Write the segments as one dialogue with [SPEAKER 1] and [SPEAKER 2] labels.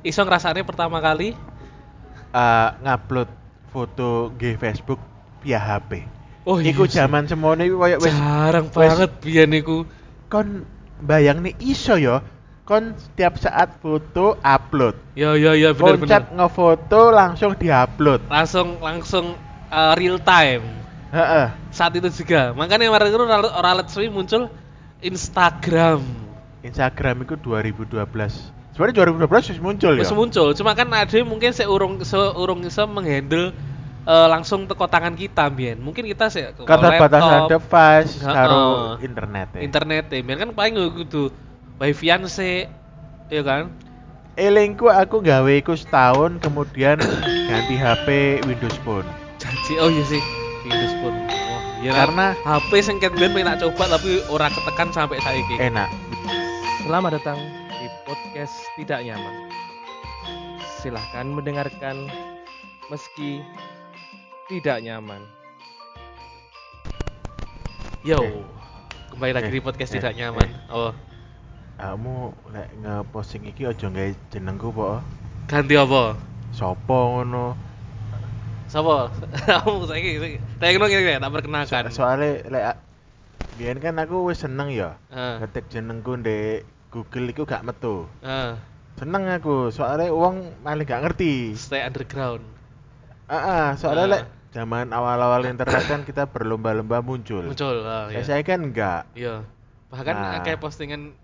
[SPEAKER 1] iso ngerasainnya pertama kali
[SPEAKER 2] eh, ngupload foto g Facebook via HP.
[SPEAKER 1] Oh,
[SPEAKER 2] iku
[SPEAKER 1] iya sih.
[SPEAKER 2] zaman semono iku koyo wis
[SPEAKER 1] jarang
[SPEAKER 2] wis-
[SPEAKER 1] banget biyen niku
[SPEAKER 2] kon bayang nih iso yo kon setiap saat foto upload
[SPEAKER 1] ya ya ya
[SPEAKER 2] konsep
[SPEAKER 1] bener-bener
[SPEAKER 2] ngefoto langsung diupload
[SPEAKER 1] langsung langsung eh, real time
[SPEAKER 2] heeh
[SPEAKER 1] saat itu juga makanya kemarin itu Ral- Ralet Sui muncul Instagram
[SPEAKER 2] Instagram itu 2012 sebenarnya 2012 wis muncul ya
[SPEAKER 1] terus muncul cuma kan ada yang mungkin seurung seurung iso menghandle eh, langsung teko tangan kita biyen mungkin kita sih ke
[SPEAKER 2] kata
[SPEAKER 1] laptop,
[SPEAKER 2] batasan device
[SPEAKER 1] Heeh.
[SPEAKER 2] karo internet ya.
[SPEAKER 1] internet ya biyen kan paling gue kudu wifi-an sih ya kan
[SPEAKER 2] elingku Eh, aku gawe iku setahun kemudian ganti HP Windows Phone
[SPEAKER 1] janji oh iya sih Windows Phone Wah, iya
[SPEAKER 2] Karena-
[SPEAKER 1] HP sing ket biyen pengen tak coba tapi ora ketekan sampai saiki
[SPEAKER 2] enak
[SPEAKER 3] Selamat datang di podcast tidak nyaman. Silahkan mendengarkan meski tidak nyaman.
[SPEAKER 1] yo
[SPEAKER 2] Eh.
[SPEAKER 1] kembali lagi
[SPEAKER 2] Eh,
[SPEAKER 1] di podcast
[SPEAKER 2] eh,
[SPEAKER 1] tidak nyaman oh
[SPEAKER 2] kamu lek ngeposting iki aja gawe jenengku po
[SPEAKER 1] ganti apa
[SPEAKER 2] sopo ngono
[SPEAKER 1] Sopo? Kamu saiki saiki. Tak ngono ngene tak perkenalkan.
[SPEAKER 2] So- soalnya lek a- biyen kan aku wis seneng ya
[SPEAKER 1] Heeh.
[SPEAKER 2] ngetik jenengku di Google iku gak metu
[SPEAKER 1] Heeh.
[SPEAKER 2] seneng aku soalnya uang malah gak ngerti
[SPEAKER 1] Stay underground.
[SPEAKER 2] ah ah, soalnya
[SPEAKER 1] Ah.
[SPEAKER 2] lek zaman awal-awal internet kan kita berlomba-lomba muncul,
[SPEAKER 1] Muncul. ah,
[SPEAKER 2] Lek
[SPEAKER 1] iya.
[SPEAKER 2] saya kan enggak
[SPEAKER 1] Iya. Bahkan
[SPEAKER 2] Nah.
[SPEAKER 1] akeh postingan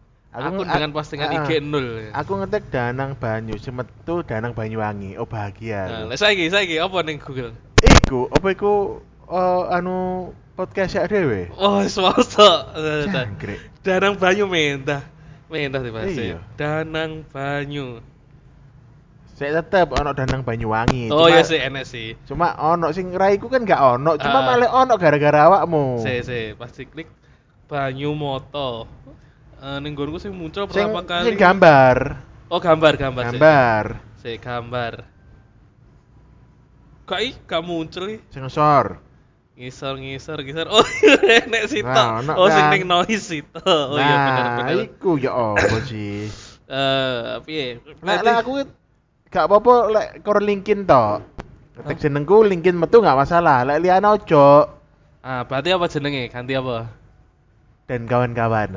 [SPEAKER 1] aku
[SPEAKER 2] Aku- a-
[SPEAKER 1] dengan postingan
[SPEAKER 2] ah,
[SPEAKER 1] IG nol.
[SPEAKER 2] aku ngetik danang banyu semetu danang banyuwangi oh bahagia
[SPEAKER 1] Nah, lek saiki saiki apa ning Google?
[SPEAKER 2] iku apa iku eh, anu podcast ya dewe
[SPEAKER 1] Oh, swasta.
[SPEAKER 2] jangkrik
[SPEAKER 1] Danang Banyu mentah. Mentah dibahasnya.
[SPEAKER 2] Iya.
[SPEAKER 1] Danang Banyu.
[SPEAKER 2] saya tetep ono danang banyuwangi
[SPEAKER 1] Oh
[SPEAKER 2] Cuma-
[SPEAKER 1] iya sih enak sih.
[SPEAKER 2] cuma ono sing raiku kan gak ono cuma
[SPEAKER 1] Ah.
[SPEAKER 2] malah ono gara-gara awakmu
[SPEAKER 1] Sih sih pasti klik Banyu Moto. Eh ning nggonku sing muncul
[SPEAKER 2] sing,
[SPEAKER 1] pertama kali.
[SPEAKER 2] sing gambar
[SPEAKER 1] Oh gambar gambar. sih.
[SPEAKER 2] gambar
[SPEAKER 1] Saya gambar. Kok ih gak muncul ih.
[SPEAKER 2] sing sor
[SPEAKER 1] Ngisor ngisor ngisor. Oh, nek sito.
[SPEAKER 2] Nah, ono
[SPEAKER 1] oh, sing
[SPEAKER 2] kan.
[SPEAKER 1] ning noise sito. Oh iya bener
[SPEAKER 2] nah
[SPEAKER 1] bener.
[SPEAKER 2] iku ya apa sih
[SPEAKER 1] Eh, piye?
[SPEAKER 2] lek lek aku gak apa-apa lek kor linkin to ketik jenengku linkin metu gak masalah lek liana ojo
[SPEAKER 1] Ah, berarti apa jenenge? Ganti apa?
[SPEAKER 2] dan kawan-kawan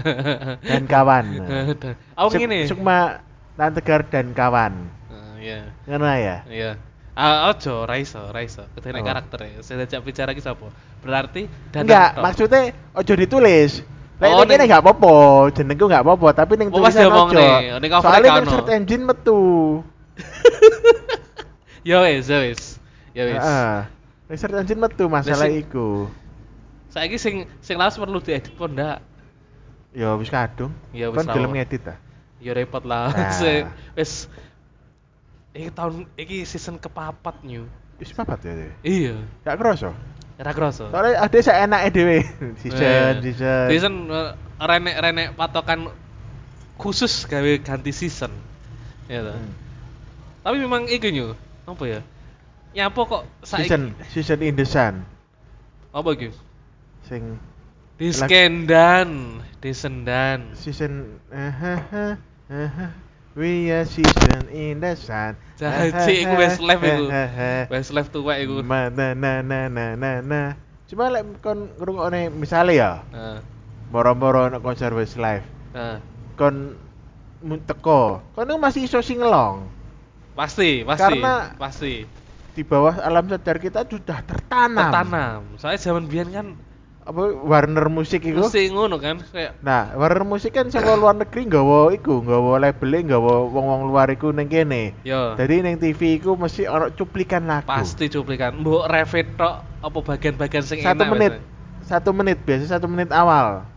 [SPEAKER 2] dan kawan
[SPEAKER 1] Eh. Aku
[SPEAKER 2] Suk-
[SPEAKER 1] ngene.
[SPEAKER 2] Sukma Tan Tegar dan kawan
[SPEAKER 1] Ah, Iya,
[SPEAKER 2] ngena ya
[SPEAKER 1] iya. Ah, ojo, raiso, raiso. Ketene
[SPEAKER 2] Apa?
[SPEAKER 1] karakter ya. Saya ajak bicara ki sapa? Berarti
[SPEAKER 2] enggak
[SPEAKER 1] tok.
[SPEAKER 2] maksudnya ojo ditulis Lek
[SPEAKER 1] Oh,
[SPEAKER 2] oh, ini
[SPEAKER 1] ning-
[SPEAKER 2] gak apa-apa, jenengku gak apa-apa, tapi ning
[SPEAKER 1] Oh, pas
[SPEAKER 2] tulisan
[SPEAKER 1] diomong
[SPEAKER 2] ojo.
[SPEAKER 1] nih, ning covernya
[SPEAKER 2] Soalnya
[SPEAKER 1] gak
[SPEAKER 2] ning
[SPEAKER 1] ono.
[SPEAKER 2] search engine metu.
[SPEAKER 1] Ya wis, ya wis. Ya wis.
[SPEAKER 2] Heeh. Ning search engine metu masalah
[SPEAKER 1] sing-
[SPEAKER 2] iku.
[SPEAKER 1] Saiki sing sing lawas perlu diedit po ndak?
[SPEAKER 2] Ya wis kadung.
[SPEAKER 1] Ya, wis
[SPEAKER 2] Kon
[SPEAKER 1] lah,
[SPEAKER 2] gelem
[SPEAKER 1] Wak.
[SPEAKER 2] ngedit ta.
[SPEAKER 1] Ya repot lah.
[SPEAKER 2] Nah.
[SPEAKER 1] Se- Wis iki tahun iki season kepapat new.
[SPEAKER 2] Wis papat ya. Dewi?
[SPEAKER 1] Iya,
[SPEAKER 2] Gak kroso.
[SPEAKER 1] ora kroso.
[SPEAKER 2] Soalnya ada saya enake dhewe. Season,
[SPEAKER 1] Eh,
[SPEAKER 2] season.
[SPEAKER 1] Hmm. Season eh, renek-renek patokan khusus gawe ganti season. Ya toh.
[SPEAKER 2] Hmm.
[SPEAKER 1] Tapi memang iki new. Apa ya? Nyapa kok saiki
[SPEAKER 2] Season, season in the sun.
[SPEAKER 1] apa iki?
[SPEAKER 2] Sing
[SPEAKER 1] Diskendan, disendan.
[SPEAKER 2] season aha, aha, aha. We are season in the sun.
[SPEAKER 1] Jaji iku wis live iku.
[SPEAKER 2] Aha, aha.
[SPEAKER 1] Wes left tuwek iku.
[SPEAKER 2] Ma na na na na na na. Cuma lek kon ngrungokne misale ya,
[SPEAKER 1] Heeh.
[SPEAKER 2] moro-moro ana konser Westlife,
[SPEAKER 1] Heeh.
[SPEAKER 2] kon mu- teko, kon iku masih iso singelong.
[SPEAKER 1] Pasti, pasti.
[SPEAKER 2] Karena-
[SPEAKER 1] pasti.
[SPEAKER 2] Di bawah alam sadar kita sudah tertanam.
[SPEAKER 1] tertanam. Soalnya zaman biyen kan
[SPEAKER 2] Apa Warner Musik iku?
[SPEAKER 1] mesti ngono kan kayak
[SPEAKER 2] Nah, Warner Musik kan saka luar negeri nggawa iku, nggawa label nggawa wong-wong luar iku ning kene.
[SPEAKER 1] yo
[SPEAKER 2] Jadi ning TV iku mesti ana cuplikan lagu.
[SPEAKER 1] pasti cuplikan. Mbok revit tok apa bagian-bagian sing
[SPEAKER 2] Satu
[SPEAKER 1] enak
[SPEAKER 2] menit.
[SPEAKER 1] biasanya.
[SPEAKER 2] Satu menit biasa satu menit awal.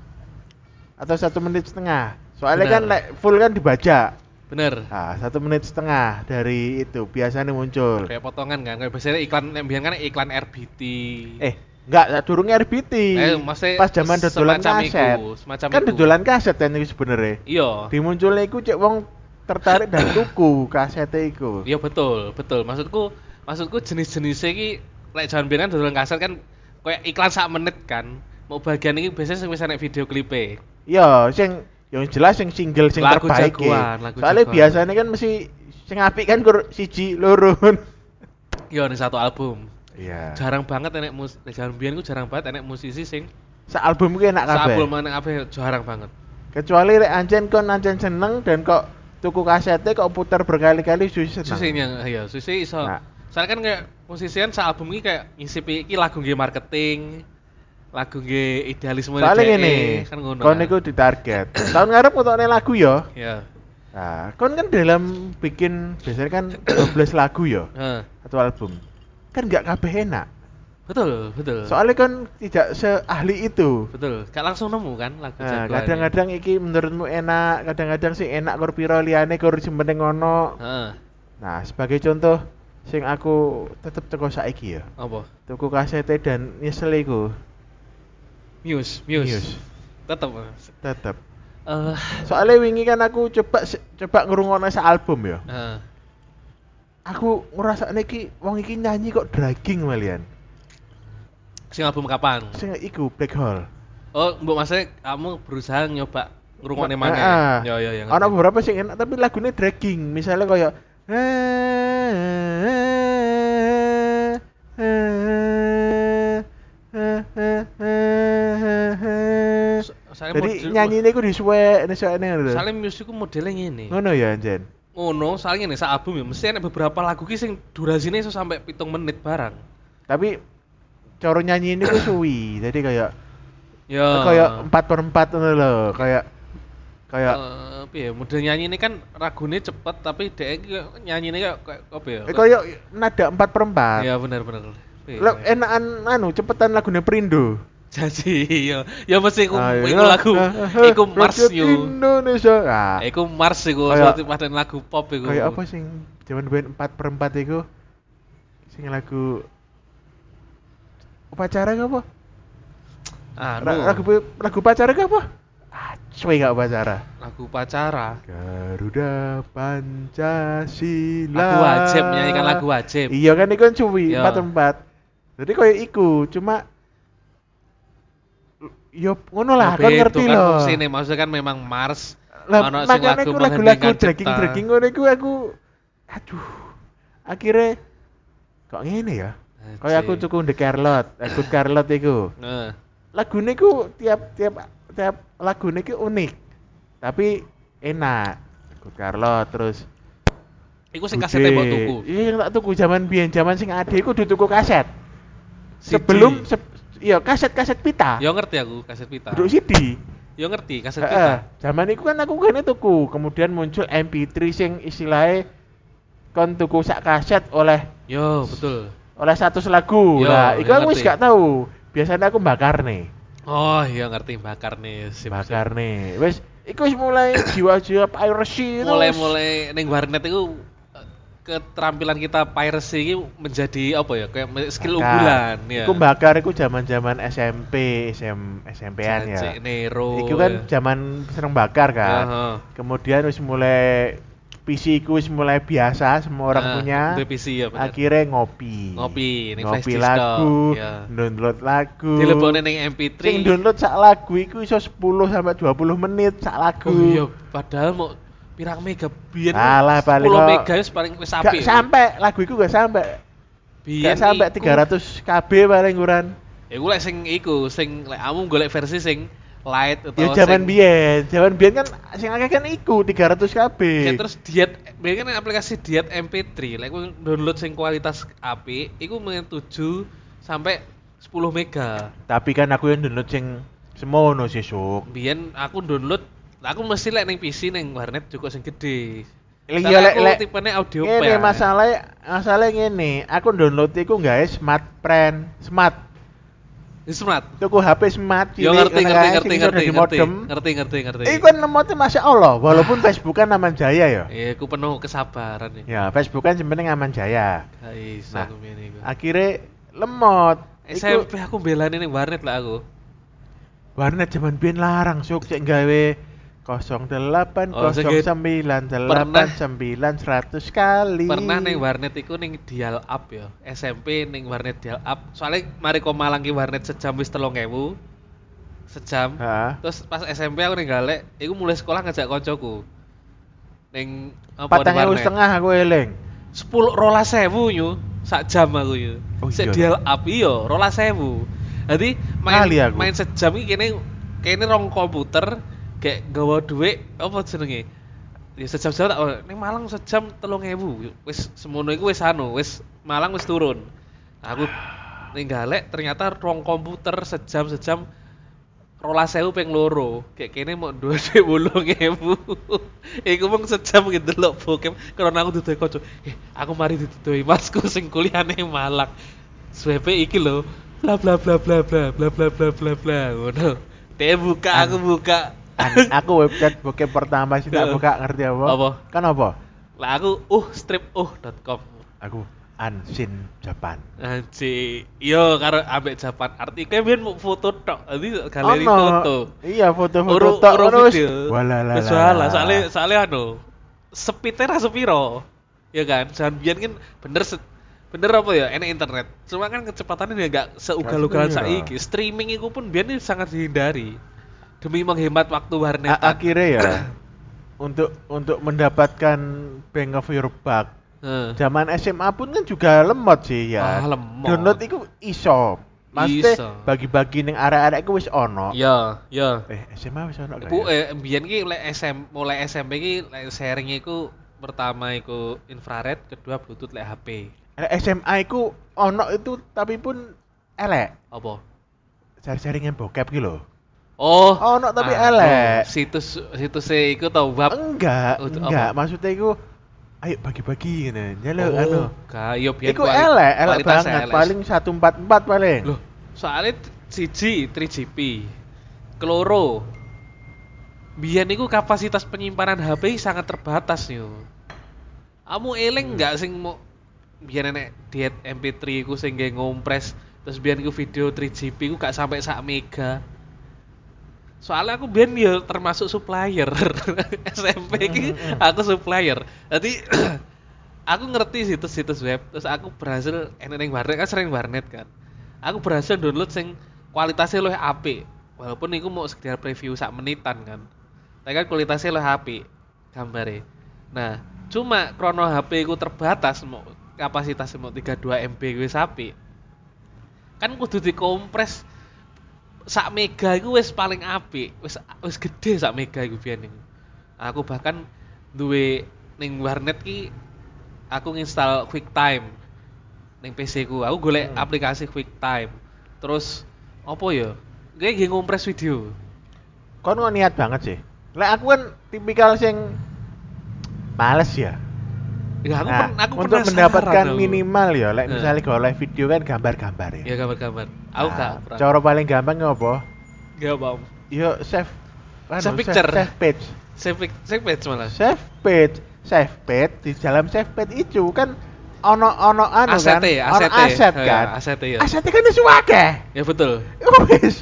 [SPEAKER 2] Atau satu menit setengah. Soalnya kan
[SPEAKER 1] Benar.
[SPEAKER 2] lek full kan dibajak.
[SPEAKER 1] Bener.
[SPEAKER 2] Nah, satu menit setengah dari itu biasanya muncul.
[SPEAKER 1] Kayak potongan kan. Kayak biasanya iklan yang biyen kan iklan RBT.
[SPEAKER 2] Eh, enggak, enggak durung RBT.
[SPEAKER 1] Eh, maksudnya
[SPEAKER 2] Pas zaman dodolan
[SPEAKER 1] semacam
[SPEAKER 2] kaset.
[SPEAKER 1] iku, semacam
[SPEAKER 2] kan
[SPEAKER 1] iku.
[SPEAKER 2] dodolan kaset kan iki sebenarnya.
[SPEAKER 1] Iya.
[SPEAKER 2] Dimunculnya iku cek wong tertarik dan tuku kasete iku.
[SPEAKER 1] Iya betul, betul. Maksudku maksudku jenis-jenisnya iki lek jaman biyen kan dodolan kaset kan kayak iklan sak menit kan. Mau bagian ini biasanya sing wis enek video klipe.
[SPEAKER 2] Iya, sing yang jelas yang single sing
[SPEAKER 1] Lagu
[SPEAKER 2] terbaik ya.
[SPEAKER 1] jagoan, lagu
[SPEAKER 2] soalnya
[SPEAKER 1] jagoan.
[SPEAKER 2] biasanya kan mesti sing apik kan kur siji loro
[SPEAKER 1] Yo ada satu album.
[SPEAKER 2] iya
[SPEAKER 1] Jarang banget enek mus jarang biyen ku jarang banget enek musisi sing
[SPEAKER 2] sa album ku enak kabeh Nah.
[SPEAKER 1] album enek apa jarang banget.
[SPEAKER 2] kecuali rek anjen kon anjen seneng dan kok tuku kasetnya kok putar berkali-kali susi seneng
[SPEAKER 1] Susi yang ya Susi iso.
[SPEAKER 2] Nah.
[SPEAKER 1] Soalnya kan kayak musisian sa album ini kayak ngisi iki lagu nggih marketing, lagu nggih idealisme
[SPEAKER 2] soalnya
[SPEAKER 1] DE,
[SPEAKER 2] ngene
[SPEAKER 1] kan ngono.
[SPEAKER 2] kon
[SPEAKER 1] kan.
[SPEAKER 2] iku ditarget tahun ngarep ngutokne lagu ya
[SPEAKER 1] Ya.
[SPEAKER 2] Nah, kon kan dalam bikin biasanya kan 12 lagu ya,
[SPEAKER 1] Heeh.
[SPEAKER 2] satu album. Kan nggak kabeh enak.
[SPEAKER 1] Betul, betul.
[SPEAKER 2] Soalnya kan tidak seahli itu.
[SPEAKER 1] betul. Gak langsung nemu kan lagu
[SPEAKER 2] Nah,
[SPEAKER 1] jagoannya.
[SPEAKER 2] kadang-kadang iki menurutmu enak, kadang-kadang sih enak kor piro liyane kor jempeneng ngono.
[SPEAKER 1] Heeh.
[SPEAKER 2] Nah, sebagai contoh sing aku tetep teko saiki ya.
[SPEAKER 1] Apa?
[SPEAKER 2] Tuku kasete dan nyesel iku.
[SPEAKER 1] Muse, Muse.
[SPEAKER 2] Muse.
[SPEAKER 1] Tetep.
[SPEAKER 2] Tetep.
[SPEAKER 1] Eh,
[SPEAKER 2] Soalnya wingi kan aku coba coba ngrungokno sa album ya.
[SPEAKER 1] heeh.
[SPEAKER 2] Aku ngrasakne iki wong iki nyanyi kok dragging malian.
[SPEAKER 1] sing album kapan?
[SPEAKER 2] Sing iku Black Hole.
[SPEAKER 1] Oh, mbok maksudnya kamu berusaha nyoba ngrungokne maneh.
[SPEAKER 2] Heeh.
[SPEAKER 1] Ya ya ya. ngerti.
[SPEAKER 2] Ana beberapa sing enak tapi lagunya dragging. Misalnya kayak
[SPEAKER 1] So- soalnya
[SPEAKER 2] Jadi
[SPEAKER 1] model-
[SPEAKER 2] nyanyi ini aku disuwe, ini suwe ini gitu.
[SPEAKER 1] Soalnya Muse iku modelnya ngene.
[SPEAKER 2] Ngono ya Anjen.
[SPEAKER 1] ngono soalnya nih sa album ya mesti ada beberapa lagu ki sing durasinya iso sampai pitung menit barang
[SPEAKER 2] Tapi cara nyanyi ini aku suwi. Jadi kayak
[SPEAKER 1] ya
[SPEAKER 2] kayak 4 per 4 ngono lho, kayak kayak
[SPEAKER 1] Eh, apa ya model nyanyi ini kan ragune cepet tapi dia nyanyi ini kayak kayak apa ya
[SPEAKER 2] eh, kayak nada 4 per 4.
[SPEAKER 1] ya benar benar Iya.
[SPEAKER 2] Lah, enakan anu cepetan lagune Prindo.
[SPEAKER 1] jadi ya ya mesti iku
[SPEAKER 2] Ayo.
[SPEAKER 1] iku lagu
[SPEAKER 2] Ah,
[SPEAKER 1] iku Mars
[SPEAKER 2] Rakyat
[SPEAKER 1] yo
[SPEAKER 2] eh, Indonesia. Ah,
[SPEAKER 1] iku Mars iku
[SPEAKER 2] Kayak-
[SPEAKER 1] suatu padan lagu pop iku
[SPEAKER 2] kayak apa sing zaman band 4 per 4 iku? Sing lagu upacara ke apa?
[SPEAKER 1] anu
[SPEAKER 2] Ra- Lagu lagu upacara ke apa? Ah, cuy gak upacara.
[SPEAKER 1] lagu pacara
[SPEAKER 2] Garuda Pancasila.
[SPEAKER 1] Lagu wajib, menyanyikan lagu wajib.
[SPEAKER 2] Iya kan iku kan cuwi
[SPEAKER 1] Iya.
[SPEAKER 2] 4 per 4. Jadi kayak iku, cuma Yo, ngono lah, kan ngerti
[SPEAKER 1] kan
[SPEAKER 2] loh.
[SPEAKER 1] fungsinya, maksudnya kan memang Mars
[SPEAKER 2] lah
[SPEAKER 1] ono sing
[SPEAKER 2] makanya aku lagu-lagu
[SPEAKER 1] mengheningkan cipta.
[SPEAKER 2] dragging dragging ngono iku aku aduh akhirnya kok ngene ya kayak aku
[SPEAKER 1] Anjing.
[SPEAKER 2] cukup The Carlot aku Carlot iku
[SPEAKER 1] Nah,
[SPEAKER 2] lagune iku tiap tiap tiap lagune iku unik tapi enak aku Carlot terus
[SPEAKER 1] iku Oh, sing kasete mbok
[SPEAKER 2] Bude.
[SPEAKER 1] tuku.
[SPEAKER 2] iya yang tak tuku zaman biyen zaman sing ade iku dituku kaset
[SPEAKER 1] CD.
[SPEAKER 2] sebelum se- iya kaset-kaset pita
[SPEAKER 1] Yo ngerti aku kaset pita.
[SPEAKER 2] duduk CD
[SPEAKER 1] Yo ngerti kaset
[SPEAKER 2] Heeh,
[SPEAKER 1] pita.
[SPEAKER 2] zaman itu kan aku kan tuku, kemudian muncul MP3 sing istilahnya kon tuku sak kaset oleh
[SPEAKER 1] Yo betul.
[SPEAKER 2] oleh satu lagu.
[SPEAKER 1] Yo,
[SPEAKER 2] Lah, iku
[SPEAKER 1] ya
[SPEAKER 2] aku wis
[SPEAKER 1] ngerti.
[SPEAKER 2] gak tahu. Biasanya aku bakar nih,
[SPEAKER 1] Oh iya ngerti bakar nih sip,
[SPEAKER 2] bakar nih. Wis iku wis mulai jiwa-jiwa piracy
[SPEAKER 1] sip.
[SPEAKER 2] itu.
[SPEAKER 1] Mulai-mulai ning warnet iku eh, keterampilan kita piracy ini menjadi apa ya kayak me- skill unggulan ya.
[SPEAKER 2] Iku bakar iku zaman-zaman SMP, SM, SMP-an ya.
[SPEAKER 1] Jancik, Nero.
[SPEAKER 2] Iku kan
[SPEAKER 1] ya.
[SPEAKER 2] zaman seneng bakar kan.
[SPEAKER 1] Heeh.
[SPEAKER 2] Kemudian wis mulai PC ku wis mulai biasa semua orang
[SPEAKER 1] Nah,
[SPEAKER 2] punya.
[SPEAKER 1] untuk PC ya bener.
[SPEAKER 2] Akhirnya ngopi.
[SPEAKER 1] Ngopi, ning flash
[SPEAKER 2] ngopi
[SPEAKER 1] disk
[SPEAKER 2] lagu,
[SPEAKER 1] tok, ya.
[SPEAKER 2] download lagu.
[SPEAKER 1] dilebone ning MP3.
[SPEAKER 2] Sing download sak lagu iku iso 10 sampai 20 menit sak lagu.
[SPEAKER 1] Oh iya padahal mau pirang mega biyen
[SPEAKER 2] Alah,
[SPEAKER 1] 10
[SPEAKER 2] paling kok-
[SPEAKER 1] mega wis paling wis
[SPEAKER 2] Gak
[SPEAKER 1] apik.
[SPEAKER 2] sampai lagu iku gak sampai.
[SPEAKER 1] Biyen
[SPEAKER 2] Gak sampai
[SPEAKER 1] Iya, iku- Ya
[SPEAKER 2] 300 KB paling kurang.
[SPEAKER 1] Iku lek sing iku sing lek kamu golek versi sing light atau
[SPEAKER 2] Ya
[SPEAKER 1] Oh,
[SPEAKER 2] zaman
[SPEAKER 1] sing-
[SPEAKER 2] biyen, zaman biyen kan sing akeh kan iku 300 KB.
[SPEAKER 1] Ya, terus diet biyen kan aplikasi diet MP3 lek kowe download sing kualitas apik iku mung 7 sampai 10 mega.
[SPEAKER 2] Tapi kan aku yang download sing semono sesuk.
[SPEAKER 1] Biyen aku download lah aku mesti lek ning PC ning warnet cukup sing gede.
[SPEAKER 2] Lah
[SPEAKER 1] Soalnya
[SPEAKER 2] iya, lek-
[SPEAKER 1] aku
[SPEAKER 2] lek-
[SPEAKER 1] tipene audio pad.
[SPEAKER 2] Ini masalah masalah ngene, aku download iku guys smart friend, smart
[SPEAKER 1] Ini smart.
[SPEAKER 2] tuku HP smart
[SPEAKER 1] Yo
[SPEAKER 2] cilik,
[SPEAKER 1] ngerti
[SPEAKER 2] ngono
[SPEAKER 1] ngerti ngerti
[SPEAKER 2] kae, kan
[SPEAKER 1] ngerti
[SPEAKER 2] sing iso dadi
[SPEAKER 1] ngerti
[SPEAKER 2] modem.
[SPEAKER 1] ngerti ngerti ngerti.
[SPEAKER 2] Iku kan nemotnya masya Allah, walaupun Facebookan Aman Jaya ya.
[SPEAKER 1] Iya, aku penuh kesabaran nih.
[SPEAKER 2] Ya, Facebookan sebenarnya Aman Jaya.
[SPEAKER 1] Guys,
[SPEAKER 2] Nah,
[SPEAKER 1] aku ngene iku.
[SPEAKER 2] Akhirnya lemot. Iku
[SPEAKER 1] SMP aku belani ning warnet lah aku.
[SPEAKER 2] warnet zaman biyen larang suk cek gawe 08
[SPEAKER 1] Oh, sing-
[SPEAKER 2] 09 89 100 kali.
[SPEAKER 1] Pernah ning warnet iku ning dial up ya. SMP ning warnet dial up. Soalnya mari ko Malang ki warnet sejam wis 3000. sejam.
[SPEAKER 2] Heeh.
[SPEAKER 1] Terus pas SMP aku ning Galek, iku mulai sekolah ngajak kancaku. Ning apa
[SPEAKER 2] Patang ewu setengah aku eling.
[SPEAKER 1] 10 rolas sewu nyu sak jam aku yo.
[SPEAKER 2] Oh,
[SPEAKER 1] Sik
[SPEAKER 2] iya.
[SPEAKER 1] dial api yo rolas sewu. Jadi main
[SPEAKER 2] Kali aku.
[SPEAKER 1] main sejam iki kene kene rong komputer kayak gawa duit apa jenenge? Ya sejam-jam tak ning Malang sejam 3000. Wis semono iku wis anu, wis Malang wis turun. Aku ning Galek ternyata rong komputer sejam-sejam rolas sewu ping loro kayak kene mau dua bolong ewu iku mung sejam gitu loh bokep karena aku duduk kocok eh aku mari duduk masku sing kuliah ning Malang SWP iki lho bla bla bla bla bla bla bla bla bla bla ngono dia buka aku buka
[SPEAKER 2] An- aku website bokep pertama sih tak
[SPEAKER 1] Heeh.
[SPEAKER 2] buka ngerti apa?
[SPEAKER 1] Apa?
[SPEAKER 2] Kan apa?
[SPEAKER 1] lah aku uh strip uh.com
[SPEAKER 2] Aku Unseen Japan.
[SPEAKER 1] anji yo Iya, karo ambek Japan arti kayak biar mau foto tok jadi galeri
[SPEAKER 2] Ono.
[SPEAKER 1] foto
[SPEAKER 2] Iya foto-foto
[SPEAKER 1] Uru-
[SPEAKER 2] tok
[SPEAKER 1] uru
[SPEAKER 2] ngono wis.
[SPEAKER 1] video.
[SPEAKER 2] Walah
[SPEAKER 1] Wis walah, soalnya soalnya anu sepite ra sepiro. Ya kan? Jangan biyen kan bener se- bener apa ya enak internet. Cuma kan kecepatannya ya gak seugal-ugalan
[SPEAKER 2] Gak sepiro.
[SPEAKER 1] saiki. Streaming itu pun biyen ini sangat dihindari demi menghemat waktu
[SPEAKER 2] A-
[SPEAKER 1] warnetan.
[SPEAKER 2] akhirnya ya untuk untuk mendapatkan bank of your buck.
[SPEAKER 1] Heeh.
[SPEAKER 2] Zaman SMA pun kan juga lemot sih ya.
[SPEAKER 1] Ah, lemot.
[SPEAKER 2] Download itu iso.
[SPEAKER 1] Iso.
[SPEAKER 2] Maksudnya bagi-bagi ning arek-arek iku wis ono.
[SPEAKER 1] Ya, ya.
[SPEAKER 2] Eh, SMA wis ono gak
[SPEAKER 1] Bu, eh,
[SPEAKER 2] ya?
[SPEAKER 1] mbiyen ki lek SM, mulai SMP ki lek sharing iku pertama iku infrared, kedua bluetooth lek HP.
[SPEAKER 2] Arek SMA iku ono itu tapi pun elek.
[SPEAKER 1] Apa?
[SPEAKER 2] Cari-cari yang bokep gitu loh.
[SPEAKER 1] Oh,
[SPEAKER 2] Ono tapi
[SPEAKER 1] anu,
[SPEAKER 2] elek.
[SPEAKER 1] Situs situs iku tau bab
[SPEAKER 2] Enggak,
[SPEAKER 1] Untuk
[SPEAKER 2] enggak.
[SPEAKER 1] apa?
[SPEAKER 2] Maksudnya iku ayo bagi-bagi ngene. Nyalo
[SPEAKER 1] Oh,
[SPEAKER 2] anu.
[SPEAKER 1] Kayo biyen
[SPEAKER 2] Iku
[SPEAKER 1] kuali-
[SPEAKER 2] elek, elek
[SPEAKER 1] kualitasnya
[SPEAKER 2] banget.
[SPEAKER 1] elek.
[SPEAKER 2] Paling 144 paling.
[SPEAKER 1] Loh, soalnya t- siji 3GP. Keloro. Biyen niku kapasitas penyimpanan HP sangat terbatas yo. Kamu eling nggak sing mau biyen enek diet MP3 ku sing nggae ngompres terus biyen ku video 3GP ku gak sampai sak mega. Soalnya aku biyen yo termasuk supplier. SMP ki aku supplier. Jadi aku ngerti situs-situs web terus aku berhasil enek ning warnet kan sering warnet kan aku berhasil download sing kualitasnya luwih apik walaupun niku mau sekedar preview sak menitan kan tapi kan kualitasnya luwih apik gambare nah cuma krono HP ku terbatas mau kapasitas mau 32 MB wis apik kan kudu dikompres sak mega iku wis paling apik, wis wis gede sak mega iku biyen iku. Aku bahkan duwe ning warnet ki aku nginstal QuickTime ning PC ku. Aku golek
[SPEAKER 2] Hmm.
[SPEAKER 1] aplikasi QuickTime. Terus opo ya? Gue nggih ngompres video.
[SPEAKER 2] Kon kok niat banget sih. Lek aku kan tipikal sing males ya.
[SPEAKER 1] Ya aku
[SPEAKER 2] Nah,
[SPEAKER 1] pen, aku
[SPEAKER 2] untuk
[SPEAKER 1] penasaran
[SPEAKER 2] mendapatkan
[SPEAKER 1] aku.
[SPEAKER 2] minimal ya, lek
[SPEAKER 1] Nah.
[SPEAKER 2] misalnya kalau live video kan gambar-gambar ya.
[SPEAKER 1] Ya gambar-gambar. Aku
[SPEAKER 2] Nah,
[SPEAKER 1] gak pernah. Iya,
[SPEAKER 2] Cara paling gampang ngopo?
[SPEAKER 1] Gak paham.
[SPEAKER 2] Yo save anu,
[SPEAKER 1] Save picture.
[SPEAKER 2] Save page.
[SPEAKER 1] Saya pik- saya page malah.
[SPEAKER 2] Save page. Save page di dalam save page itu kan ono ono anu kan.
[SPEAKER 1] Asete,
[SPEAKER 2] ono
[SPEAKER 1] asete.
[SPEAKER 2] aset
[SPEAKER 1] Ya,
[SPEAKER 2] kan.
[SPEAKER 1] asete, Iya. ya.
[SPEAKER 2] Asete kan wis akeh.
[SPEAKER 1] Ya betul.
[SPEAKER 2] Wis.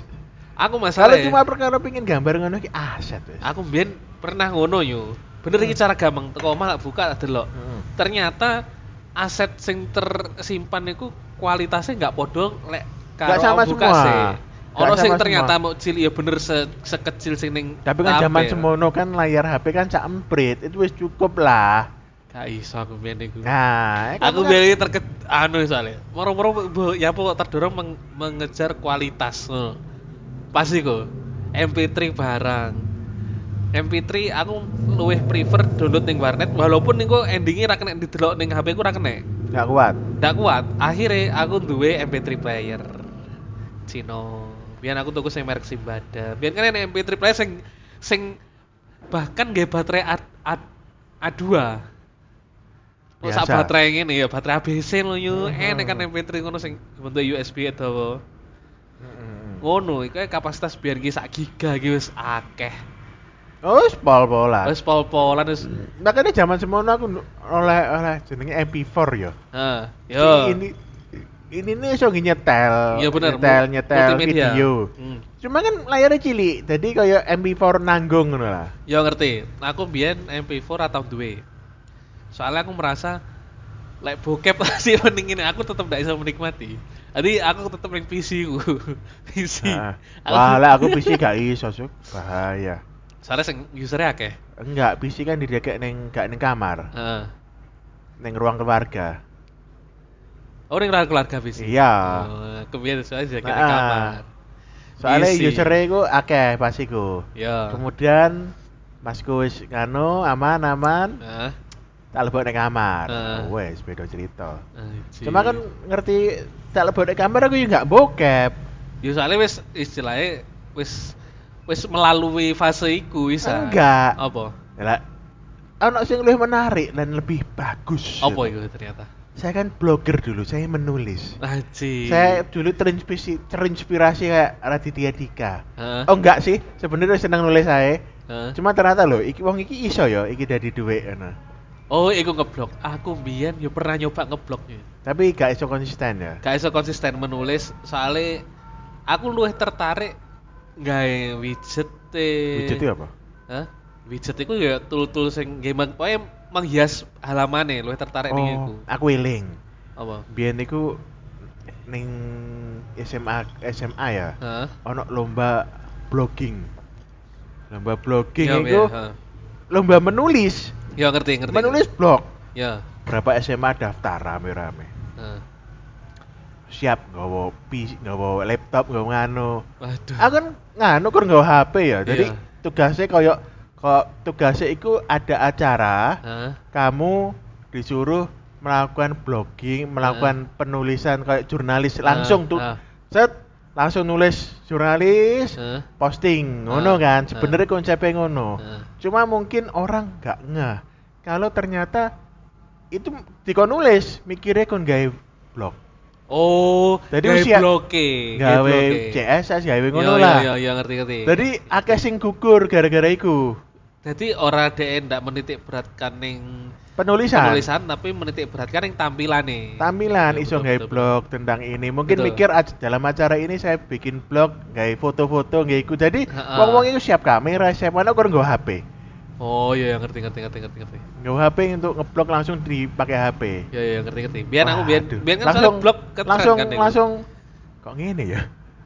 [SPEAKER 1] Aku masalah
[SPEAKER 2] Kalau
[SPEAKER 1] ya.
[SPEAKER 2] cuma perkara pingin gambar ngono ki aset wis.
[SPEAKER 1] aku mbien pernah ngono yo bener
[SPEAKER 2] Hmm.
[SPEAKER 1] iki cara gampang teko omah tak buka tak delok
[SPEAKER 2] Heeh.
[SPEAKER 1] ternyata aset sing tersimpan iku kualitasnya nggak podo lek
[SPEAKER 2] Nggak sama semua. Nggak
[SPEAKER 1] ono sing
[SPEAKER 2] sama
[SPEAKER 1] ternyata
[SPEAKER 2] semua.
[SPEAKER 1] mau cilik ya bener se- sekecil sing ning
[SPEAKER 2] Tapi kan zaman
[SPEAKER 1] tabel.
[SPEAKER 2] semono kan layar HP kan cak emprit, itu wis cukup lah.
[SPEAKER 1] gak iso aku mbien iku
[SPEAKER 2] Nah,
[SPEAKER 1] aku
[SPEAKER 2] kan-
[SPEAKER 1] mbien terket anu soalnya moro-moro bo- ya apa kok terdorong meng- mengejar kualitas ngono. pasti kok MP3 barang MP3 aku luwih prefer download ning warnet walaupun niku endingnya ra kena didelok ning HP ku ra kena.
[SPEAKER 2] nggak kuat.
[SPEAKER 1] Ndak kuat. Akhirnya aku duwe MP3 player. Cino. Biar aku tuku sing merek Simbada. Biar kan enek MP3 player sing sing bahkan gak baterai A, A, A2. Kok sak
[SPEAKER 2] Biasa.
[SPEAKER 1] baterai ngene ya, baterai ABC lho yu.
[SPEAKER 2] Mhm.
[SPEAKER 1] Enek kan MP3 ngono sing bentuk USB atau
[SPEAKER 2] Heeh.
[SPEAKER 1] ngono. Iku kapasitas biar ki sak giga ki wis akeh.
[SPEAKER 2] Oh, wis pol-polan.
[SPEAKER 1] Wis pol-polan wis
[SPEAKER 2] Hmm. Makanya zaman semono aku nu- oleh oleh jenenge MP4 ya.
[SPEAKER 1] Heeh. Yo.
[SPEAKER 2] Yo. Ini ini nih iso nyetel.
[SPEAKER 1] Iya bener.
[SPEAKER 2] Nyetel
[SPEAKER 1] mu-
[SPEAKER 2] nyetel
[SPEAKER 1] multimedia.
[SPEAKER 2] video.
[SPEAKER 1] Hmm.
[SPEAKER 2] Cuma kan layarnya cilik, jadi kayak MP4 nanggung ngono lah.
[SPEAKER 1] Yo ngerti. Aku biyen MP4 atau duwe. Soalnya aku merasa lek bokep sih mending ini aku tetap tidak bisa menikmati. Jadi aku tetep yang PC ku. PC.
[SPEAKER 2] Heeh.
[SPEAKER 1] Aku-
[SPEAKER 2] Ah, Nah, Wah, lah aku PC gak iso, Suk. Bahaya.
[SPEAKER 1] Soalnya sing usernya akeh.
[SPEAKER 2] Enggak, PC kan didekek neng gak neng kamar,
[SPEAKER 1] Heeh.
[SPEAKER 2] neng ruang keluarga.
[SPEAKER 1] Oh, ning ra keluarga PC.
[SPEAKER 2] Iya.
[SPEAKER 1] Oh, kebiasaan soalnya jadi
[SPEAKER 2] Nah.
[SPEAKER 1] kamar.
[SPEAKER 2] Soalnya
[SPEAKER 1] PC.
[SPEAKER 2] usernya iku akeh pas iku.
[SPEAKER 1] Ya.
[SPEAKER 2] Kemudian Masku wis nganu aman-aman,
[SPEAKER 1] Nah,
[SPEAKER 2] tak lebok neng kamar.
[SPEAKER 1] Heeh. Iya
[SPEAKER 2] Oh, Wes, beda cerita.
[SPEAKER 1] anjing.
[SPEAKER 2] Cuma kan ngerti tak lebok neng kamar aku juga gak bokep.
[SPEAKER 1] ya soalnya wis istilahnya wis wis melalui fase iku wis. ah.
[SPEAKER 2] Enggak.
[SPEAKER 1] Apa?
[SPEAKER 2] Lah, ono sing lebih menarik dan lebih bagus.
[SPEAKER 1] Apa
[SPEAKER 2] gitu.
[SPEAKER 1] itu ternyata?
[SPEAKER 2] Saya kan blogger dulu, saya menulis.
[SPEAKER 1] Anjing.
[SPEAKER 2] Saya dulu terinspirasi, terinspirasi kayak Raditya Dika.
[SPEAKER 1] Heeh.
[SPEAKER 2] Oh enggak sih, sebenarnya seneng nulis saya.
[SPEAKER 1] Heeh.
[SPEAKER 2] Cuma ternyata loh, iki wong iki iso ya, iki dari duit ngono.
[SPEAKER 1] Oh, iku ngeblok. Aku mbiyen yo pernah nyoba ngebloknya.
[SPEAKER 2] Tapi gak iso konsisten ya.
[SPEAKER 1] Gak iso konsisten menulis soalnya aku luwih tertarik gawe widget e.
[SPEAKER 2] Widget itu apa?
[SPEAKER 1] Hah? Widget iku ya tool-tool sing nggih mang- pokoke menghias halamane luwih tertarik ning iku.
[SPEAKER 2] Oh, aku eling.
[SPEAKER 1] Apa?
[SPEAKER 2] Biyen iku ning SMA SMA ya.
[SPEAKER 1] Heeh.
[SPEAKER 2] Ono lomba blogging. Lomba blogging
[SPEAKER 1] Iya,
[SPEAKER 2] itu
[SPEAKER 1] iya, heeh.
[SPEAKER 2] lomba menulis,
[SPEAKER 1] Ya ngerti ngerti.
[SPEAKER 2] menulis blog.
[SPEAKER 1] Ya.
[SPEAKER 2] Berapa SMA daftar rame-rame.
[SPEAKER 1] Heeh.
[SPEAKER 2] Siap nggawa PC, nggawa laptop, nggawa nganu.
[SPEAKER 1] Waduh.
[SPEAKER 2] Aku kan nganu kur nggawa HP ya. Jadi
[SPEAKER 1] Iya.
[SPEAKER 2] tugasnya koyo kok tugasnya itu ada acara,
[SPEAKER 1] Heeh.
[SPEAKER 2] kamu disuruh melakukan blogging, melakukan penulisan kayak jurnalis langsung
[SPEAKER 1] Ah,
[SPEAKER 2] tuh.
[SPEAKER 1] ah.
[SPEAKER 2] Set langsung nulis jurnalis,
[SPEAKER 1] Heeh.
[SPEAKER 2] posting
[SPEAKER 1] Ah,
[SPEAKER 2] ngono
[SPEAKER 1] ah.
[SPEAKER 2] kan. Sebenarnya konsepnya ngono.
[SPEAKER 1] Heeh.
[SPEAKER 2] Cuma mungkin orang nggak ngeh kalau ternyata itu dikon nulis mikirnya kon gawe blog.
[SPEAKER 1] Oh,
[SPEAKER 2] Jadi
[SPEAKER 1] gawe
[SPEAKER 2] usia-
[SPEAKER 1] bloke,
[SPEAKER 2] Gawe
[SPEAKER 1] bloke.
[SPEAKER 2] CSS, gawe
[SPEAKER 1] Iya,
[SPEAKER 2] ngono
[SPEAKER 1] iya,
[SPEAKER 2] lah.
[SPEAKER 1] Iya, iya, ngerti ngerti. Jadi,
[SPEAKER 2] Jadi akeh sing gugur gara-gara iku.
[SPEAKER 1] ora DE ndak menitik beratkan ning
[SPEAKER 2] Penulisan.
[SPEAKER 1] penulisan tapi menitik beratkan yang tampilane. Iya,
[SPEAKER 2] Tampilan iso
[SPEAKER 1] betul,
[SPEAKER 2] gawe
[SPEAKER 1] betul,
[SPEAKER 2] blog tentang ini. Mungkin
[SPEAKER 1] Betul.
[SPEAKER 2] mikir "Ah, dalam acara ini saya bikin blog, gawe foto-foto, gawe iku. Jadi
[SPEAKER 1] Ha-ha.
[SPEAKER 2] wong-wong itu siap kamera, siap mana kur nggo HP.
[SPEAKER 1] betul. Oh, iya, iya, ngerti ngerti ngerti ngerti ngerti.
[SPEAKER 2] Nggo HP untuk ngeblog langsung dipakai HP.
[SPEAKER 1] Iya, iya, ngerti ngerti. Biar aku biar
[SPEAKER 2] Waduh.
[SPEAKER 1] biar kan
[SPEAKER 2] langsung
[SPEAKER 1] soalnya blog keterangan
[SPEAKER 2] langsung
[SPEAKER 1] kan itu.
[SPEAKER 2] langsung kok ngene ya?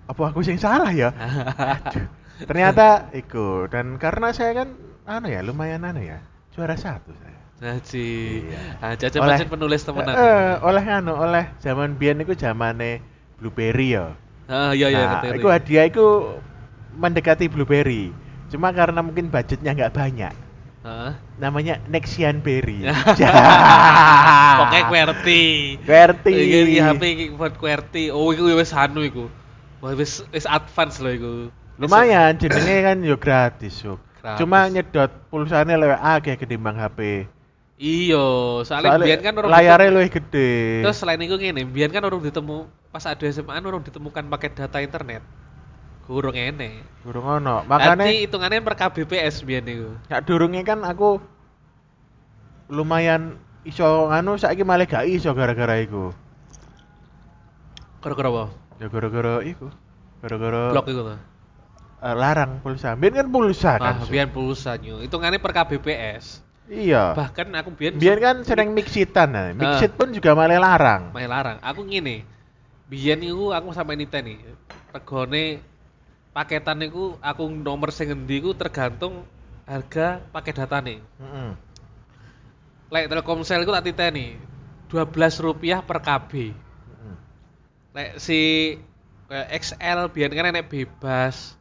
[SPEAKER 2] Apa aku sing salah ya? Aduh. Ternyata iku dan karena saya kan anu ya lumayan anu ya juara satu saya.
[SPEAKER 1] Nah, si
[SPEAKER 2] Iya.
[SPEAKER 1] ah cacat
[SPEAKER 2] Oleh-
[SPEAKER 1] pancen penulis ya. temenan.
[SPEAKER 2] Eh, eh, oleh anu oleh zaman biyen iku zamane Blueberry ya.
[SPEAKER 1] Ah, iya iya
[SPEAKER 2] nah,
[SPEAKER 1] ngerti.
[SPEAKER 2] iku
[SPEAKER 1] ngerti.
[SPEAKER 2] hadiah iku mendekati Blueberry. Cuma karena mungkin budgetnya nggak banyak.
[SPEAKER 1] Heeh.
[SPEAKER 2] Namanya Nexian Berry. Ah.
[SPEAKER 1] Pokoknya QWERTY
[SPEAKER 2] QWERTY.
[SPEAKER 1] Iki iki HP iki buat QWERTY Oh, iku wis anu iku. Wah, wis wis advance loh iku. Wis-
[SPEAKER 2] Lumayan, jenenge kan yo gratis, Suk.
[SPEAKER 1] Gratis.
[SPEAKER 2] Cuma nyedot pulsanya lebih akeh ketimbang HP.
[SPEAKER 1] Iya, soalnya
[SPEAKER 2] Soale
[SPEAKER 1] biyen kan urung
[SPEAKER 2] layarnya
[SPEAKER 1] ditemu-
[SPEAKER 2] lebih gede.
[SPEAKER 1] Terus selain itu gini, biyen kan urung ditemu pas ada SMA an kan urung ditemukan pakai data internet. Kurang enek.
[SPEAKER 2] Durung ono.
[SPEAKER 1] Berarti
[SPEAKER 2] Makanya
[SPEAKER 1] hitungannya per KBPS biyen niku.
[SPEAKER 2] gak durungnya kan aku lumayan iso anu saiki malah gak iso gara-gara iku.
[SPEAKER 1] Kira-kira apa?
[SPEAKER 2] Ya gara-gara iku. Gara-gara
[SPEAKER 1] Blok iku tuh.
[SPEAKER 2] eh, larang pulsa. Biyen kan
[SPEAKER 1] Ah,
[SPEAKER 2] pulsa kan. Suk.
[SPEAKER 1] biyen pulsa nyu. Hitungannya per KBPS.
[SPEAKER 2] Iya.
[SPEAKER 1] Bahkan aku biyen
[SPEAKER 2] Biyen kan sering mixitan. Nah. Mixit
[SPEAKER 1] Ah.
[SPEAKER 2] pun juga malah larang.
[SPEAKER 1] main larang. Aku ngene. Biyen niku aku sampe niten nih. Regane paketan niku aku nomor sing endi iku tergantung harga pakai datane.
[SPEAKER 2] Heeh.
[SPEAKER 1] Lek Telkomsel iku tak titeni. 12 rupiah per KB.
[SPEAKER 2] Heeh.
[SPEAKER 1] Lek si kayak XL biyen kan enek bebas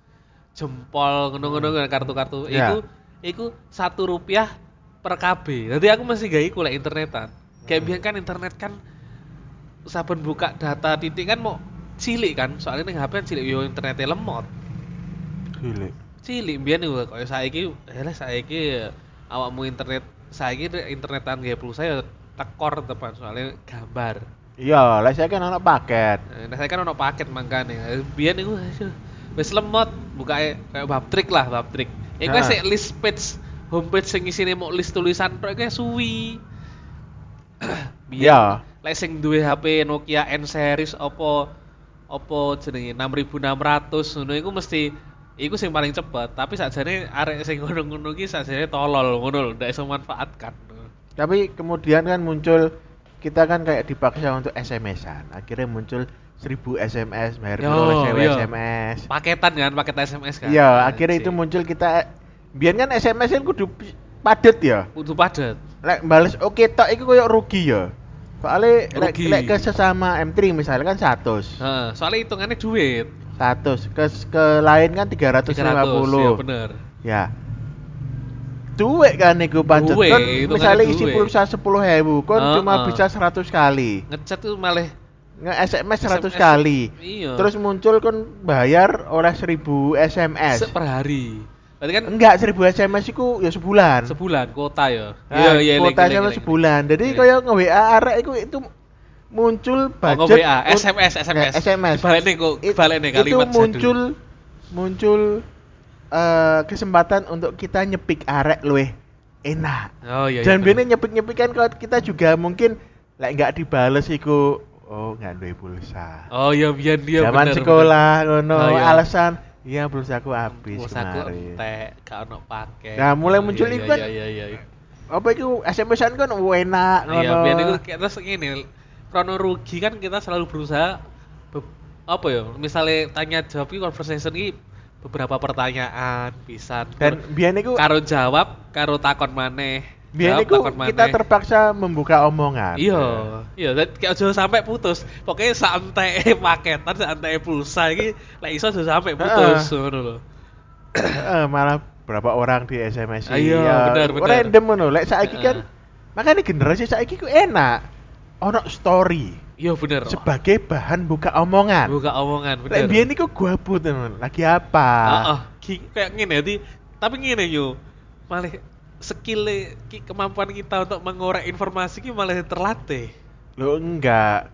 [SPEAKER 1] jempol ngono-ngono kan, kartu-kartu iku
[SPEAKER 2] Ya.
[SPEAKER 1] iku satu rupiah per KB. Nanti aku masih gak iku lek internetan. Kayak biyen kan internet kan saben buka data titik kan mau cilik kan soalnya ning HP kan cilik yo internetnya lemot.
[SPEAKER 2] Gile.
[SPEAKER 1] Cilik biyen iku kaya saiki hele saiki eh, awakmu internet saiki internetan gaya pulsa ya tekor tepan soalnya gambar.
[SPEAKER 2] Iya, lah saya kan anak paket.
[SPEAKER 1] Nah, saya kan ono paket mangkane. Eh, Biyen iku aduh, wis lemot bukae kayak bab trik lah, bab trik. Iku
[SPEAKER 2] Nah.
[SPEAKER 1] sik list page homepage sing isine mau list tulisan tok iku suwi.
[SPEAKER 2] Iya.
[SPEAKER 1] Lek sing duwe HP Nokia N series apa apa jenenge 6600 ngono iku mesti iku sing paling cepet, tapi sakjane arek sing ngono-ngono iki sakjane tolol ngono lho, ndak iso manfaatkan.
[SPEAKER 2] Tapi kemudian kan muncul kita kan kayak dipaksa untuk SMS-an. Akhirnya muncul 1000 SMS, bayar
[SPEAKER 1] Yo,
[SPEAKER 2] dulu
[SPEAKER 1] yo.
[SPEAKER 2] SMS.
[SPEAKER 1] Paketan kan, paket SMS kan.
[SPEAKER 2] Iya, akhirnya
[SPEAKER 1] Anjing.
[SPEAKER 2] itu muncul kita biar kan SMS kan kudu pi- padet ya.
[SPEAKER 1] Kudu padet.
[SPEAKER 2] Lek bales oke tok iku koyo rugi ya. Soale lek
[SPEAKER 1] Rugi.
[SPEAKER 2] lek ke sesama M3 misalnya kan 100.
[SPEAKER 1] Heeh, soalnya hitungannya duit.
[SPEAKER 2] 100 ke ke lain kan
[SPEAKER 1] 300,
[SPEAKER 2] 350.
[SPEAKER 1] ya bener.
[SPEAKER 2] Ya. Duit kan iku pancet.
[SPEAKER 1] Duit,
[SPEAKER 2] Kan
[SPEAKER 1] itu
[SPEAKER 2] misalnya
[SPEAKER 1] kan
[SPEAKER 2] isi
[SPEAKER 1] duit.
[SPEAKER 2] pulsa 10.000 kan
[SPEAKER 1] Heeh.
[SPEAKER 2] cuma bisa 100 kali.
[SPEAKER 1] Ngechat tuh malah SMS.
[SPEAKER 2] Nge-SMS 100 kali.
[SPEAKER 1] Iya.
[SPEAKER 2] Terus muncul kan bayar oleh 1000 SMS.
[SPEAKER 1] seper hari. Berarti kan
[SPEAKER 2] Enggak, 1000 SMS iku ya sebulan.
[SPEAKER 1] sebulan kuota ya.
[SPEAKER 2] Nah,
[SPEAKER 1] eling,
[SPEAKER 2] kuota
[SPEAKER 1] eling,
[SPEAKER 2] SMS
[SPEAKER 1] eling.
[SPEAKER 2] sebulan. Jadi
[SPEAKER 1] Eling.
[SPEAKER 2] kaya nge-WA arek iku itu muncul budget
[SPEAKER 1] Iya. Oh, WA,
[SPEAKER 2] un-
[SPEAKER 1] SMS, SMS.
[SPEAKER 2] Eh, SMS.
[SPEAKER 1] Dibalekne kok,
[SPEAKER 2] It-
[SPEAKER 1] dibalekne
[SPEAKER 2] Itu
[SPEAKER 1] kalimat jadul.
[SPEAKER 2] muncul muncul eh, kesempatan untuk kita nyepik arek luweh enak.
[SPEAKER 1] Oh iya.
[SPEAKER 2] Dan
[SPEAKER 1] bener.
[SPEAKER 2] biasanya nyepik-nyepik kan kalau kita juga mungkin lek nggak dibales iku oh nggak duwe pulsa.
[SPEAKER 1] Oh iya biyen dia
[SPEAKER 2] Zaman
[SPEAKER 1] bener,
[SPEAKER 2] sekolah ngono
[SPEAKER 1] Ah, iya.
[SPEAKER 2] alasan iya pulsaku habis
[SPEAKER 1] bener. Pulsaku
[SPEAKER 2] kemarin.
[SPEAKER 1] entek, gak ono paket.
[SPEAKER 2] Nah, mulai muncul
[SPEAKER 1] iya,
[SPEAKER 2] itu kan.
[SPEAKER 1] Iya iya iya. iya.
[SPEAKER 2] Apa iku SMS-an kan oh, enak ngono.
[SPEAKER 1] Iya, biar itu kayak terus gini, Prono rugi kan kita selalu berusaha be- apa ya? Misalnya tanya jawab ini conversation ini beberapa pertanyaan bisa
[SPEAKER 2] Dan biyen iku
[SPEAKER 1] karo jawab, karo takon maneh.
[SPEAKER 2] biyen
[SPEAKER 1] jawab,
[SPEAKER 2] iku
[SPEAKER 1] takon
[SPEAKER 2] kita
[SPEAKER 1] kan maneh.
[SPEAKER 2] terpaksa membuka omongan.
[SPEAKER 1] Iya, iya, dan kayak aja sampai putus. Pokoknya santai paketan, santai pulsa ini, lek iso aja sampai putus, ngono lho.
[SPEAKER 2] Heeh, Eh, malah berapa orang di SMS
[SPEAKER 1] Iya, benar, benar.
[SPEAKER 2] Random ngono. Lek saiki kan
[SPEAKER 1] Heeh.
[SPEAKER 2] makanya generasi saiki ku enak. Ono story
[SPEAKER 1] Iya bener.
[SPEAKER 2] sebagai bahan buka omongan.
[SPEAKER 1] Buka omongan, bener. Ah,
[SPEAKER 2] Lek biyen iku gabut teman. Lagi
[SPEAKER 1] Heeh,
[SPEAKER 2] apa?
[SPEAKER 1] ki- kayak gini jadi tapi gini yo. Malah skill e, kemampuan kita untuk mengorek informasi ki malah terlatih.
[SPEAKER 2] Lo enggak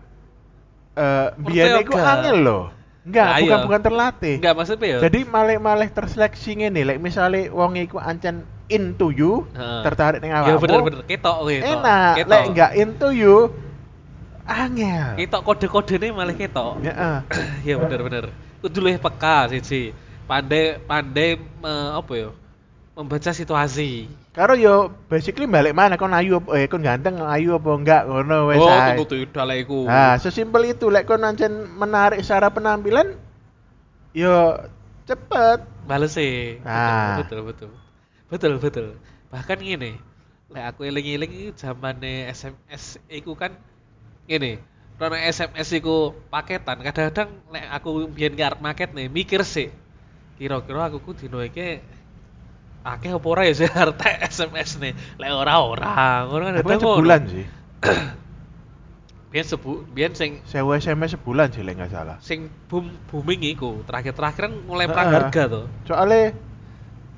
[SPEAKER 2] eh
[SPEAKER 1] Percaya
[SPEAKER 2] biyen iku
[SPEAKER 1] enggak?
[SPEAKER 2] angel lo. Enggak,
[SPEAKER 1] Lah,
[SPEAKER 2] bukan
[SPEAKER 1] iya.
[SPEAKER 2] bukan terlatih.
[SPEAKER 1] Enggak maksudnya ya.
[SPEAKER 2] Eh. Jadi malih-malih terseleksi ngene, lek misale wong iku ancen into you,
[SPEAKER 1] Heeh.
[SPEAKER 2] tertarik ning
[SPEAKER 1] ya
[SPEAKER 2] awakmu.
[SPEAKER 1] bener bener ketok ketok.
[SPEAKER 2] Enak,
[SPEAKER 1] ketok.
[SPEAKER 2] lek enggak into you angel. eh.
[SPEAKER 1] ketok kode-kodene malah ketok.
[SPEAKER 2] Heeh.
[SPEAKER 1] ya bener bener. Kudu luwih peka siji. Pandai pandai me- apa ya? Membaca situasi.
[SPEAKER 2] Karo yo basically balik mana kon ayu apa- eh kon ganteng ayu apa enggak ngono wes.
[SPEAKER 1] oh,
[SPEAKER 2] ae.
[SPEAKER 1] tentu tidak lah iku.
[SPEAKER 2] Nah, sesimpel itu lek kon ancen menarik secara penampilan yo cepet.
[SPEAKER 1] Bales sih.
[SPEAKER 2] Nah.
[SPEAKER 1] Betul, betul, betul. Betul, betul. Bahkan gini, lek aku eling-eling iki zamane SMS iku kan ngene. Karena SMS iku paketan, kadang-kadang lek aku biyen ke arep market nih, mikir sih. Kira-kira aku ku dino iki akeh apa ora ya sih arep tak SMS nih. Lek ora ora, ngono kan
[SPEAKER 2] Tapi kan
[SPEAKER 1] kadang ngono.
[SPEAKER 2] sebulan sih.
[SPEAKER 1] Biyen sebu biyen sing
[SPEAKER 2] Sewa SMS sebulan sih lek enggak salah.
[SPEAKER 1] sing boom booming iku terakhir-terakhir kan mulai
[SPEAKER 2] Heeh.
[SPEAKER 1] perang harga to.
[SPEAKER 2] Soalnya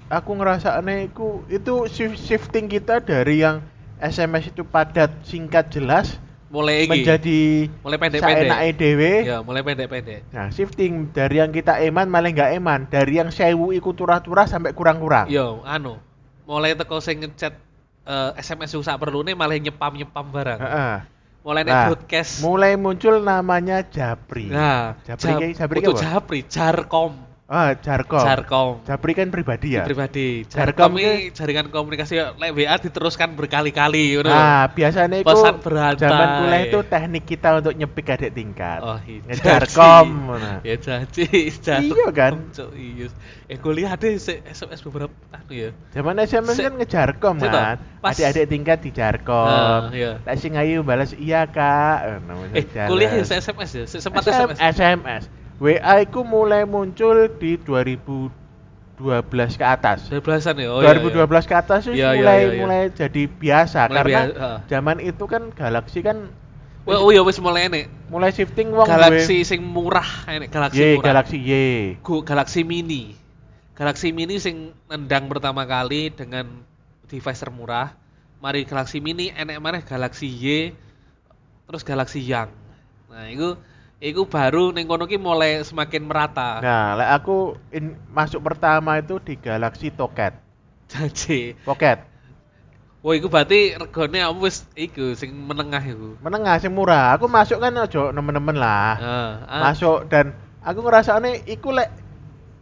[SPEAKER 2] aku ngerasa iku itu shift- shifting kita dari yang SMS itu padat, singkat, jelas
[SPEAKER 1] Mulai iki.
[SPEAKER 2] menjadi
[SPEAKER 1] mulai pendek-pendek.
[SPEAKER 2] saenake dhewe.
[SPEAKER 1] Ya, mulai pendek-pendek.
[SPEAKER 2] Nah, shifting dari yang kita eman malah nggak eman, dari yang sewu iku turah-turah sampai kurang-kurang.
[SPEAKER 1] Yo, anu, mulai teko sing ngechat eh, SMS yang sak perlu malah nyepam nyepam barang.
[SPEAKER 2] Heeh.
[SPEAKER 1] Mulai nih
[SPEAKER 2] Nah,
[SPEAKER 1] broadcast.
[SPEAKER 2] mulai muncul namanya Japri.
[SPEAKER 1] Nah,
[SPEAKER 2] Japri
[SPEAKER 1] Jap-
[SPEAKER 2] kayak Japri
[SPEAKER 1] untuk
[SPEAKER 2] kayak ya, apa?
[SPEAKER 1] Japri, Jarkom,
[SPEAKER 2] Ah, Jarkom.
[SPEAKER 1] Jarkom.
[SPEAKER 2] Japri kan pribadi ya.
[SPEAKER 1] pribadi.
[SPEAKER 2] Jarkom
[SPEAKER 1] Jarkom ini jaringan komunikasi ya, lek WA diteruskan berkali-kali, ngono.
[SPEAKER 2] Nah, biasanya itu
[SPEAKER 1] Pesan berantai.
[SPEAKER 2] zaman kuliah itu teknik kita untuk nyepik adik tingkat.
[SPEAKER 1] Oh, iya.
[SPEAKER 2] Ngejarkom.
[SPEAKER 1] Janji.
[SPEAKER 2] ngono.
[SPEAKER 1] Ya janji, Jarkom.
[SPEAKER 2] Iya kan?
[SPEAKER 1] Cuk, iya. Eh, kuliah deh se- SMS beberapa anu ya.
[SPEAKER 2] Zaman SMS
[SPEAKER 1] Se-
[SPEAKER 2] kan ngejarkom
[SPEAKER 1] Iya toh,
[SPEAKER 2] kan.
[SPEAKER 1] pas-
[SPEAKER 2] Adik-adik tingkat dijarkom.
[SPEAKER 1] Nah, iya.
[SPEAKER 2] Tak sing ayu balas iya, Kak. Ngono,
[SPEAKER 1] Eh,
[SPEAKER 2] Nah, jalan.
[SPEAKER 1] kuliah ya se- SMS ya, Se- sempat
[SPEAKER 2] SM-
[SPEAKER 1] SMS.
[SPEAKER 2] SMS. WA itu mulai muncul di 2012 ke atas.
[SPEAKER 1] 12-an ya. Oh, iya, iya.
[SPEAKER 2] 2012 ke atas itu
[SPEAKER 1] Iya, iya,
[SPEAKER 2] mulai
[SPEAKER 1] iya, iya.
[SPEAKER 2] mulai jadi biasa
[SPEAKER 1] Mulai
[SPEAKER 2] karena
[SPEAKER 1] biasa, ah. heeh.
[SPEAKER 2] zaman itu kan Galaxy kan
[SPEAKER 1] Wah, oh ya wis mulai enek.
[SPEAKER 2] mulai shifting wong
[SPEAKER 1] Galaxy
[SPEAKER 2] duwe- Iya,
[SPEAKER 1] sing murah enek Galaxy
[SPEAKER 2] Y,
[SPEAKER 1] murah.
[SPEAKER 2] Galaxy Y.
[SPEAKER 1] Gu- Galaxy Mini. Galaxy Mini sing nendang pertama kali dengan device termurah. Mari Galaxy Mini enek maneh Galaxy Y terus Galaxy Yang. Nah, itu itu baru ning kono ki mulai semakin merata.
[SPEAKER 2] Nah, lek aku in- masuk pertama itu di Galaxy Toket.
[SPEAKER 1] Jadi,
[SPEAKER 2] Pocket.
[SPEAKER 1] wah iku berarti regane aku wis iku sing menengah iku.
[SPEAKER 2] Menengah sing murah. Aku masuk kan ojo nemen-nemen lah.
[SPEAKER 1] Heeh.
[SPEAKER 2] masuk dan aku ngerasane iku lek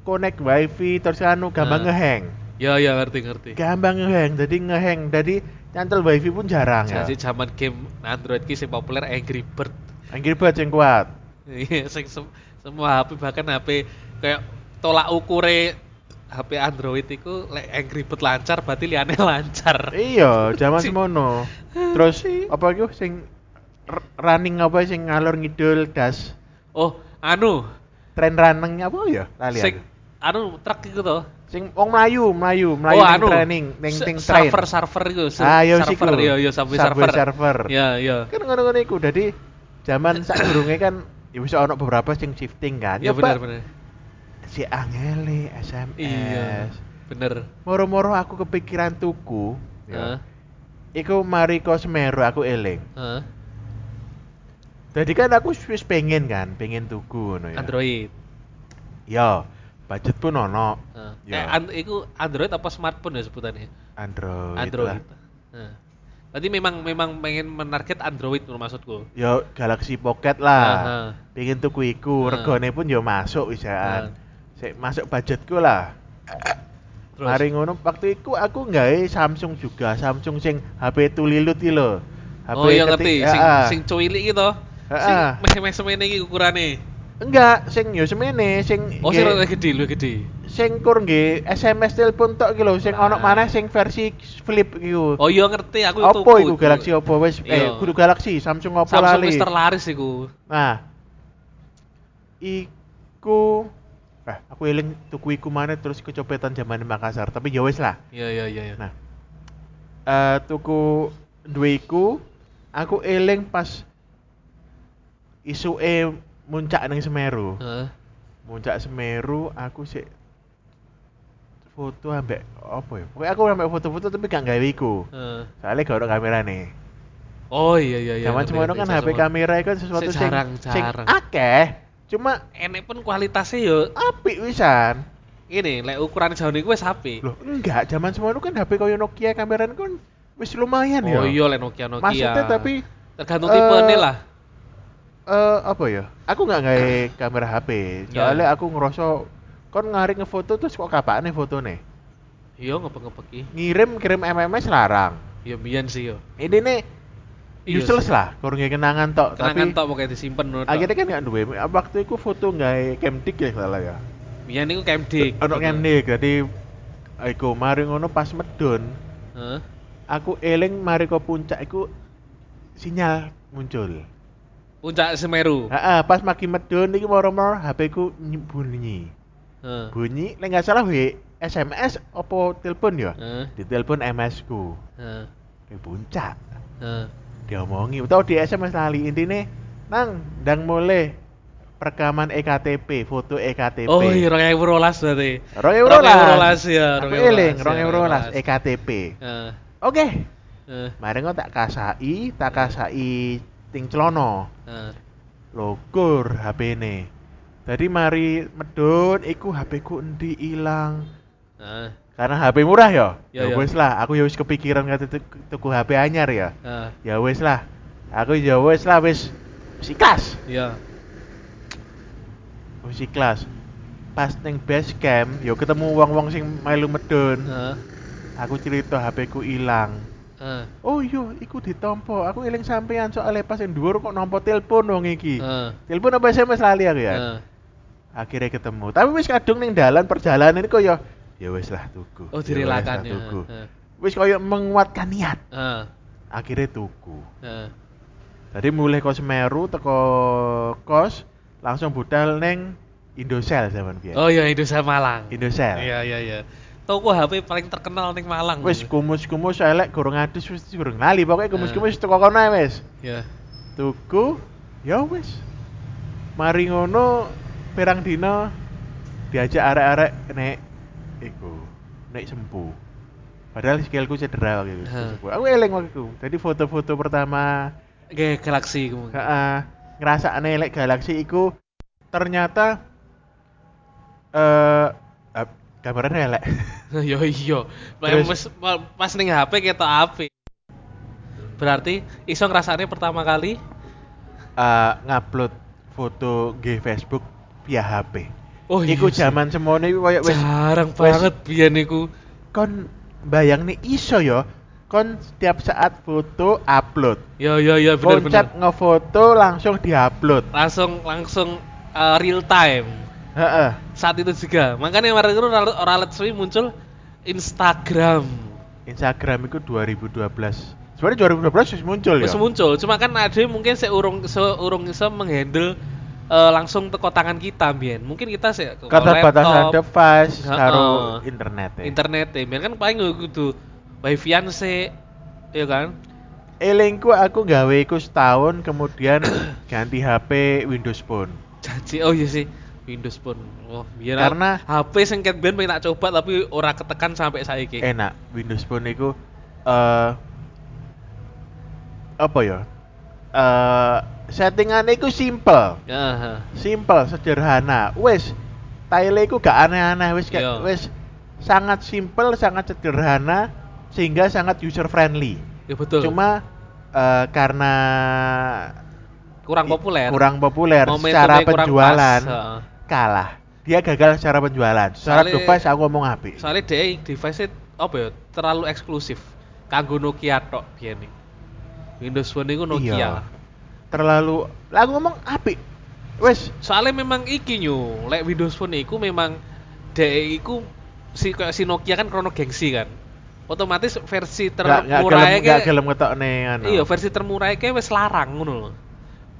[SPEAKER 2] connect wifi terus anu gampang
[SPEAKER 1] Ah.
[SPEAKER 2] ngehang
[SPEAKER 1] Ya ya ngerti ngerti.
[SPEAKER 2] gampang ngehang jadi ngehang jadi nyantel wifi pun jarang ya
[SPEAKER 1] Jadi zaman game Android ki sing populer Angry Bird.
[SPEAKER 2] Angry Birds yang kuat
[SPEAKER 1] Iya, sing sem- semua HP bahkan HP kayak tolak ukure HP Android itu lek Angry Bird lancar berarti liane lancar.
[SPEAKER 2] Iya, zaman
[SPEAKER 1] Si-
[SPEAKER 2] semono. Terus
[SPEAKER 1] Si-
[SPEAKER 2] apa iku sing r- running apa sing ngalor ngidul das
[SPEAKER 1] Oh, anu
[SPEAKER 2] tren running apa ya? Lali
[SPEAKER 1] sing
[SPEAKER 2] aku.
[SPEAKER 1] anu truk iku to.
[SPEAKER 2] Sing wong Melayu, Melayu,
[SPEAKER 1] oh,
[SPEAKER 2] Melayu ning
[SPEAKER 1] anu.
[SPEAKER 2] training, ning
[SPEAKER 1] se-
[SPEAKER 2] ning train.
[SPEAKER 1] server server iku, se-
[SPEAKER 2] Ah, yo
[SPEAKER 1] server,
[SPEAKER 2] siku.
[SPEAKER 1] yo yo subway
[SPEAKER 2] Subway
[SPEAKER 1] server.
[SPEAKER 2] server.
[SPEAKER 1] Ya, ya.
[SPEAKER 2] Kan ngono-ngono iku. Dadi zaman sadurunge kan ya bisa ono beberapa sing shifting kan.
[SPEAKER 1] Ya benar
[SPEAKER 2] Coba
[SPEAKER 1] benar.
[SPEAKER 2] Si Angeli SMS.
[SPEAKER 1] Iya. Bener.
[SPEAKER 2] Moro-moro aku kepikiran tuku.
[SPEAKER 1] Heeh.
[SPEAKER 2] Ya. Iku mari ko Semeru aku eling.
[SPEAKER 1] Heeh.
[SPEAKER 2] Jadi kan aku wis pengen kan, pengen tuku ngono ya.
[SPEAKER 1] Android.
[SPEAKER 2] Ya, budget pun ono.
[SPEAKER 1] Heeh.
[SPEAKER 2] Ya.
[SPEAKER 1] Eh, an- iku Android apa smartphone ya sebutannya?
[SPEAKER 2] Android.
[SPEAKER 1] Android.
[SPEAKER 2] lah.
[SPEAKER 1] Nah. Berarti memang memang pengen menarget Android menurut maksudku.
[SPEAKER 2] Ya Galaxy Pocket lah.
[SPEAKER 1] Aha.
[SPEAKER 2] Pengen tuku iku,
[SPEAKER 1] Aha.
[SPEAKER 2] regane pun ya
[SPEAKER 1] Aha.
[SPEAKER 2] masuk wisaan. Sik masuk budgetku lah.
[SPEAKER 1] Terus
[SPEAKER 2] Mari ngono waktu iku aku nggawe Samsung juga, Samsung sing HP tulilut iki lho. HP
[SPEAKER 1] Oh iya
[SPEAKER 2] keti-
[SPEAKER 1] ngerti,
[SPEAKER 2] Ya,
[SPEAKER 1] sing
[SPEAKER 2] ah.
[SPEAKER 1] sing cuwilik gitu. Sing
[SPEAKER 2] Ah.
[SPEAKER 1] mesem-mesem ini iki ukurane.
[SPEAKER 2] enggak, sing yo semene sing
[SPEAKER 1] Oh
[SPEAKER 2] nggih-
[SPEAKER 1] sing lebih gede, lebih gede.
[SPEAKER 2] sing kur nggih SMS telepon tok iki lho, sing ono
[SPEAKER 1] Lah.
[SPEAKER 2] maneh sing versi flip iki.
[SPEAKER 1] Ah. Oh iya ngerti aku
[SPEAKER 2] Oppo
[SPEAKER 1] tuku
[SPEAKER 2] iku Galaxy Oppo wis eh
[SPEAKER 1] Iya.
[SPEAKER 2] kudu Galaxy Samsung Oppo
[SPEAKER 1] Samsung
[SPEAKER 2] lali.
[SPEAKER 1] wis terlaris iku.
[SPEAKER 2] Nah. Iku eh aku eling tuku iku mana terus kecopetan zaman di Makassar, tapi ya wis lah.
[SPEAKER 1] Iya iya iya iya.
[SPEAKER 2] Nah. Eh tuku duwe iku aku eling pas isuke muncak ning Semeru.
[SPEAKER 1] Heeh.
[SPEAKER 2] Muncak Semeru aku sik foto ambek apa ya? Pokoknya aku ambek foto-foto tapi gak gawe iku.
[SPEAKER 1] Heeh.
[SPEAKER 2] Soalnya gak ada kamera nih.
[SPEAKER 1] Oh iya iya iya.
[SPEAKER 2] Zaman
[SPEAKER 1] ngerti,
[SPEAKER 2] semono
[SPEAKER 1] ngerti,
[SPEAKER 2] kan
[SPEAKER 1] zaman
[SPEAKER 2] HP
[SPEAKER 1] semono.
[SPEAKER 2] kamera itu kan sesuatu
[SPEAKER 1] Sik
[SPEAKER 2] sing
[SPEAKER 1] jarang,
[SPEAKER 2] sing
[SPEAKER 1] jarang.
[SPEAKER 2] akeh. Cuma
[SPEAKER 1] enek pun kualitasnya yo
[SPEAKER 2] apik wisan.
[SPEAKER 1] ini lek ukuran jauh niku wis HP.
[SPEAKER 2] Loh, enggak, zaman semono kan HP koyo Nokia kamerane kan wis lumayan ya.
[SPEAKER 1] Oh iya lek Nokia Nokia.
[SPEAKER 2] Maksudnya tapi
[SPEAKER 1] tergantung
[SPEAKER 2] eh,
[SPEAKER 1] tipe nih lah.
[SPEAKER 2] eh apa ya? Aku nggak gawe kamera HP.
[SPEAKER 1] Ya.
[SPEAKER 2] Soalnya aku ngerasa kon ngarik ngefoto terus kok kapane fotone?
[SPEAKER 1] Iya ngepek-ngepeki.
[SPEAKER 2] Ngirim kirim MMS larang.
[SPEAKER 1] Iya biyen sih yo.
[SPEAKER 2] Ini nih
[SPEAKER 1] Iya sih.
[SPEAKER 2] useless lah, kurang nggih kenangan tok,
[SPEAKER 1] Kenangan
[SPEAKER 2] Oh, tapi
[SPEAKER 1] tok pokoknya disimpen menurut.
[SPEAKER 2] akhirnya kan nggak duwe. Waktu itu foto nggak Camdik ya salah ya.
[SPEAKER 1] Biyen niku Kemdik.
[SPEAKER 2] Ono Camdik, jadi Iku mari ngono pas medun,
[SPEAKER 1] Heeh.
[SPEAKER 2] aku eling mari ke puncak iku sinyal muncul.
[SPEAKER 1] Puncak Semeru.
[SPEAKER 2] Heeh, pas magi medun iki moro-moro HP ku ny- bunyi.
[SPEAKER 1] Heeh.
[SPEAKER 2] Bunyi lek nggak salah we SMS opo telepon ya?
[SPEAKER 1] Heeh.
[SPEAKER 2] Di telepon MS ku.
[SPEAKER 1] Heeh.
[SPEAKER 2] Di puncak
[SPEAKER 1] Heeh.
[SPEAKER 2] diomongi utawa di SMS lali intine nang ndang mulai perekaman E EKTP, foto E EKTP.
[SPEAKER 1] Oh iya, rong ewu rolas berarti.
[SPEAKER 2] Rong ewu
[SPEAKER 1] Rong ewu
[SPEAKER 2] rolas.
[SPEAKER 1] rolas, ya,
[SPEAKER 2] Aku
[SPEAKER 1] rong ewu rolas, ya,
[SPEAKER 2] eling, rong E ewu
[SPEAKER 1] rong ewu
[SPEAKER 2] rolas,
[SPEAKER 1] rolas.
[SPEAKER 2] EKTP.
[SPEAKER 1] Heeh.
[SPEAKER 2] Oke,
[SPEAKER 1] Heeh.
[SPEAKER 2] mari kok tak kasai, tak kasai ting celono.
[SPEAKER 1] Heeh.
[SPEAKER 2] logur HP ne. Jadi mari medun iku HP ku endi ilang.
[SPEAKER 1] Heeh.
[SPEAKER 2] Karena HP murah ya.
[SPEAKER 1] Ya,
[SPEAKER 2] Ya,
[SPEAKER 1] ya.
[SPEAKER 2] wis lah, aku ya wis kepikiran kate tuk- tuku HP anyar ya.
[SPEAKER 1] Heeh.
[SPEAKER 2] Ya wis lah. Aku ya wis lah wis wis ikhlas.
[SPEAKER 1] Iya.
[SPEAKER 2] Wis ikhlas. Pas ning base camp ya ketemu wong-wong sing melu medun.
[SPEAKER 1] Heeh.
[SPEAKER 2] Aku cerita HP ku ilang.
[SPEAKER 1] Heeh.
[SPEAKER 2] Oh iya, iku ditompo. Aku eling sampean soalnya pas yang dhuwur kok nampa telepon wong iki.
[SPEAKER 1] Heeh.
[SPEAKER 2] Telepon apa SMS lali aku ya.
[SPEAKER 1] Heeh.
[SPEAKER 2] akhirnya ketemu tapi wis kadung ning dalan perjalanan ini koyo ya wis lah tuku
[SPEAKER 1] Oh,
[SPEAKER 2] Ya wis
[SPEAKER 1] direlakan
[SPEAKER 2] lah
[SPEAKER 1] ya.
[SPEAKER 2] tuku
[SPEAKER 1] Heeh.
[SPEAKER 2] wis koyo menguatkan niat
[SPEAKER 1] Heeh.
[SPEAKER 2] akhirnya tuku
[SPEAKER 1] Heeh.
[SPEAKER 2] tadi mulai kos Meru teko kos langsung budal neng Indosel zaman biyen
[SPEAKER 1] Oh iya, Indonesia Malang.
[SPEAKER 2] Indosel
[SPEAKER 1] Iya, iya, iya. Toko HP paling terkenal ning Malang.
[SPEAKER 2] wis kumus-kumus elek gorong adus wis gorong lali pokoknya kumus-kumus teko kono ae wis
[SPEAKER 1] Iya.
[SPEAKER 2] tuku ya wis mari ngono perang dino diajak arek-arek nek iku nek sempu padahal skillku cedera waktu itu
[SPEAKER 1] Hah.
[SPEAKER 2] sempu. aku eling waktu itu jadi foto-foto pertama
[SPEAKER 1] Kayak Galaxy kemudian.
[SPEAKER 2] heeh ngerasa elek galaksi iku ternyata eh uh, gambarnya elek
[SPEAKER 1] Yo iya.
[SPEAKER 2] Terus?
[SPEAKER 1] Pas, pas ning HP ketok apik. Berarti iso ngrasakne pertama kali
[SPEAKER 2] Eh, ngupload foto g Facebook via HP
[SPEAKER 1] Oh
[SPEAKER 2] iku
[SPEAKER 1] iya sih.
[SPEAKER 2] zaman semono iku koyo wis
[SPEAKER 1] jarang
[SPEAKER 2] wis-
[SPEAKER 1] banget biyen iku.
[SPEAKER 2] kon bayang nih iso yo kon setiap saat foto upload.
[SPEAKER 1] Ya ya ya bener bener.
[SPEAKER 2] Konsep ngefoto langsung diupload.
[SPEAKER 1] Langsung langsung eh, real time
[SPEAKER 2] Heeh.
[SPEAKER 1] saat itu juga. Makanya kemarin itu orang- orang let's Play muncul Instagram.
[SPEAKER 2] Instagram itu 2012. Sebenarnya 2012 wis muncul ya.
[SPEAKER 1] Terus muncul, cuma kan ada yang mungkin seurung seurung iso menghandle eh, langsung teko tangan kita, Bian. Mungkin kita se ke
[SPEAKER 2] Kata batasan
[SPEAKER 1] laptop,
[SPEAKER 2] device
[SPEAKER 1] Heeh.
[SPEAKER 2] karo internet. ya.
[SPEAKER 1] internet ya. Bian kan paling gitu wifi-an sih, ya kan?
[SPEAKER 2] Elingku Eh, aku gawe iku setahun kemudian ganti HP Windows Phone.
[SPEAKER 1] Janji, oh iya sih. Windows Phone. Oh, biar
[SPEAKER 2] Karena-
[SPEAKER 1] HP singkat ben pengen tak coba tapi ora ketekan sampai saiki.
[SPEAKER 2] Enak Windows Phone iku eh apa ya? Eh settingannya iku simple.
[SPEAKER 1] Heeh.
[SPEAKER 2] Simple, sederhana. Wes tile iku gak aneh-aneh wes
[SPEAKER 1] Iya.
[SPEAKER 2] kayak wes sangat simple, sangat sederhana sehingga sangat user friendly.
[SPEAKER 1] Ya betul.
[SPEAKER 2] Cuma eh, karena
[SPEAKER 1] kurang
[SPEAKER 2] i-
[SPEAKER 1] populer.
[SPEAKER 2] kurang populer
[SPEAKER 1] Momentumnya
[SPEAKER 2] secara
[SPEAKER 1] kurang
[SPEAKER 2] penjualan
[SPEAKER 1] pas, heeh.
[SPEAKER 2] kalah. Dia gagal secara penjualan. Secara
[SPEAKER 1] Soalnya-
[SPEAKER 2] device aku ngomong apik.
[SPEAKER 1] Soalnya dia device-nya apa ya? Terlalu eksklusif. Kanggo Nokia tok biyen iki. Windows Phone itu Nokia.
[SPEAKER 2] Iya. Terlalu lah aku ngomong apik. Wes
[SPEAKER 1] Soalnya memang iki nyu, lek Windows Phone iku memang DE iku si kayak si Nokia kan krono gengsi kan. Otomatis versi
[SPEAKER 2] gak gak
[SPEAKER 1] termurah
[SPEAKER 2] gelem gak gelem ketokne anu.
[SPEAKER 1] Iya, versi termurah kayak wes larang ngono lho.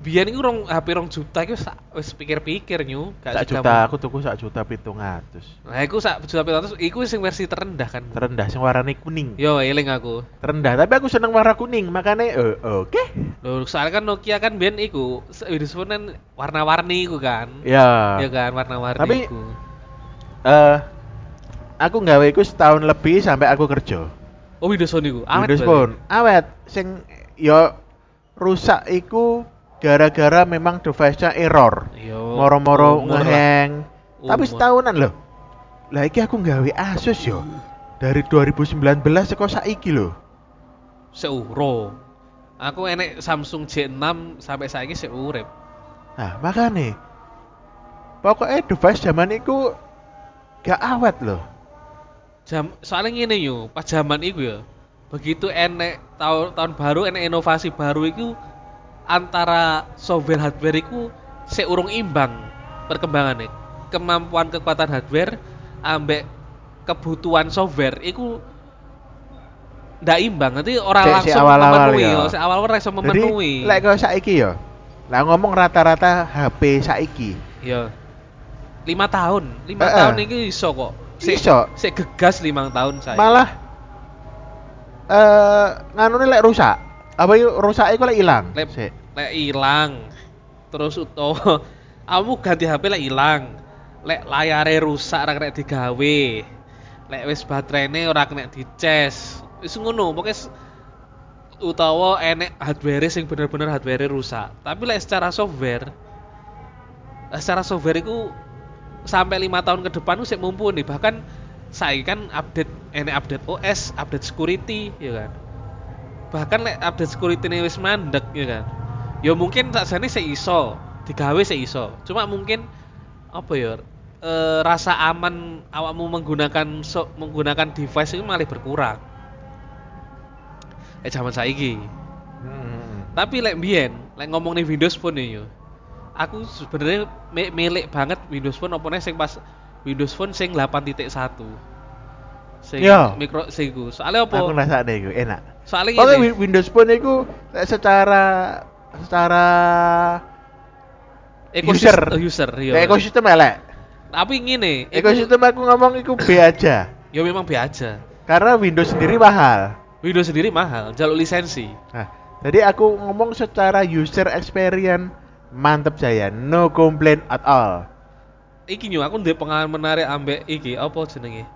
[SPEAKER 1] Biyen iku rong HP rong juta iku wis wis pikir-pikir nyu, gak
[SPEAKER 2] sak
[SPEAKER 1] sega
[SPEAKER 2] juta
[SPEAKER 1] mon-
[SPEAKER 2] aku tuku sak juta pitung atus.
[SPEAKER 1] Nah, iku sak juta 700 iku sing versi terendah kan.
[SPEAKER 2] Terendah sing warnane kuning.
[SPEAKER 1] Yo, eling aku.
[SPEAKER 2] Terendah, tapi aku seneng warna kuning, makanya eh, oke.
[SPEAKER 1] Loh, soalnya kan Nokia kan biyen iku se- Windows Phone kan warna-warni iku kan.
[SPEAKER 2] Ya.
[SPEAKER 1] Ya kan warna-warni
[SPEAKER 2] Tapi-
[SPEAKER 1] iku.
[SPEAKER 2] Eh, aku nggawe iku setahun lebih sampai aku kerja.
[SPEAKER 1] Oh, Windows Phone iku. awet
[SPEAKER 2] Windows
[SPEAKER 1] berarti.
[SPEAKER 2] Phone awet sing yo rusak iku gara-gara memang device-nya error.
[SPEAKER 1] Yo.
[SPEAKER 2] Moro-moro
[SPEAKER 1] Oh, umur lah.
[SPEAKER 2] ngeheng.
[SPEAKER 1] Umur.
[SPEAKER 2] Tapi setahunan loh. Lah iki aku nggawe Asus yo. Dari 2019 seko saiki loh.
[SPEAKER 1] Seuro. Aku enek Samsung J6 sampai saiki sik urip.
[SPEAKER 2] Nah, makane pokoknya device zaman iku gak awet loh.
[SPEAKER 1] jam soalnya ngene yo pas zaman iku ya begitu enek tahun tahun baru enek inovasi baru iku antara software hardware iku seurung imbang perkembangannya kemampuan kekuatan hardware ambek kebutuhan software iku ndak imbang nanti orang
[SPEAKER 2] Cek si
[SPEAKER 1] langsung
[SPEAKER 2] awal-awal
[SPEAKER 1] memenuhi
[SPEAKER 2] ya.
[SPEAKER 1] loh si awal-awal langsung memenuhi
[SPEAKER 2] Jadi, lek kau saiki yo. Lah ngomong rata-rata HP saiki.
[SPEAKER 1] ya lima tahun lima
[SPEAKER 2] Eh, eh.
[SPEAKER 1] tahun ini iso kok Sik-
[SPEAKER 2] Iso.
[SPEAKER 1] sik gegas lima tahun saya
[SPEAKER 2] malah eh nganune lek rusak apa yuk rusak iku lek ilang
[SPEAKER 1] lek
[SPEAKER 2] Sik.
[SPEAKER 1] lek ilang terus utawa kamu ganti HP lek ilang lek layare rusak ora kena digawe lek wis baterainya ora kena dices wis ngono pokoknya s- utawa enek hardware sing bener-bener hardware rusak tapi lek secara software eh, secara software itu sampai lima tahun ke depan itu sik mumpuni bahkan saya kan update enek update OS update security ya kan bahkan lek update security ini wis mandek ya kan ya mungkin saksane saya iso digawe saya iso cuma mungkin apa ya eh, rasa aman awakmu menggunakan so, menggunakan device itu malah berkurang eh zaman saiki
[SPEAKER 2] Hmm.
[SPEAKER 1] tapi lek mbiyen lek ngomong nih Windows Phone nih yo aku sebenarnya me- milik banget Windows Phone apa sing pas Windows Phone sing 8.1 sing
[SPEAKER 2] Yo.
[SPEAKER 1] mikro sing iku. soalnya
[SPEAKER 2] Ya. aku
[SPEAKER 1] apa
[SPEAKER 2] ngerasa iku enak
[SPEAKER 1] soalnya
[SPEAKER 2] Pokoknya
[SPEAKER 1] ngene.
[SPEAKER 2] Win- Windows Phone iku lek secara secara
[SPEAKER 1] Ekosistem- oh,
[SPEAKER 2] User.
[SPEAKER 1] user iya.
[SPEAKER 2] lek ekosistem elek
[SPEAKER 1] tapi ngene iku-
[SPEAKER 2] ekosistem aku ngomong iku B aja
[SPEAKER 1] ya memang B aja
[SPEAKER 2] karena Windows sendiri mahal
[SPEAKER 1] Windows sendiri mahal jalur lisensi
[SPEAKER 2] nah jadi aku ngomong secara user experience mantep saya no complaint at all
[SPEAKER 1] iki nyu aku ndek pengalaman menarik ambek iki apa jenenge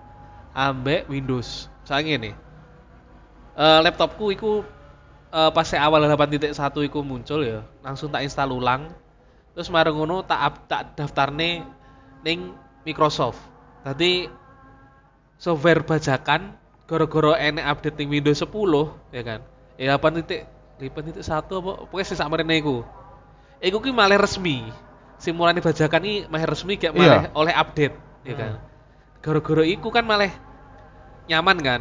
[SPEAKER 1] ambek Windows saya ngene Eh laptopku iku eh, pas saya awal 8.1 iku muncul ya langsung tak install ulang terus mareng ngono tak up- tak daftarne ning Microsoft tadi software bajakan gara-gara enek update ning Windows 10 ya kan ya 8.1 apa pokoknya sing sakmarene iku iku ki malah resmi sing mulane bajakan iki malah resmi gak malah
[SPEAKER 2] Iya.
[SPEAKER 1] oleh update ya kan gara-gara iku kan malah nyaman kan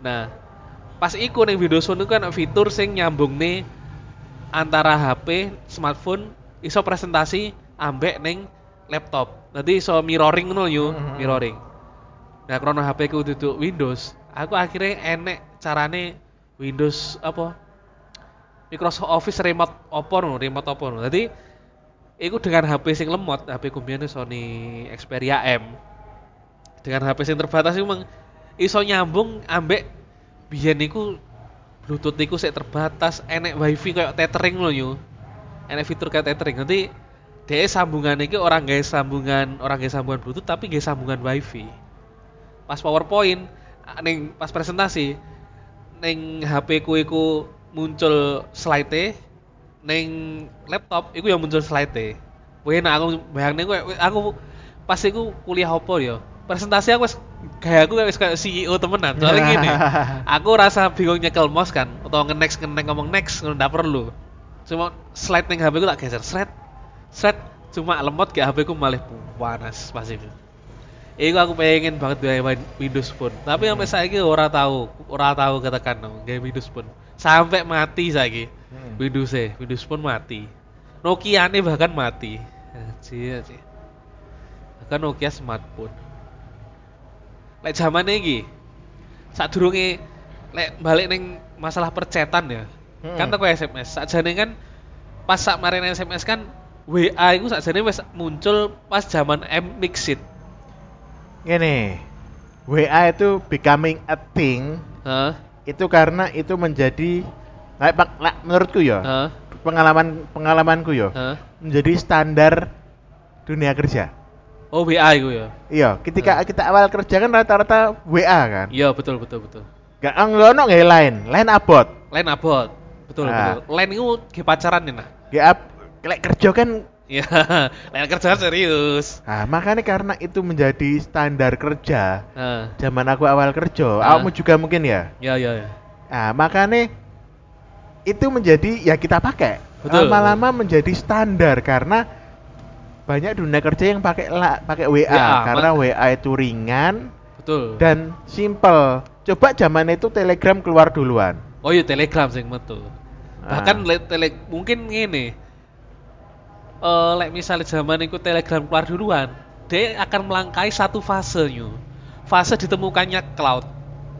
[SPEAKER 1] nah Pas iku ning Windows Phone iku ana fitur sing nyambungne antara HP, smartphone iso presentasi ambek ning laptop. Nanti iso mirroring ngono yo,
[SPEAKER 2] Mhm.
[SPEAKER 1] mirroring. Nah, krono HP ku duduk Windows, aku akhirnya enek carane Windows apa? Microsoft Office remote opo no, remote opo no. Jadi iku dengan HP sing lemot, HP ku mbiyen Sony Xperia M. Dengan HP sing terbatas iku meng iso nyambung ambek biyen iku Bluetooth iku sik terbatas, enek wifi kayak tethering lho yo. Enek fitur kayak tethering. Nanti dhek sambungan iki orang gawe sambungan, orang gawe sambungan Bluetooth tapi gawe sambungan wifi. Pas PowerPoint ning pas presentasi ning HP ku iku muncul slide ning laptop iku yang muncul slide Wih, nah aku bayangne kowe aku pas iku kuliah opo ya. Presentasi aku wis gaya aku wis kayak CEO temenan. Soalnya gini, aku rasa bingung nyekel mouse kan atau nge-next nge-next ngomong next ngono ndak perlu. Cuma slide ning HP ku tak geser, sret. Sret cuma lemot ke HP ku malah panas pas itu. Iku aku pengen banget duwe win- Windows Phone, tapi sampai
[SPEAKER 2] Hmm.
[SPEAKER 1] saiki ora tahu, ora tahu ketekan no, gawe Windows Phone. Sampai mati saiki.
[SPEAKER 2] Hmm.
[SPEAKER 1] Windows e, Windows Phone mati. Nokia ne bahkan mati. Anjir, anjir. Bahkan Nokia smartphone. Lek zaman iki sadurunge lek balik ning masalah percetan ya.
[SPEAKER 2] Hmm.
[SPEAKER 1] Kan teko SMS. Sakjane kan pas sak marin SMS kan WA iku sakjane wis muncul pas zaman M Mixit.
[SPEAKER 2] Gini, WA itu becoming a thing
[SPEAKER 1] Heeh.
[SPEAKER 2] itu karena itu menjadi lek pak- lek menurutku ya
[SPEAKER 1] Heeh.
[SPEAKER 2] pengalaman pengalamanku ya
[SPEAKER 1] Heeh.
[SPEAKER 2] menjadi standar dunia kerja
[SPEAKER 1] Oh WA iku ya.
[SPEAKER 2] iya ketika
[SPEAKER 1] Hmm.
[SPEAKER 2] kita awal kerja kan rata-rata WA kan
[SPEAKER 1] Iya betul betul betul.
[SPEAKER 2] gak ngelono nggak lain lain abot
[SPEAKER 1] Lain abot. Betul
[SPEAKER 2] Ah.
[SPEAKER 1] betul. Lain iku ge pacaran nih nah.
[SPEAKER 2] gak ab- lek kerja kan
[SPEAKER 1] Iya, lain kerjaan serius.
[SPEAKER 2] nah, makanya karena itu menjadi standar kerja
[SPEAKER 1] Nah,
[SPEAKER 2] zaman aku awal kerja
[SPEAKER 1] Ah.
[SPEAKER 2] kamu juga mungkin ya
[SPEAKER 1] ya ya ya.
[SPEAKER 2] nah makanya itu menjadi ya kita pakai
[SPEAKER 1] Betul.
[SPEAKER 2] lama-lama menjadi standar karena banyak dunia kerja yang pakai la- pakai WA,
[SPEAKER 1] WA,
[SPEAKER 2] karena
[SPEAKER 1] mak-
[SPEAKER 2] WA itu ringan
[SPEAKER 1] Betul.
[SPEAKER 2] dan simple. Coba zaman itu Telegram keluar duluan.
[SPEAKER 1] Oh iya Telegram sing metu. Bahkan
[SPEAKER 2] Ah.
[SPEAKER 1] le- tele mungkin ngene. Eh lek misalnya zaman iku Telegram keluar duluan, dia akan melangkai satu fase yo. Fase ditemukannya cloud.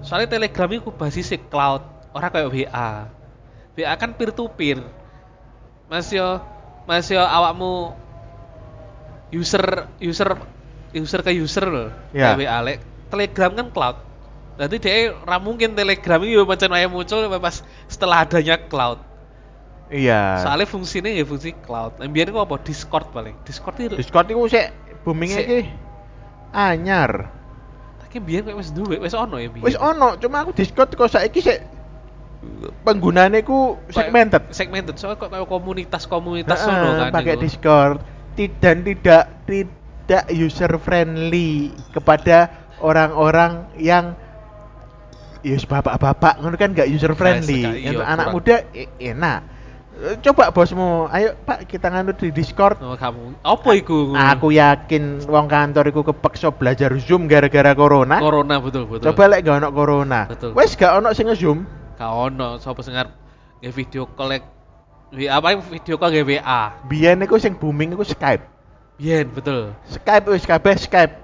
[SPEAKER 1] Soalnya Telegram itu basisnya cloud, orang kayak WA. WA kan peer to peer. Mas yo, mas yo awakmu user user user ke user loh.
[SPEAKER 2] Ya.
[SPEAKER 1] Kayak WA lek Telegram kan cloud. Nanti dia ra mungkin Telegram itu macam ayam muncul pas setelah adanya cloud.
[SPEAKER 2] Iya.
[SPEAKER 1] Soalnya fungsinya ya fungsi cloud. Yang biyen ku apa Discord paling. Discord itu
[SPEAKER 2] Discord itu sih boomingnya
[SPEAKER 1] Sik.
[SPEAKER 2] iki anyar.
[SPEAKER 1] tapi biyen kok wis duwe, wis ono ya biyen.
[SPEAKER 2] Wis ono, cuma aku Discord kok saiki sik penggunane ku segmented.
[SPEAKER 1] Kayak- Segmented. Soalnya kok kayak komunitas-komunitas ono
[SPEAKER 2] Heeh,
[SPEAKER 1] kan.
[SPEAKER 2] pakai
[SPEAKER 1] itu.
[SPEAKER 2] Discord Ti- dan tidak tidak user friendly kepada orang-orang yang Yus bapak-bapak ngono kan gak user friendly.
[SPEAKER 1] Nah, seka- iya,
[SPEAKER 2] Untuk anak
[SPEAKER 1] kurang.
[SPEAKER 2] muda e- enak. Eh, Coba bosmu, ayo Pak kita ngandut di Discord.
[SPEAKER 1] Oh, kamu. Apa iku?
[SPEAKER 2] Aku yakin wong kantor iku kepeksa belajar Zoom gara-gara corona.
[SPEAKER 1] Corona betul betul.
[SPEAKER 2] Coba lek gak ono corona.
[SPEAKER 1] Betul.
[SPEAKER 2] Wes gak ono sing nge-Zoom.
[SPEAKER 1] Gak ono sapa sing ngarep nge video call lek- WA apa video call nge WA.
[SPEAKER 2] Biyen iku sing booming iku Skype.
[SPEAKER 1] Biyen betul.
[SPEAKER 2] Skype wis kabeh Skype.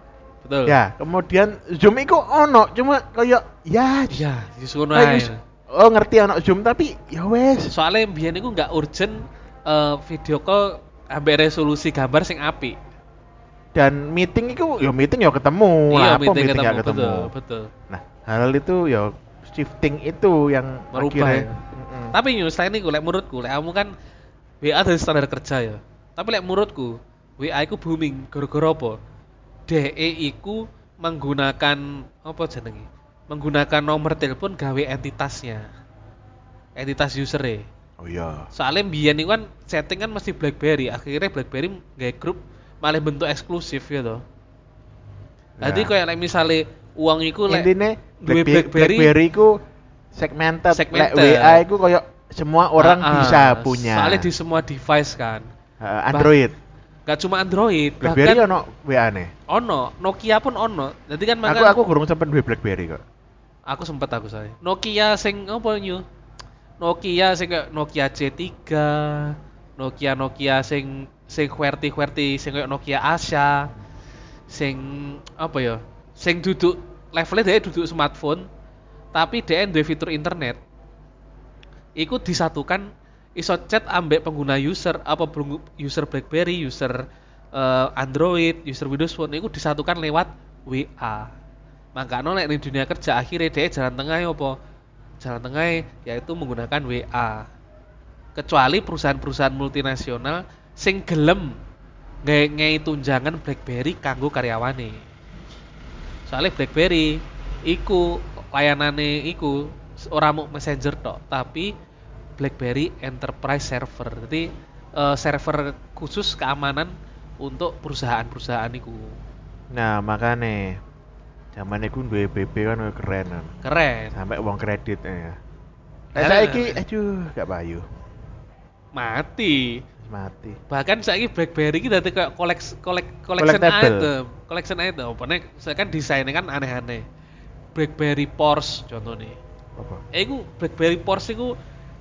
[SPEAKER 1] Betul.
[SPEAKER 2] Ya, kemudian Zoom iku ono, cuma koyo ya
[SPEAKER 1] Iya, disuruh
[SPEAKER 2] kayak
[SPEAKER 1] ae.
[SPEAKER 2] us- Oh, ngerti ono Zoom tapi ya wes.
[SPEAKER 1] Soalnya biyen iku nggak urgent eh, video call ambek resolusi gambar sing apik.
[SPEAKER 2] Dan meeting iku ya meeting ya ketemu. Lah, apa nggak
[SPEAKER 1] Iya, betul, betul.
[SPEAKER 2] Nah, hal itu ya shifting itu yang
[SPEAKER 1] Merubah
[SPEAKER 2] akhirnya-
[SPEAKER 1] ya.
[SPEAKER 2] Mm-mm.
[SPEAKER 1] Tapi yo selain iku lek menurutku, lek kamu kan WA dari standar kerja ya. Tapi lek menurutku, WA iku booming gara-gara apa? DE iku menggunakan apa jenenge? Menggunakan nomor telepon gawe entitasnya. Entitas user
[SPEAKER 2] Oh iya.
[SPEAKER 1] soalnya mbiyen itu kan setting kan mesti BlackBerry akhirnya BlackBerry nggak grup malah bentuk eksklusif ya toh jadi
[SPEAKER 2] Ya.
[SPEAKER 1] kayak like, misalnya uang itu lek
[SPEAKER 2] Intinya
[SPEAKER 1] duwe
[SPEAKER 2] Blackberry,
[SPEAKER 1] BlackBerry-
[SPEAKER 2] Blackberry iku segmented, Lek
[SPEAKER 1] Segmented.
[SPEAKER 2] WA iku koyo semua orang
[SPEAKER 1] Ah, ah,
[SPEAKER 2] bisa punya.
[SPEAKER 1] soalnya di semua device kan
[SPEAKER 2] Eh, Android.
[SPEAKER 1] gak cuma Android
[SPEAKER 2] BlackBerry
[SPEAKER 1] bahkan
[SPEAKER 2] ono WA ne.
[SPEAKER 1] ono Nokia pun ono jadi kan
[SPEAKER 2] Aku
[SPEAKER 1] makan
[SPEAKER 2] aku kurang sempet duwe BlackBerry kok.
[SPEAKER 1] Aku sempet aku saya. Nokia sing apa nyu? Nokia sing kayak Nokia C3, Nokia Nokia sing sing QWERTY QWERTY sing kayak Nokia Asha. Sing apa ya? Sing duduk levelnya dia duduk smartphone tapi dia duwe fitur internet. Iku disatukan iso chat ambek pengguna user apa pengguna- user BlackBerry, user eh, Android, user Windows Phone iku disatukan lewat WA. Makanya nek ning dunia kerja akhirnya dia jalan tengah e apa? Jalan tengah e yaitu menggunakan WA. Kecuali perusahaan-perusahaan multinasional sing gelem ngei tunjangan BlackBerry kanggo karyawane. Soalnya BlackBerry iku layanane iku ora mau messenger tok, tapi BlackBerry Enterprise Server. Jadi eh, server khusus keamanan untuk perusahaan-perusahaan iku.
[SPEAKER 2] Nah, makane zaman iku duwe PP kan wih keren kan.
[SPEAKER 1] Keren.
[SPEAKER 2] Sampai uang kredit ya. Nah,
[SPEAKER 1] Nah,
[SPEAKER 2] saiki aduh gak payu.
[SPEAKER 1] Mati.
[SPEAKER 2] Wis Mati.
[SPEAKER 1] Bahkan saiki BlackBerry iki dadi kayak koleks kolek collection
[SPEAKER 2] Collectable.
[SPEAKER 1] item, collection item. Pokoknya saya kan desainnya kan aneh-aneh. BlackBerry Porsche contohnya.
[SPEAKER 2] Apa?
[SPEAKER 1] Eh, iku BlackBerry Porsche iku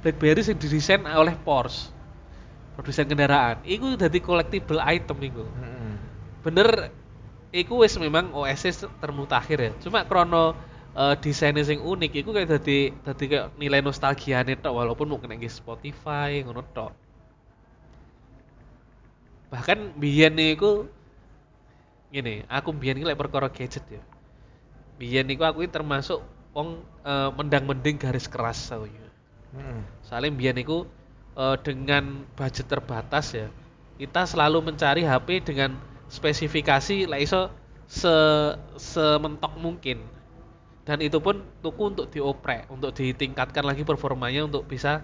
[SPEAKER 1] BlackBerry sing didesain oleh Porsche. Produsen kendaraan. Iku dadi collectible item iku.
[SPEAKER 2] Heeh.
[SPEAKER 1] bener iku wis memang OSS termutakhir ya cuma krono eh, desainnya sing unik iku kayak dadi dadi kayak nilai nostalgiane tok walaupun mungkin nang Spotify ngono tok bahkan biyen niku ngene aku biyen iki lek perkara gadget ya biyen niku aku iki termasuk wong eh, mendang-mending garis keras aku ya.
[SPEAKER 2] Heeh.
[SPEAKER 1] Soalnya mbiyen niku eh, dengan budget terbatas ya, kita selalu mencari HP dengan spesifikasi lah iso se sementok mungkin. Dan itu pun tuku untuk dioprek, untuk ditingkatkan lagi performanya untuk bisa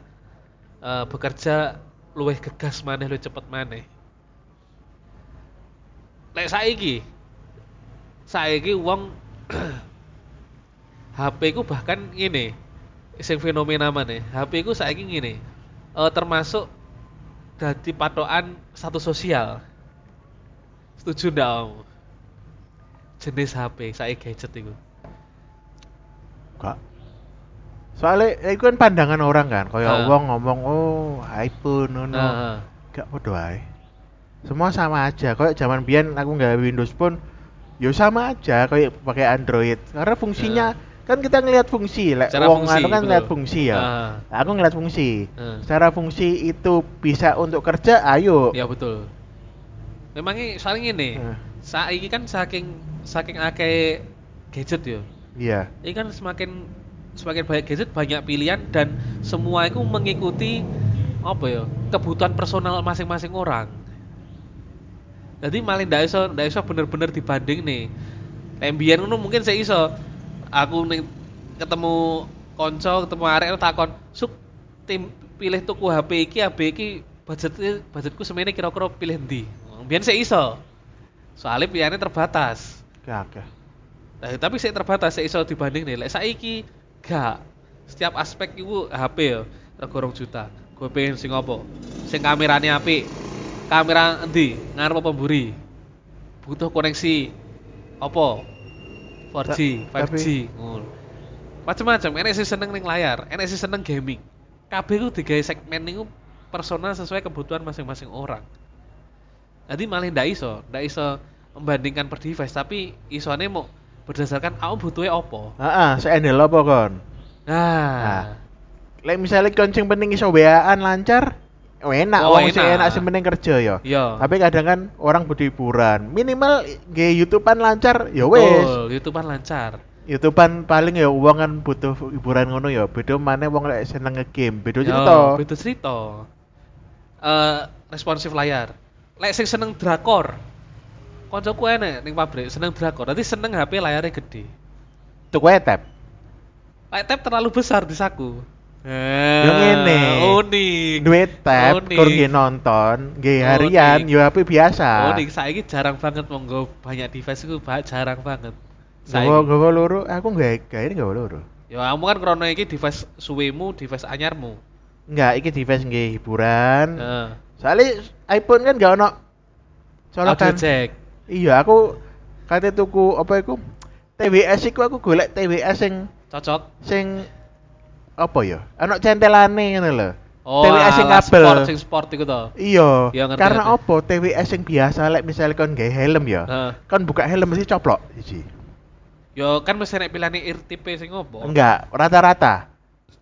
[SPEAKER 1] eh, bekerja luwih gegas maneh luwih cepet maneh. Lek saiki saiki wong HP ku bahkan ini sing fenomena maneh. HP ku saiki ngene. Eh termasuk dadi patokan status sosial. Setuju ndak om? Jenis HP saiki gadget iku.
[SPEAKER 2] Gak. Soalnya itu kan pandangan orang kan,
[SPEAKER 1] Ah.
[SPEAKER 2] kayak wong ngomong oh iPhone ngono.
[SPEAKER 1] Heeh.
[SPEAKER 2] Gak podo ae. Semua sama aja. Kayak zaman biyen aku nggak Windows pun ya sama aja kayak pakai Android. Karena fungsinya kan kita ngelihat fungsi, lek
[SPEAKER 1] Secara
[SPEAKER 2] wong
[SPEAKER 1] fungsi,
[SPEAKER 2] anu kan
[SPEAKER 1] betul.
[SPEAKER 2] ngelihat fungsi ya.
[SPEAKER 1] Ah.
[SPEAKER 2] Nah, Aku ngelihat fungsi.
[SPEAKER 1] Ah.
[SPEAKER 2] Secara fungsi itu bisa untuk kerja, ayo.
[SPEAKER 1] Ya betul. Memangnya soalnya ngene.
[SPEAKER 2] Heeh.
[SPEAKER 1] Saiki kan saking saking akeh gadget ya.
[SPEAKER 2] Iya.
[SPEAKER 1] ini kan semakin semakin banyak gadget banyak pilihan dan semua itu mengikuti apa ya kebutuhan personal masing-masing orang jadi malah ndak iso ndak iso bener-bener dibanding nih tembian ngono mungkin saya iso aku ning ketemu konco ketemu arek aku takon suk tim pilih tuku HP iki HP iki budgetnya budgetku semene kira-kira pilih ndi biar saya iso soalnya pilihannya terbatas
[SPEAKER 2] Gak.
[SPEAKER 1] Nah, tapi saya terbatas, saya iso dibanding nih. Lek saiki gak setiap aspek itu HP ya, rego rong juta. Gue pengen sing opo? Sing kamerane apik. Kamera endi? Ngarep apa mburi? Butuh koneksi opo? 4G,
[SPEAKER 2] Ta-
[SPEAKER 1] 5G, ngono. Macem-macem, enek sing seneng ning layar, enek sing seneng gaming. Kabeh ku digawe segmen niku personal sesuai kebutuhan masing-masing orang. Jadi malah ndak iso, ndak iso membandingkan per device, tapi isone mau berdasarkan kamu butuhnya opo.
[SPEAKER 2] Heeh, seendel apa kon?
[SPEAKER 1] Nah,
[SPEAKER 2] Lek misalnya koncing penting iso WA-an lancar, oh enak,
[SPEAKER 1] Oh,
[SPEAKER 2] wong sih
[SPEAKER 1] enak.
[SPEAKER 2] enak sing penting kerja ya.
[SPEAKER 1] Iya.
[SPEAKER 2] Tapi kadang kan orang butuh hiburan. Minimal nge YouTubean lancar, ya wes.
[SPEAKER 1] betul, YouTubean lancar.
[SPEAKER 2] YouTubean paling ya uang kan butuh hiburan ngono ya. Beda mana wong lek seneng nge-game,
[SPEAKER 1] Yo,
[SPEAKER 2] beda cerita.
[SPEAKER 1] Beda cerita. Eh, responsif layar. Lek sing seneng drakor. Koncoku enek ning pabrik seneng drakor. Nanti seneng HP layarnya gede.
[SPEAKER 2] Tuku ae tab.
[SPEAKER 1] Lek tab terlalu besar di saku. Eh,
[SPEAKER 2] Yo ngene.
[SPEAKER 1] Unik.
[SPEAKER 2] Duwe tab,
[SPEAKER 1] Unik.
[SPEAKER 2] kur nge nonton, nge
[SPEAKER 1] Unik.
[SPEAKER 2] harian, yo HP biasa.
[SPEAKER 1] Unik. Oh, Saiki jarang banget monggo banyak device iku ba- jarang banget.
[SPEAKER 2] Gowo
[SPEAKER 1] Saiki.
[SPEAKER 2] gowo loro, aku nggak gawe gowo loro.
[SPEAKER 1] Ya kamu kan krono iki device suwemu, device anyarmu.
[SPEAKER 2] Enggak, iki device nge hiburan.
[SPEAKER 1] Heeh.
[SPEAKER 2] Soalnya iPhone kan gak ono
[SPEAKER 1] Audio
[SPEAKER 2] colokan.
[SPEAKER 1] jack.
[SPEAKER 2] Iya, aku kate tuku apa iku? TWS iku aku golek TWS yang
[SPEAKER 1] Cocot.
[SPEAKER 2] sing apa ya? Ana centelane ngono lho.
[SPEAKER 1] Oh,
[SPEAKER 2] TWS sing
[SPEAKER 1] ala
[SPEAKER 2] kabel.
[SPEAKER 1] sport, sing sport iku to.
[SPEAKER 2] Iya,
[SPEAKER 1] Ya, ngerti,
[SPEAKER 2] karena
[SPEAKER 1] ngerti.
[SPEAKER 2] apa? TWS yang biasa lek misalnya kon gawe helm ya.
[SPEAKER 1] Heeh.
[SPEAKER 2] Kon buka helm mesti coplok siji.
[SPEAKER 1] Yo kan mesti nek pilihane RTP sing opo?
[SPEAKER 2] Enggak, rata-rata.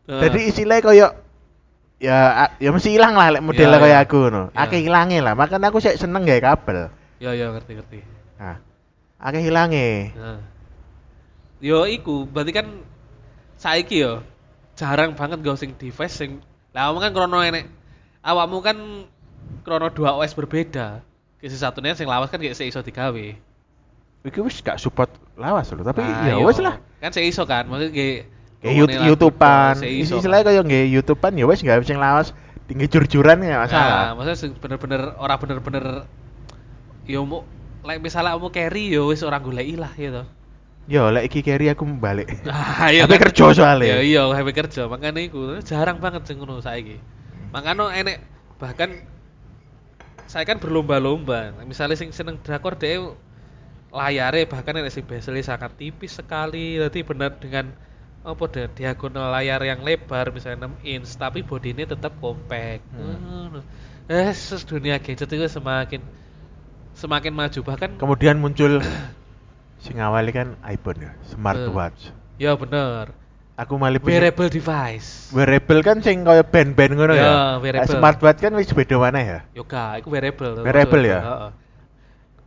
[SPEAKER 1] Heeh.
[SPEAKER 2] Jadi istilahnya koyo ya a- ya mesti ilang lah lek modelnya
[SPEAKER 1] Iya,
[SPEAKER 2] koyo
[SPEAKER 1] iya.
[SPEAKER 2] aku no.
[SPEAKER 1] Iya.
[SPEAKER 2] Akeh ilange lah, makanya aku sik seneng gawe kabel.
[SPEAKER 1] yo yo Ya, ngerti ngerti.
[SPEAKER 2] Nah, akeh ilange.
[SPEAKER 1] Nah. Yo iku berarti kan saiki yo jarang banget gak sing device sing lah awakmu kan krono enek awakmu kan krono dua OS berbeda. Kisi satunya sing lawas kan gak seiso iso digawe.
[SPEAKER 2] Iki wis gak support lawas lho, tapi
[SPEAKER 1] Nah,
[SPEAKER 2] ya
[SPEAKER 1] yo.
[SPEAKER 2] wis lah.
[SPEAKER 1] Kan seiso iso kan, maksudnya gak
[SPEAKER 2] Kayak YouTube YouTubean. Istilahnya
[SPEAKER 1] kan.
[SPEAKER 2] koyo nggih YouTubean ya wis gak sing lawas, tinggi jur-juran
[SPEAKER 1] Nah,
[SPEAKER 2] ya masalah.
[SPEAKER 1] maksudnya sing bener-bener ora bener-bener yo mau like misalnya kamu carry yo wis orang golek lah gitu.
[SPEAKER 2] Yo lek iki carry aku balik.
[SPEAKER 1] Ah, iya
[SPEAKER 2] Tapi
[SPEAKER 1] kan.
[SPEAKER 2] kerja soalnya.
[SPEAKER 1] Iya, iya, HP kerja. Makanya iku jarang banget sing ngono saiki. Makanya enek bahkan saya kan berlomba-lomba. Misalnya sing seneng drakor dhewe layare bahkan enek sing bezelnya sangat tipis sekali. Jadi benar dengan apa deh diagonal layar yang lebar misalnya 6 inch tapi bodinya tetap compact.
[SPEAKER 2] Hmm.
[SPEAKER 1] Ngono. Eh, sus, dunia gadget itu semakin semakin maju bahkan
[SPEAKER 2] Kemudian muncul sing awalnya kan iPhone ya, smartwatch.
[SPEAKER 1] ya bener
[SPEAKER 2] Aku malah punya
[SPEAKER 1] wearable device.
[SPEAKER 2] wearable kan sing kaya band-band ngono
[SPEAKER 1] Ya,
[SPEAKER 2] ya.
[SPEAKER 1] wearable.
[SPEAKER 2] Nah, Smartwatch kan wis beda mana ya?
[SPEAKER 1] Yoga, itu wearable. termasuk
[SPEAKER 2] Wearable ya?
[SPEAKER 1] Heeh.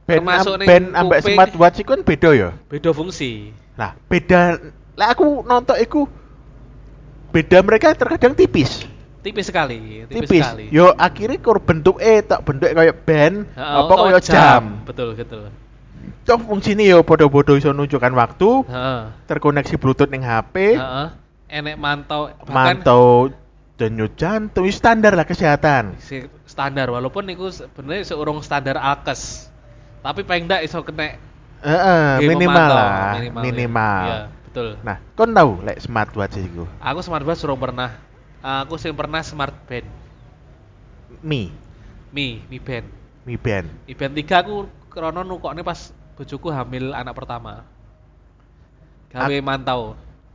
[SPEAKER 2] Band
[SPEAKER 1] Termasuk
[SPEAKER 2] am-
[SPEAKER 1] ning
[SPEAKER 2] band ambek
[SPEAKER 1] kuping.
[SPEAKER 2] smartwatch iku kan beda ya.
[SPEAKER 1] Beda fungsi.
[SPEAKER 2] Nah, beda lah aku nonton iku beda mereka terkadang tipis.
[SPEAKER 1] Tipis sekali, tipis,
[SPEAKER 2] Tipis.
[SPEAKER 1] sekali.
[SPEAKER 2] Yo akhirnya kur bentuk eh tak bentuk kaya band
[SPEAKER 1] Heeh,
[SPEAKER 2] apa
[SPEAKER 1] kok
[SPEAKER 2] kaya jam.
[SPEAKER 1] Betul, betul.
[SPEAKER 2] Toh fungsine yo bodoh-bodoh iso nunjukkan waktu,
[SPEAKER 1] Heeh.
[SPEAKER 2] terkoneksi bluetooth ning HP,
[SPEAKER 1] Heeh. Enek mantau bahkan
[SPEAKER 2] mantau denyut jantung wis standar lah kesehatan.
[SPEAKER 1] si- standar walaupun niku sebenarnya seurung standar alkes. Tapi paling ndak iso kena
[SPEAKER 2] Heeh,
[SPEAKER 1] game
[SPEAKER 2] Nah, minimal
[SPEAKER 1] Iya, memantau,
[SPEAKER 2] lah,
[SPEAKER 1] ya.
[SPEAKER 2] minimal.
[SPEAKER 1] Iya, betul.
[SPEAKER 2] Nah, kon tahu lek smartwatch iku?
[SPEAKER 1] Aku smartwatch suruh pernah. Aku sing pernah smart band.
[SPEAKER 2] Mi,
[SPEAKER 1] Mi, Mi Band.
[SPEAKER 2] Mi Band.
[SPEAKER 1] Mi Band 3 aku krono nukokne pas bojoku hamil anak pertama. Gawe
[SPEAKER 2] Ak-
[SPEAKER 1] mantau.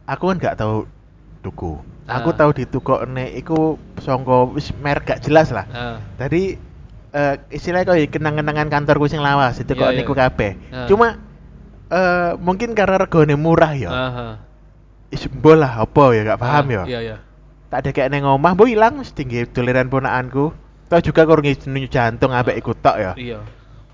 [SPEAKER 2] Aku kan gak tahu tuku. Aku
[SPEAKER 1] Ah.
[SPEAKER 2] tahu di tukokne iku songko wis merek gak jelas lah.
[SPEAKER 1] Heeh.
[SPEAKER 2] Tadi eh istilahnya kau kenang-kenangan kantorku sing lawas itu
[SPEAKER 1] Iya,
[SPEAKER 2] kok
[SPEAKER 1] iya.
[SPEAKER 2] niku kabeh.
[SPEAKER 1] Ah.
[SPEAKER 2] Cuma eh mungkin karena regane murah ya.
[SPEAKER 1] Aha.
[SPEAKER 2] Is mbol lah apa ya gak paham
[SPEAKER 1] Ah,
[SPEAKER 2] ya.
[SPEAKER 1] Iya, iya.
[SPEAKER 2] Tak ada kayak neng omah, bu hilang setinggi tuliran ponaanku. Tau juga kau ngunjuk jantung ambek iku tok ya.
[SPEAKER 1] Iya.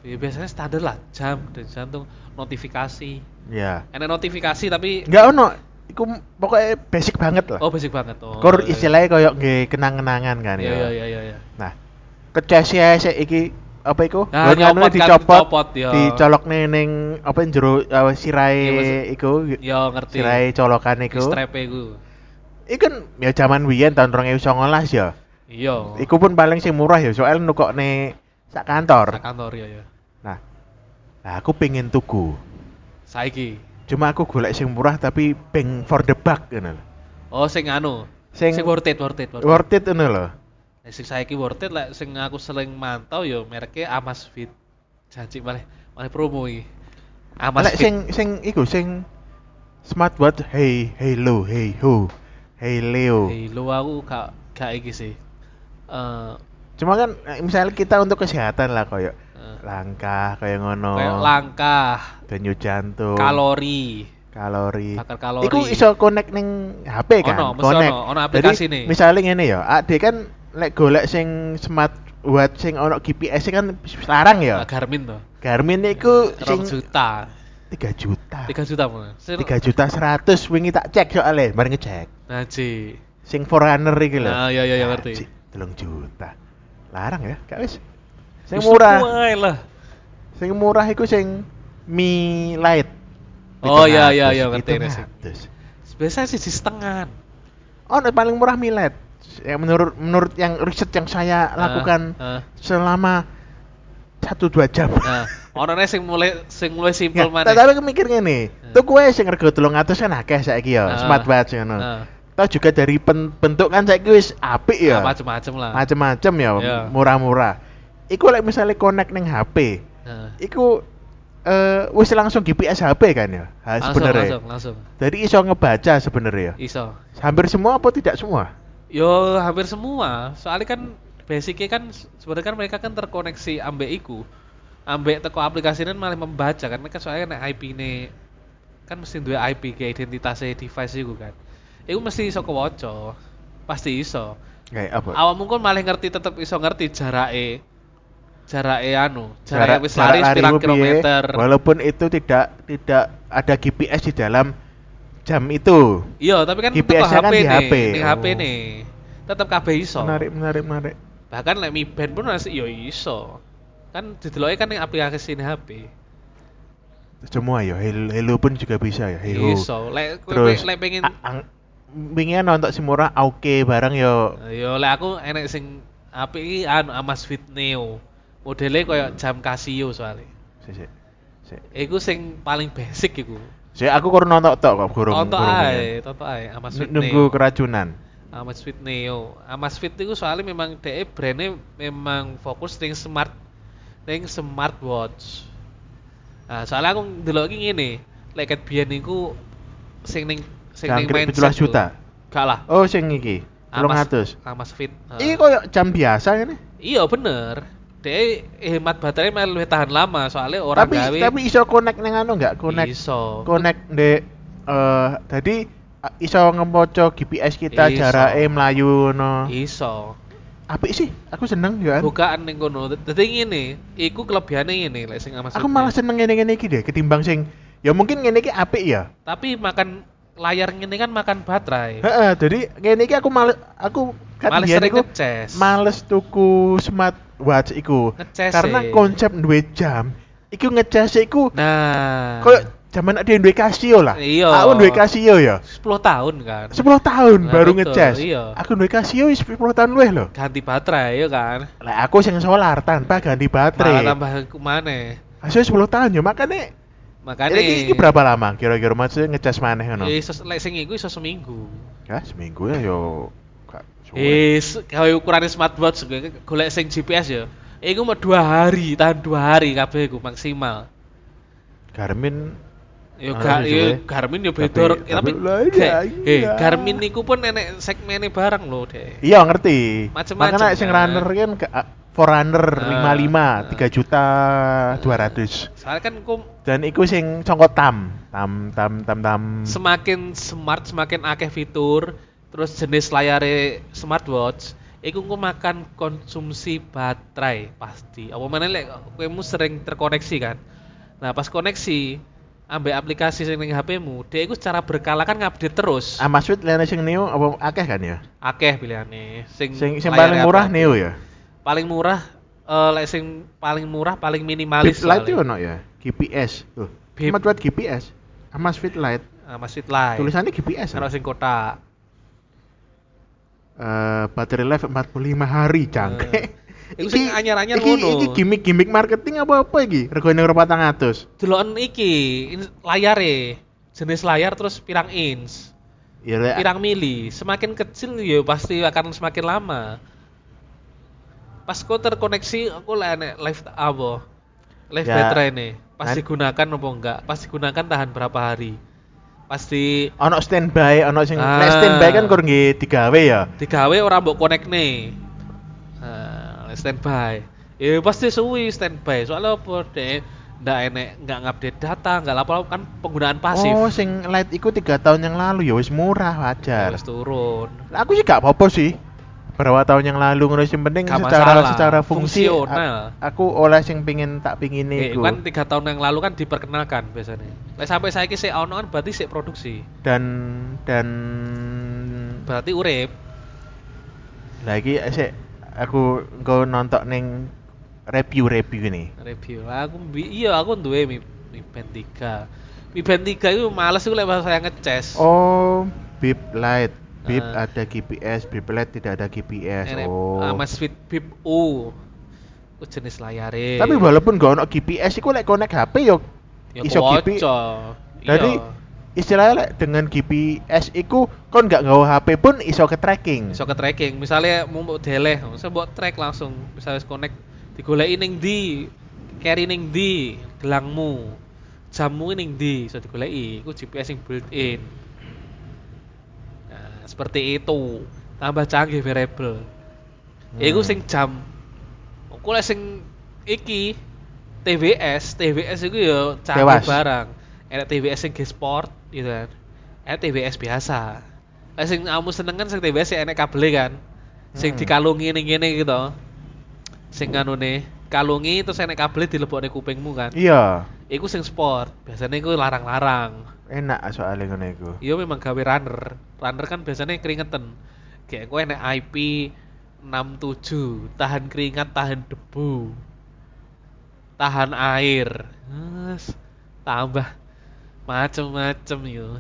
[SPEAKER 1] Ya, biasanya standar lah jam dan jantung notifikasi.
[SPEAKER 2] Iya.
[SPEAKER 1] Enak notifikasi tapi
[SPEAKER 2] Enggak ono. Iku m- pokoknya basic banget lah.
[SPEAKER 1] oh basic banget. Oh.
[SPEAKER 2] Kor
[SPEAKER 1] iya, iya.
[SPEAKER 2] istilahnya koyo nggih kenang-kenangan kan
[SPEAKER 1] Iya
[SPEAKER 2] ya.
[SPEAKER 1] iya iya iya. iya.
[SPEAKER 2] Nah, kecesnya sik iki apa iku?
[SPEAKER 1] Nah,
[SPEAKER 2] Gonganmu
[SPEAKER 1] nyopot kan,
[SPEAKER 2] dicopot,
[SPEAKER 1] dicopot, ya.
[SPEAKER 2] dicolok neng apa jero uh,
[SPEAKER 1] Iya, maksud-
[SPEAKER 2] sirahe iku,
[SPEAKER 1] Ya ngerti.
[SPEAKER 2] sirahe colokan iku.
[SPEAKER 1] Strap iku.
[SPEAKER 2] Iku kan ya zaman wiyen tahun 2019 ya.
[SPEAKER 1] Iya.
[SPEAKER 2] Iku pun paling sing murah ya soal nukokne sak
[SPEAKER 1] Sak
[SPEAKER 2] kantor.
[SPEAKER 1] kantor ya ya.
[SPEAKER 2] Nah, nah aku pengen tuku.
[SPEAKER 1] Saiki.
[SPEAKER 2] Cuma aku golek sing murah tapi peng for the buck ngono. lho.
[SPEAKER 1] Oh sing anu.
[SPEAKER 2] Sing-
[SPEAKER 1] Sing, worth it, worth it, worth it.
[SPEAKER 2] Worth it ngono lho.
[SPEAKER 1] Nah, sing saiki worth it lah sing aku sering mantau ya mereknya Amazfit. Janji malah malah promo iki.
[SPEAKER 2] Lek
[SPEAKER 1] Amazfit.
[SPEAKER 2] sing sing iku sing smartwatch hey hello hey ho hey Leo.
[SPEAKER 1] Hey, Eh, lu aku gak gak iki sih. Eh
[SPEAKER 2] Cuma kan eh, misalnya kita untuk kesehatan lah koyo
[SPEAKER 1] Eh.
[SPEAKER 2] langkah koyo ngono.
[SPEAKER 1] kayak langkah,
[SPEAKER 2] denyut jantung.
[SPEAKER 1] kalori,
[SPEAKER 2] kalori.
[SPEAKER 1] bakar kalori.
[SPEAKER 2] Iku iso connect ning HP kan?
[SPEAKER 1] Ono, mesti
[SPEAKER 2] connect.
[SPEAKER 1] ono, ono aplikasine.
[SPEAKER 2] Jadi, misalnya ngene ya, ade kan lek golek sing smartwatch sing ono GPS kan larang
[SPEAKER 1] Nah,
[SPEAKER 2] ya.
[SPEAKER 1] Garmin tuh.
[SPEAKER 2] Garmin iku
[SPEAKER 1] Rong
[SPEAKER 2] sing 3
[SPEAKER 1] juta.
[SPEAKER 2] Ah. juta. 3
[SPEAKER 1] 3 juta mana? Sir-
[SPEAKER 2] juta 100 wingi tak cek soalnya, mari ngecek.
[SPEAKER 1] Nah, Ci.
[SPEAKER 2] sing forerunner iki lho.
[SPEAKER 1] Nah, iya, iya, iya,
[SPEAKER 2] Ah,
[SPEAKER 1] ngerti.
[SPEAKER 2] cik, telung juta. Larang ya, gak wis. Sing
[SPEAKER 1] Wis
[SPEAKER 2] murah,
[SPEAKER 1] tuai lah.
[SPEAKER 2] sing murah iku sing Mi Lite.
[SPEAKER 1] Oh, iya, iya, iya, ngerti, ngerti.
[SPEAKER 2] 700.
[SPEAKER 1] Biasanya sih setengah.
[SPEAKER 2] Oh, nah, paling murah Mi Lite. Yang menurut menurut yang riset yang saya lakukan
[SPEAKER 1] Nah,
[SPEAKER 2] selama 1 2 jam.
[SPEAKER 1] nah. Orangnya sing mulai sing mulai
[SPEAKER 2] Ya,
[SPEAKER 1] simpel mana?
[SPEAKER 2] tapi aku mikir ngene, tuku ae sing rego 300 kan akeh saiki ya,
[SPEAKER 1] Ah.
[SPEAKER 2] smartwatch ngono.
[SPEAKER 1] Nah,
[SPEAKER 2] Tau juga dari pen- bentuk kan saiki wis apik ya.
[SPEAKER 1] nah, macem-macem lah.
[SPEAKER 2] macem-macem ya
[SPEAKER 1] Iya.
[SPEAKER 2] murah-murah iku like misalnya connect neng HP
[SPEAKER 1] Nah,
[SPEAKER 2] iku eh wis langsung GPS HP kan ya? Ha,
[SPEAKER 1] langsung,
[SPEAKER 2] sebenarnya.
[SPEAKER 1] langsung, langsung.
[SPEAKER 2] Jadi iso ngebaca sebenarnya. ya?
[SPEAKER 1] Iso.
[SPEAKER 2] Hampir semua apa tidak semua?
[SPEAKER 1] Yo hampir semua. Soalnya kan basicnya kan se- sebenarnya kan mereka kan terkoneksi ambek iku. Ambek teko aplikasi ini malah membaca kan mereka soalnya nek IP ini kan mesti duwe IP ke identitasnya device iku kan. Iku mesti iso kewoco. Pasti iso.
[SPEAKER 2] Kayak apa?
[SPEAKER 1] Awakmu kan malah ngerti tetep iso ngerti jarake jarake anu,
[SPEAKER 2] Jarak-
[SPEAKER 1] jarake wis lari
[SPEAKER 2] jarak
[SPEAKER 1] pirang
[SPEAKER 2] larimu piye,
[SPEAKER 1] kilometer.
[SPEAKER 2] Walaupun itu tidak tidak ada GPS di dalam jam itu.
[SPEAKER 1] Iya, tapi kan
[SPEAKER 2] GPS -nya
[SPEAKER 1] teko
[SPEAKER 2] kan di
[SPEAKER 1] nih,
[SPEAKER 2] HP.
[SPEAKER 1] ning HP
[SPEAKER 2] Oh.
[SPEAKER 1] nih. Tetep kabeh iso.
[SPEAKER 2] Menarik, menarik, menarik.
[SPEAKER 1] bahkan lek Mi Band pun masih yo iso kan dideloki kan yang aplikasi ini HP
[SPEAKER 2] Semua ya, Hello, Hello pun juga bisa ya. Hello.
[SPEAKER 1] iso lek kowe
[SPEAKER 2] Terus
[SPEAKER 1] lek pengen
[SPEAKER 2] a- ang- wingi nonton Simura Auke bareng yo.
[SPEAKER 1] yo lek aku enek sing HP iki anu Amazfit Neo modelnya koyo jam Casio soalnya
[SPEAKER 2] Sik, sik. Sik.
[SPEAKER 1] iku sing paling basic iku
[SPEAKER 2] Sik, aku kurang nonton tok kok gurung.
[SPEAKER 1] Toto
[SPEAKER 2] gurung
[SPEAKER 1] Oh, ae,
[SPEAKER 2] wingi.
[SPEAKER 1] toto ae Amazfit
[SPEAKER 2] N- Nunggu
[SPEAKER 1] Neo.
[SPEAKER 2] keracunan.
[SPEAKER 1] Amazfit Neo. Amazfit itu soalnya memang DE brandnya memang fokus ning smart ning smartwatch. Nah, soalnya aku ndelok iki ngene, lek ket biyen niku sing ning sing ning
[SPEAKER 2] Jangkrik 17
[SPEAKER 1] tuh.
[SPEAKER 2] juta.
[SPEAKER 1] Gak lah.
[SPEAKER 2] Oh, sing iki.
[SPEAKER 1] Ah,
[SPEAKER 2] 300.
[SPEAKER 1] Amazfit. eh.
[SPEAKER 2] Iki koyo jam biasa ini.
[SPEAKER 1] Iya bener. DE hemat baterai malah lebih tahan lama soalnya orang
[SPEAKER 2] Tapi tapi iso connect neng anu enggak? Connect
[SPEAKER 1] iso.
[SPEAKER 2] connect di eh jadi a- iso ngemoco GPS kita
[SPEAKER 1] Iso.
[SPEAKER 2] jarake mlayu no.
[SPEAKER 1] Iso.
[SPEAKER 2] Apik sih, aku seneng ya. An.
[SPEAKER 1] Bukaan ning kono. Dadi ngene, iku kelebihane ngene lek sing Amazfit.
[SPEAKER 2] Aku malah
[SPEAKER 1] Neo.
[SPEAKER 2] seneng ngene-ngene iki deh ketimbang sing ya mungkin ngene iki apik ya.
[SPEAKER 1] Tapi makan layar ini kan makan baterai.
[SPEAKER 2] Heeh, jadi ngene iki aku males aku kan
[SPEAKER 1] Males
[SPEAKER 2] biyen
[SPEAKER 1] sering
[SPEAKER 2] iku
[SPEAKER 1] ngeces.
[SPEAKER 2] males tuku smartwatch iku
[SPEAKER 1] Ngeces
[SPEAKER 2] karena
[SPEAKER 1] sih.
[SPEAKER 2] konsep duwe jam iku ngeces iku
[SPEAKER 1] Nah,
[SPEAKER 2] koyo zaman ada yang duwe Casio lah.
[SPEAKER 1] Iya.
[SPEAKER 2] Aku duwe Casio ya.
[SPEAKER 1] 10 tahun kan.
[SPEAKER 2] 10 tahun
[SPEAKER 1] Lah,
[SPEAKER 2] baru
[SPEAKER 1] betul,
[SPEAKER 2] ngecas.
[SPEAKER 1] iya.
[SPEAKER 2] Aku duwe Casio wis 10 tahun weh lho.
[SPEAKER 1] Ganti baterai ya kan.
[SPEAKER 2] Lah aku sing solar tanpa ganti
[SPEAKER 1] Malah
[SPEAKER 2] baterai.
[SPEAKER 1] tambah kemana?
[SPEAKER 2] Hasilnya 10 tahun ya makanya
[SPEAKER 1] Makanya
[SPEAKER 2] ini, ini berapa lama kira-kira maksudnya ngecas maneh ngono?
[SPEAKER 1] Ya, iso- lek sing iku iso seminggu.
[SPEAKER 2] Ya seminggu ya yo gak
[SPEAKER 1] Eh,
[SPEAKER 2] suwe.
[SPEAKER 1] kalau ukurannya smartwatch gue golek sing GPS ya. Iku mau dua hari, tahan dua hari kabeh iku maksimal.
[SPEAKER 2] Garmin
[SPEAKER 1] Yo
[SPEAKER 2] Ah,
[SPEAKER 1] ga,
[SPEAKER 2] iya
[SPEAKER 1] yo
[SPEAKER 2] juga.
[SPEAKER 1] Garmin yo
[SPEAKER 2] Tapi-
[SPEAKER 1] beda tapi,
[SPEAKER 2] tapi- lah, iya,
[SPEAKER 1] gak-
[SPEAKER 2] iya.
[SPEAKER 1] eh Garmin niku pun enek segmennya barang loh deh.
[SPEAKER 2] iya ngerti.
[SPEAKER 1] Macem-macem,
[SPEAKER 2] Makanya sing
[SPEAKER 1] kan.
[SPEAKER 2] runner kan ke Forerunner
[SPEAKER 1] Ah,
[SPEAKER 2] 55 3 juta 200.
[SPEAKER 1] Soalnya kan ku
[SPEAKER 2] Dan iku sing congkot tam tam tam tam tam.
[SPEAKER 1] semakin smart semakin akeh fitur terus jenis layare smartwatch iku engko makan konsumsi baterai pasti apa mana lek kowe sering terkoneksi kan nah pas koneksi ambek aplikasi sing ning HP-mu dia iku secara berkala kan ngupdate terus
[SPEAKER 2] Amazfit lene sing Neo apa akeh kan ya?
[SPEAKER 1] akeh pilihane sing
[SPEAKER 2] Sing sing
[SPEAKER 1] layare
[SPEAKER 2] paling murah
[SPEAKER 1] apa?
[SPEAKER 2] Neo ya.
[SPEAKER 1] paling murah eh, lek sing paling murah paling minimalis
[SPEAKER 2] Fit Lite
[SPEAKER 1] soalnya.
[SPEAKER 2] itu ono ya, GPS. Tuh,
[SPEAKER 1] Bip.
[SPEAKER 2] Smart GPS. Amas Fit Lite.
[SPEAKER 1] Ah, masih Lite
[SPEAKER 2] Tulisannya GPS.
[SPEAKER 1] kalau
[SPEAKER 2] Ya?
[SPEAKER 1] sing kotak
[SPEAKER 2] Eh, battery life 45 hari, cangke.
[SPEAKER 1] Eh, iku sing
[SPEAKER 2] Iki-
[SPEAKER 1] anyar-anyar
[SPEAKER 2] iki-
[SPEAKER 1] ngono.
[SPEAKER 2] Iki gimmick-gimmick marketing apa-apa iki? Regane 400.
[SPEAKER 1] deloken iki in- layare jenis layar terus pirang inch
[SPEAKER 2] Ya rek,
[SPEAKER 1] pirang mili semakin kecil ya pasti akan semakin lama pas kau terkoneksi aku lah enek live apa live
[SPEAKER 2] Ya,
[SPEAKER 1] baterai nih pas
[SPEAKER 2] kan-
[SPEAKER 1] digunakan apa enggak pas digunakan tahan berapa hari pasti
[SPEAKER 2] ono standby, ono sing
[SPEAKER 1] Ah.
[SPEAKER 2] nek standby kan kurang nggih digawe ya.
[SPEAKER 1] digawe ora mbok connect nih nah, standby ya pasti suwi standby soalnya apa deh ndak enek nggak ngupdate data nggak apa-apa kan penggunaan pasif
[SPEAKER 2] Oh, sing Lite iku 3 tahun yang lalu ya wis murah wajar.
[SPEAKER 1] Terus turun.
[SPEAKER 2] Lah, Aku sih gak apa-apa sih. Berapa tahun yang lalu ngono sing penting
[SPEAKER 1] Gak
[SPEAKER 2] secara
[SPEAKER 1] masalah,
[SPEAKER 2] secara fungsi a-
[SPEAKER 1] fungsional.
[SPEAKER 2] aku oleh sing pingin tak pingin
[SPEAKER 1] Eh,
[SPEAKER 2] iku.
[SPEAKER 1] kan tiga tahun yang lalu kan diperkenalkan biasanya. Lek sampai saya sik ono kan berarti sik produksi.
[SPEAKER 2] dan dan
[SPEAKER 1] Berarti urip.
[SPEAKER 2] lagi eh, sik aku engko nonton ning review-review ini.
[SPEAKER 1] Review. Lah, Aku mbi- iya aku duwe Mi, Mi Band 3. Mi Band 3 itu males iku lek pas saya ngeces.
[SPEAKER 2] Oh, Bip Light. Bip
[SPEAKER 1] Ah.
[SPEAKER 2] ada GPS, Bip Light tidak ada GPS.
[SPEAKER 1] Enek,
[SPEAKER 2] oh.
[SPEAKER 1] ah, Mas Fit Bip U. Ku jenis layare.
[SPEAKER 2] Tapi walaupun gak ono GPS iku lek connect HP yo
[SPEAKER 1] Ya,
[SPEAKER 2] iso
[SPEAKER 1] kewoco.
[SPEAKER 2] GP.
[SPEAKER 1] Iya.
[SPEAKER 2] Jadi istilahnya lek dengan GPS iku kon gak nggawa HP pun iso ke tracking.
[SPEAKER 1] iso ke tracking. Misalnya mau mbok deleh, saya mbok track langsung, misalnya wis connect digoleki ning ndi, carry ning ndi, gelangmu jammu ini di iso digoleki iku GPS yang built in nah, seperti itu tambah canggih variable ya iku
[SPEAKER 2] Hmm.
[SPEAKER 1] sing jam aku lek sing iki TWS TWS itu ya canggih
[SPEAKER 2] Tewas.
[SPEAKER 1] barang enak TWS yang ge sport gitu kan enak TWS biasa lek sing kamu seneng kan sing TWS yang enak kabel kan sing
[SPEAKER 2] Hmm.
[SPEAKER 1] dikalungi ning ngene gitu sing nganune kalungi terus enak kabel dilebokne kupingmu kan
[SPEAKER 2] Iya,
[SPEAKER 1] Iku sing sport, biasanya iku larang-larang.
[SPEAKER 2] enak soalnya ngono iku.
[SPEAKER 1] Iya memang gawe runner. Runner kan biasanya keringetan. Kayak gue enek IP 67, tahan keringat, tahan debu. Tahan air. Yes, tambah macem-macem yo.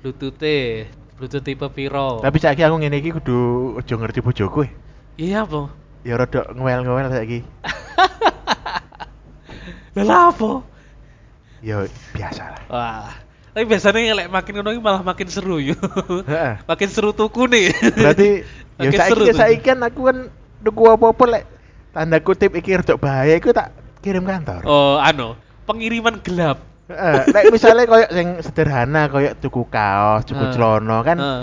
[SPEAKER 1] Bluetooth, Bluetooth tipe piro?
[SPEAKER 2] Tapi saiki aku ngene iki kudu aja ngerti bojoku. eh.
[SPEAKER 1] iya apa?
[SPEAKER 2] Ya rada ngewel-ngewel saiki.
[SPEAKER 1] Lah apa?
[SPEAKER 2] Ya biasalah.
[SPEAKER 1] Wah. Tapi biasanya lek makin ngono iki malah makin seru yo.
[SPEAKER 2] Heeh.
[SPEAKER 1] makin seru tuku nih.
[SPEAKER 2] Berarti ya
[SPEAKER 1] Makin seru
[SPEAKER 2] saiki
[SPEAKER 1] tuh.
[SPEAKER 2] saiki kan aku kan tuku apa-apa lek tanda kutip iki rada bahaya iku tak kirim kantor.
[SPEAKER 1] Oh, anu, pengiriman gelap.
[SPEAKER 2] Heeh. Lek misalnya koyo sing sederhana koyo tuku kaos, tuku
[SPEAKER 1] Eh.
[SPEAKER 2] celana kan
[SPEAKER 1] Eh,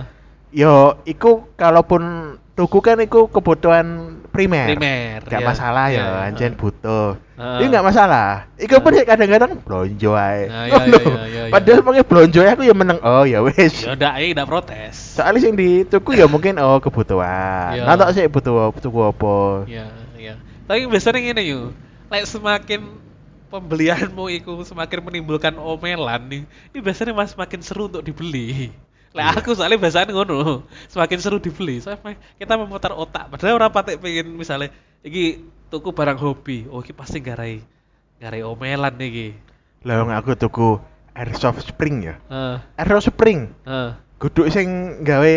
[SPEAKER 2] yo iku kalaupun tuku kan iku kebutuhan primer.
[SPEAKER 1] Primer,
[SPEAKER 2] Gak
[SPEAKER 1] ya.
[SPEAKER 2] masalah ya,
[SPEAKER 1] Ya, ya,
[SPEAKER 2] anjen
[SPEAKER 1] heeh.
[SPEAKER 2] butuh.
[SPEAKER 1] Heeh.
[SPEAKER 2] Ini gak masalah. Iku pun
[SPEAKER 1] Heeh.
[SPEAKER 2] kadang-kadang blonjo ae.
[SPEAKER 1] Ya, ya,
[SPEAKER 2] Ngono.
[SPEAKER 1] ya, ya, ya,
[SPEAKER 2] Padahal
[SPEAKER 1] ya.
[SPEAKER 2] pengen blonjo ae aku ya meneng. Oh ya wis.
[SPEAKER 1] ya ndak ya ndak protes.
[SPEAKER 2] Soalnya sing dituku ya mungkin oh kebutuhan.
[SPEAKER 1] Ya.
[SPEAKER 2] Nah tak sih butuh tuku apa.
[SPEAKER 1] Ya, ya. Tapi biasanya ngene yo. Lek semakin pembelianmu iku semakin menimbulkan omelan nih. Ini biasanya mas semakin seru untuk dibeli. Lek
[SPEAKER 2] Iya.
[SPEAKER 1] aku soalnya biasanya ngono, semakin seru dibeli. Soalnya me- kita memutar otak. Padahal orang patek pengen misalnya iki tuku barang hobi. Oh, iki pasti garai garai omelan iki.
[SPEAKER 2] Lah wong aku tuku airsoft spring ya.
[SPEAKER 1] Heeh.
[SPEAKER 2] Airsoft spring.
[SPEAKER 1] Heeh.
[SPEAKER 2] Guduk sing gawe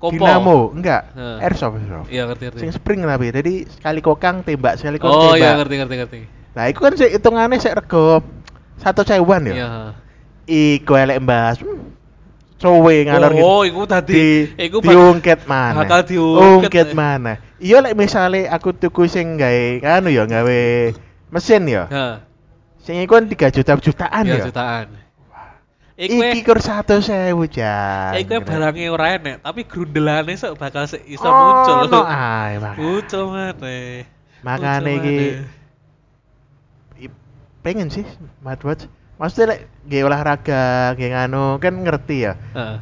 [SPEAKER 1] Kopo.
[SPEAKER 2] dinamo, enggak.
[SPEAKER 1] Heeh.
[SPEAKER 2] Airsoft, airsoft.
[SPEAKER 1] Iya, ngerti ngerti.
[SPEAKER 2] Sing spring tapi jadi sekali kokang tembak sekali kokang
[SPEAKER 1] Oh,
[SPEAKER 2] tembak.
[SPEAKER 1] iya ngerti ngerti ngerti.
[SPEAKER 2] Nah, iku kan sik hitungane sik rego satu cewan ya.
[SPEAKER 1] Iya.
[SPEAKER 2] Iku elek mbas. Hmm. Cowe ngalor gitu.
[SPEAKER 1] Oh, iku tadi
[SPEAKER 2] Di-
[SPEAKER 1] iku bak-
[SPEAKER 2] diungket mana?
[SPEAKER 1] bakal diungket,
[SPEAKER 2] Ungket
[SPEAKER 1] eh.
[SPEAKER 2] mana? Iya lek misale aku tuku sing gawe anu ya gawe mesin ya.
[SPEAKER 1] Heeh.
[SPEAKER 2] Sing iku kan 3 juta jutaan
[SPEAKER 1] Iya,
[SPEAKER 2] ya.
[SPEAKER 1] jutaan. Iku eh.
[SPEAKER 2] Iki kur 100.000 jan.
[SPEAKER 1] iku barangnya ora enek, tapi grundelane sok bakal se- iso
[SPEAKER 2] Oh,
[SPEAKER 1] muncul.
[SPEAKER 2] no, ay, maka-
[SPEAKER 1] Muncul maneh.
[SPEAKER 2] Makane
[SPEAKER 1] Muncul
[SPEAKER 2] iki
[SPEAKER 1] maneh.
[SPEAKER 2] i- pengen sih smartwatch. Maksudnya lek gawe olahraga, gawe anu kan ngerti ya.
[SPEAKER 1] Heeh.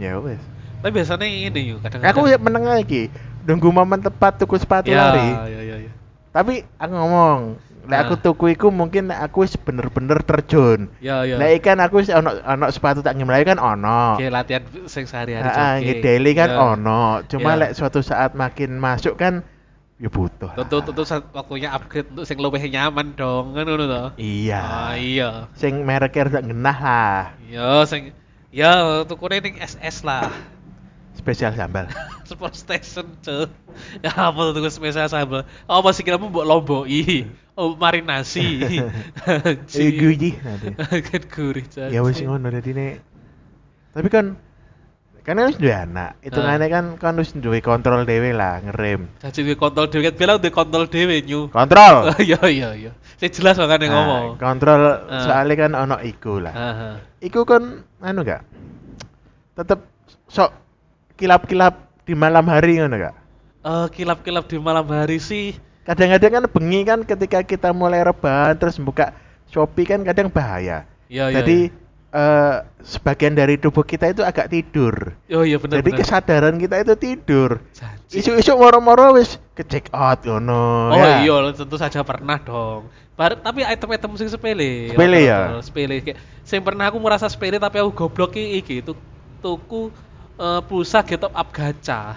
[SPEAKER 2] Ya wes.
[SPEAKER 1] Tapi biasanya ini yo kadang-kadang.
[SPEAKER 2] Aku ya meneng lagi. Nunggu momen tepat tuku sepatu
[SPEAKER 1] ya,
[SPEAKER 2] lari.
[SPEAKER 1] Ya, ya, ya.
[SPEAKER 2] Tapi aku ngomong, lek aku
[SPEAKER 1] Ah.
[SPEAKER 2] tuku iku mungkin lek aku wis bener-bener terjun.
[SPEAKER 1] Ya, ya.
[SPEAKER 2] Lek ikan aku wis ono ono sepatu tak ngemlai kan ono.
[SPEAKER 1] Oke, latihan sing sehari-hari
[SPEAKER 2] Heeh,
[SPEAKER 1] jogging.
[SPEAKER 2] nggih, Ah, daily kan
[SPEAKER 1] Ya.
[SPEAKER 2] ono.
[SPEAKER 1] Ya.
[SPEAKER 2] Cuma lek suatu saat makin masuk kan ya butuh. lah.
[SPEAKER 1] Tentu tentu saat waktunya upgrade untuk sing lebih nyaman dong, kan ngono to.
[SPEAKER 2] Iya.
[SPEAKER 1] Ah, iya.
[SPEAKER 2] Sing mereknya rada genah lah.
[SPEAKER 1] Ya sing ya tukune ning SS lah.
[SPEAKER 2] Spesial sambal.
[SPEAKER 1] Sport station cuy ya apa tuh tugas spesial sambal oh masih kira mau buat lomboi oh marinasi Iya.
[SPEAKER 2] Eh, guji nanti.
[SPEAKER 1] kan gurih cuy
[SPEAKER 2] Ya wis ngono dadi nek tapi kan kan harus dua
[SPEAKER 1] Ah.
[SPEAKER 2] anak, hitungannya kan kan harus duwe kontrol dewe lah ngerem.
[SPEAKER 1] jadi di kontol dewe kan bilang di kontol dewe nyu
[SPEAKER 2] Kontrol.
[SPEAKER 1] iya iya iya saya jelas makanya
[SPEAKER 2] Nah,
[SPEAKER 1] ngomong
[SPEAKER 2] kontrol
[SPEAKER 1] Ah.
[SPEAKER 2] soalnya kan ono iku lah.
[SPEAKER 1] Aha.
[SPEAKER 2] Iku kan anu gak? Tetep sok kilap-kilap di malam hari ngono gak?
[SPEAKER 1] Eh, kilap-kilap di malam hari sih
[SPEAKER 2] Kadang-kadang kan bengi kan ketika kita mulai rebahan terus buka Shopee kan kadang bahaya.
[SPEAKER 1] iya iya
[SPEAKER 2] Jadi eh, sebagian dari tubuh kita itu agak tidur.
[SPEAKER 1] iya. oh iya benar
[SPEAKER 2] Jadi kesadaran kita itu tidur.
[SPEAKER 1] Janji.
[SPEAKER 2] Isu-isu moro-moro wis ke check out ngono.
[SPEAKER 1] Oh
[SPEAKER 2] ya.
[SPEAKER 1] iya, tentu saja pernah dong. Bar- tapi item-item sing sepele.
[SPEAKER 2] Sepele ya?
[SPEAKER 1] Rata-rata, Sepele. Kayak sing pernah aku merasa sepele tapi aku goblok ki iki tu- tuku eh, pulsa get up gacha.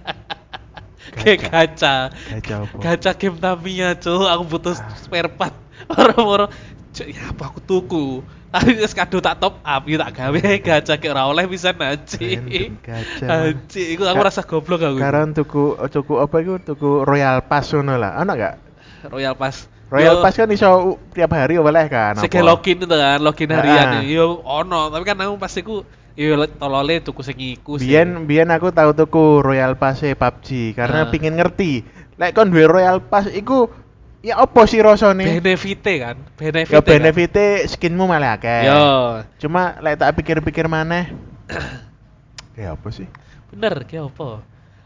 [SPEAKER 1] Kayak gacha.
[SPEAKER 2] Gacha apa?
[SPEAKER 1] Gacha game Tamiya, cuy. Aku butuh
[SPEAKER 2] Ah.
[SPEAKER 1] spare part. Moro-moro. Cuk, ya apa aku tuku? Tapi wis kado tak top up, ya tak gawe gacha kayak ora oleh bisa nanti.
[SPEAKER 2] Random gacha, man.
[SPEAKER 1] Anjir, iku aku
[SPEAKER 2] Ka-
[SPEAKER 1] rasa goblok aku.
[SPEAKER 2] Sekarang tuku tuku apa iku tuku Royal Pass ngono lah. Ono gak?
[SPEAKER 1] Royal Pass.
[SPEAKER 2] Royal
[SPEAKER 1] Yo,
[SPEAKER 2] Pass kan iso u- tiap hari oleh kan. apa?
[SPEAKER 1] Segi login itu kan, login
[SPEAKER 2] Ah.
[SPEAKER 1] harian. Yo ono, tapi kan aku pasti ku yo le- tolole tuku sing iku sih.
[SPEAKER 2] Biyen biyen aku tahu tuku Royal Pass PUBG
[SPEAKER 1] Ah.
[SPEAKER 2] karena pingin ngerti. Lek kon duwe Royal Pass iku ya opo sih rasane?
[SPEAKER 1] Benefite kan? Benefite.
[SPEAKER 2] Ya
[SPEAKER 1] kan?
[SPEAKER 2] benefite skinmu malah akeh.
[SPEAKER 1] Yo,
[SPEAKER 2] Cuma lek tak pikir-pikir maneh. ya apa sih?
[SPEAKER 1] bener ki apa?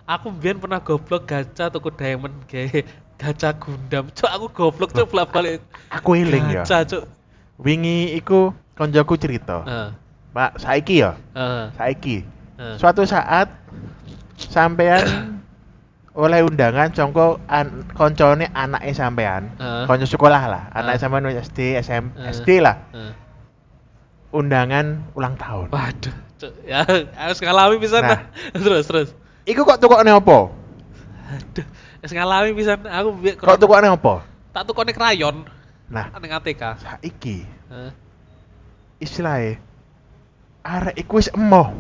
[SPEAKER 1] Aku mbien pernah goblok gacha tuku diamond ge gacha Gundam. Cuk aku goblok cuk bolak-balik.
[SPEAKER 2] Aku eling ya.
[SPEAKER 1] Gacha Ah. cuk.
[SPEAKER 2] Wingi iku konjoku cerita.
[SPEAKER 1] Heeh.
[SPEAKER 2] Pak, saiki ya.
[SPEAKER 1] Heeh.
[SPEAKER 2] Saiki.
[SPEAKER 1] heeh.
[SPEAKER 2] Suatu saat sampean oleh undangan congko an, koncone anake sampean.
[SPEAKER 1] Heeh.
[SPEAKER 2] Konco sekolah lah, anake
[SPEAKER 1] Heeh.
[SPEAKER 2] sampean wis SD, SM,
[SPEAKER 1] Heeh.
[SPEAKER 2] SD lah.
[SPEAKER 1] Heeh.
[SPEAKER 2] Undangan ulang tahun.
[SPEAKER 1] Waduh, cuk. Ya harus ngalami pisan
[SPEAKER 2] Nah.
[SPEAKER 1] nah. Terus terus.
[SPEAKER 2] Iku kok tukokne opo?
[SPEAKER 1] Aduh, harus ngalami pisan aku mbien
[SPEAKER 2] Kok tukokne opo?
[SPEAKER 1] tak tukone krayon
[SPEAKER 2] Nah,
[SPEAKER 1] nang ATK.
[SPEAKER 2] saiki
[SPEAKER 1] Heeh.
[SPEAKER 2] istilahnya arek iku wis emoh.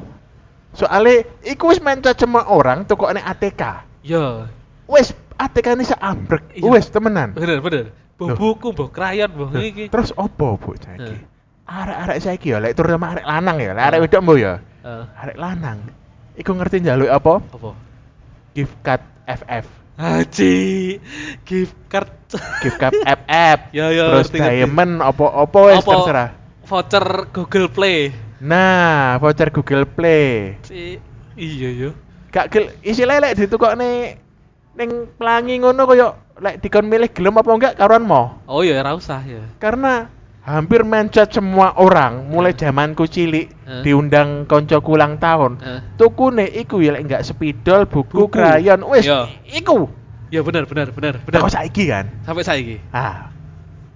[SPEAKER 2] Soale iku wis main cacema orang tukokne ATK.
[SPEAKER 1] Yo,
[SPEAKER 2] Wis ATK ini seambrek.
[SPEAKER 1] Iya.
[SPEAKER 2] Wis temenan.
[SPEAKER 1] bener bener. Mbok
[SPEAKER 2] Loh.
[SPEAKER 1] buku, mbok krayon, mbok
[SPEAKER 2] Loh,
[SPEAKER 1] iki.
[SPEAKER 2] Terus opo bu saiki?
[SPEAKER 1] Eh.
[SPEAKER 2] Arek-arek saiki ya, lek terutama arek lanang ya, lek arek
[SPEAKER 1] Eh.
[SPEAKER 2] wedok mbok ya.
[SPEAKER 1] Heeh.
[SPEAKER 2] Arek lanang. Iku ngerti njaluk apa?
[SPEAKER 1] Apa?
[SPEAKER 2] Gift card FF.
[SPEAKER 1] Haji gift card
[SPEAKER 2] Gift card FF.
[SPEAKER 1] Ya, ya,
[SPEAKER 2] Terus
[SPEAKER 1] ngerti, ngerti.
[SPEAKER 2] diamond opo-opo wis
[SPEAKER 1] Apa?
[SPEAKER 2] terserah.
[SPEAKER 1] voucher Google Play.
[SPEAKER 2] Nah, voucher Google Play.
[SPEAKER 1] Si iya yo.
[SPEAKER 2] Gak gel istilahnya lek ditukokne ning pelangi ngono koyo lek dikon milih gelem apa enggak karuan mau.
[SPEAKER 1] Oh iya ora usah ya.
[SPEAKER 2] Karena hampir mencet semua orang mulai zamanku cilik
[SPEAKER 1] Eh.
[SPEAKER 2] diundang koncoku ulang tahun.
[SPEAKER 1] Eh.
[SPEAKER 2] Tukune iku ya lek enggak spidol, buku,
[SPEAKER 1] Buku.
[SPEAKER 2] krayon, wis
[SPEAKER 1] Iya.
[SPEAKER 2] iku.
[SPEAKER 1] Ya benar benar benar benar.
[SPEAKER 2] Kok saiki kan?
[SPEAKER 1] Sampai saiki.
[SPEAKER 2] Ah.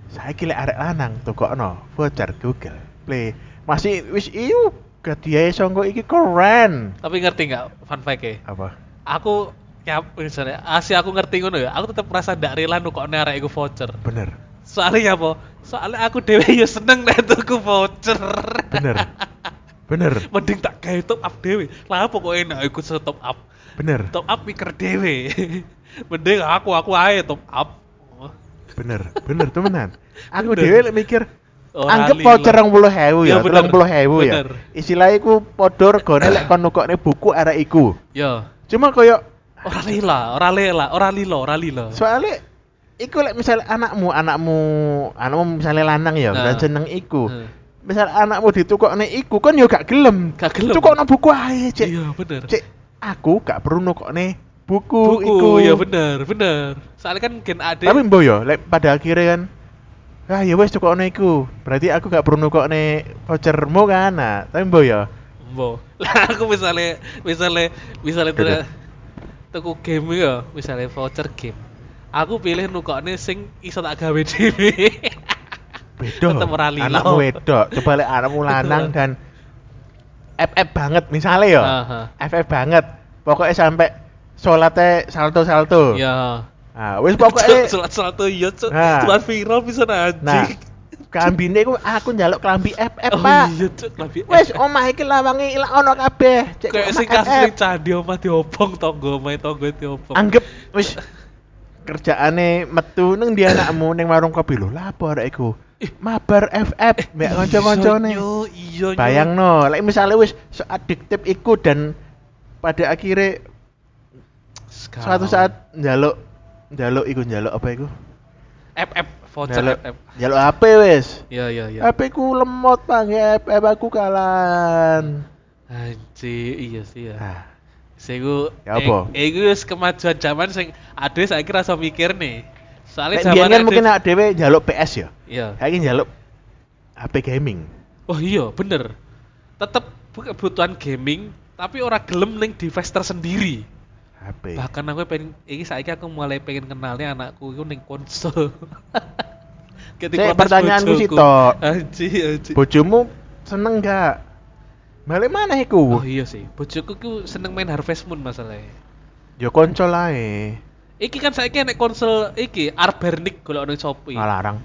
[SPEAKER 2] Saiki lek arek lanang tukokno voucher Google Play. Masih wis iu gadiahe songko iki keren.
[SPEAKER 1] Tapi ngerti nggak fun fact-e?
[SPEAKER 2] Apa?
[SPEAKER 1] Aku nyap misalnya asli aku ngerti ngono ya. Aku tetep merasa ndak rela nukokne arek iku voucher.
[SPEAKER 2] Bener.
[SPEAKER 1] Soalnya apa? Soalnya aku dhewe yo seneng nek tuku voucher.
[SPEAKER 2] Bener. Bener.
[SPEAKER 1] Mending tak gawe top up dhewe. Lah apa kok enak ikut se top up?
[SPEAKER 2] Bener.
[SPEAKER 1] Top up mikir dhewe. Mending aku aku ae top up. Oh,
[SPEAKER 2] Bener. Bener temenan. Aku
[SPEAKER 1] Bener.
[SPEAKER 2] dhewe lek mikir
[SPEAKER 1] Ora
[SPEAKER 2] anggap
[SPEAKER 1] lila.
[SPEAKER 2] voucher 20.000 ya,
[SPEAKER 1] Ya, bener.
[SPEAKER 2] 30.000 ya.
[SPEAKER 1] Bener.
[SPEAKER 2] Istilah iku padha regane lek kon nukokne buku arek iku.
[SPEAKER 1] Yo.
[SPEAKER 2] Cuma koyo
[SPEAKER 1] Ora lila, ora lela, ora lilo, ora lilo.
[SPEAKER 2] soalnya iku lek misal anakmu, anakmu, anakmu misalnya lanang ya,
[SPEAKER 1] Nah.
[SPEAKER 2] dan jeneng iku.
[SPEAKER 1] Heeh.
[SPEAKER 2] misal anakmu ditukokne iku kan yo gak gelem.
[SPEAKER 1] Gak gelem.
[SPEAKER 2] Tukokno buku ae, Cek.
[SPEAKER 1] Iya, bener.
[SPEAKER 2] Cek, aku gak perlu nukokne
[SPEAKER 1] buku,
[SPEAKER 2] buku, iku.
[SPEAKER 1] ya bener, bener. Soalnya kan gen ade.
[SPEAKER 2] Tapi mbo yo, lek pada akhirnya kan Ah ya wes tukokno iku. Berarti aku gak perlu nukokne vouchermu kan. Nah, tapi mbo yo.
[SPEAKER 1] Mbo. Lah aku misalnya misalnya misalnya
[SPEAKER 2] Duh,
[SPEAKER 1] tuku tuku game ya, misalnya voucher game. Aku pilih nukokne sing iso tak gawe dhewe.
[SPEAKER 2] Wedok.
[SPEAKER 1] Tetep ora lilo.
[SPEAKER 2] Anakmu wedok. Coba lek anakmu lanang
[SPEAKER 1] Betul.
[SPEAKER 2] dan FF banget misalnya yo.
[SPEAKER 1] Aha.
[SPEAKER 2] FF banget. Pokoknya sampai sholatnya salto-salto.
[SPEAKER 1] Ya.
[SPEAKER 2] Ah, wes pokoknya
[SPEAKER 1] sulat sulat tuh iya cuk.
[SPEAKER 2] Nah.
[SPEAKER 1] Sulat viral bisa anjing.
[SPEAKER 2] Nah, klambine ku ah, aku njaluk klambi
[SPEAKER 1] oh
[SPEAKER 2] FF, Pak.
[SPEAKER 1] iya cuk, lebih
[SPEAKER 2] Wes omah iki lawange ilang ono kabeh. Cek
[SPEAKER 1] kayak
[SPEAKER 2] omah
[SPEAKER 1] sing
[SPEAKER 2] FF.
[SPEAKER 1] kasih candi omah diobong tonggo main tonggo diobong.
[SPEAKER 2] Anggep wis kerjaane metu neng dia anakmu neng warung kopi lho lapo arek iku. Mabar FF mbek kanca-kancane.
[SPEAKER 1] Iya, iya. iya.
[SPEAKER 2] Bayangno, lek misale wis seadiktif iku dan pada akhirnya
[SPEAKER 1] Sekarang.
[SPEAKER 2] suatu saat njaluk njaluk iku njaluk apa iku?
[SPEAKER 1] FF voucher
[SPEAKER 2] Njaluk
[SPEAKER 1] FF.
[SPEAKER 2] njaluk HP wis.
[SPEAKER 1] Ya ya ya.
[SPEAKER 2] HP ku lemot banget, FF aku kalan.
[SPEAKER 1] Anji, iya sih ya.
[SPEAKER 2] Nah,
[SPEAKER 1] Segu,
[SPEAKER 2] Ya apa?
[SPEAKER 1] eh, iku wis kemajuan zaman sing ade saiki rasa mikir nih. Soalnya
[SPEAKER 2] Nek biyen kan
[SPEAKER 1] ade-
[SPEAKER 2] mungkin awake dhewe njaluk PS ya.
[SPEAKER 1] Iya.
[SPEAKER 2] Saiki njaluk HP gaming.
[SPEAKER 1] Oh iya, bener. Tetep bu- kebutuhan gaming, tapi ora gelem ning device tersendiri.
[SPEAKER 2] HP.
[SPEAKER 1] Bahkan aku pengen iki saiki aku mulai pengen kenalnya anakku iku ning konsol. Ketika
[SPEAKER 2] Cek,
[SPEAKER 1] protes
[SPEAKER 2] pertanyaanku
[SPEAKER 1] bojoku.
[SPEAKER 2] sitok.
[SPEAKER 1] Anji, anji.
[SPEAKER 2] Bojomu seneng gak? Balik mana
[SPEAKER 1] Oh
[SPEAKER 2] iku?
[SPEAKER 1] iya sih, bojoku ku seneng main Harvest Moon masalahnya.
[SPEAKER 2] Ya konco ae.
[SPEAKER 1] Iki kan saiki nek konsol iki Arbernic golek nang Shopee.
[SPEAKER 2] Ngalarang.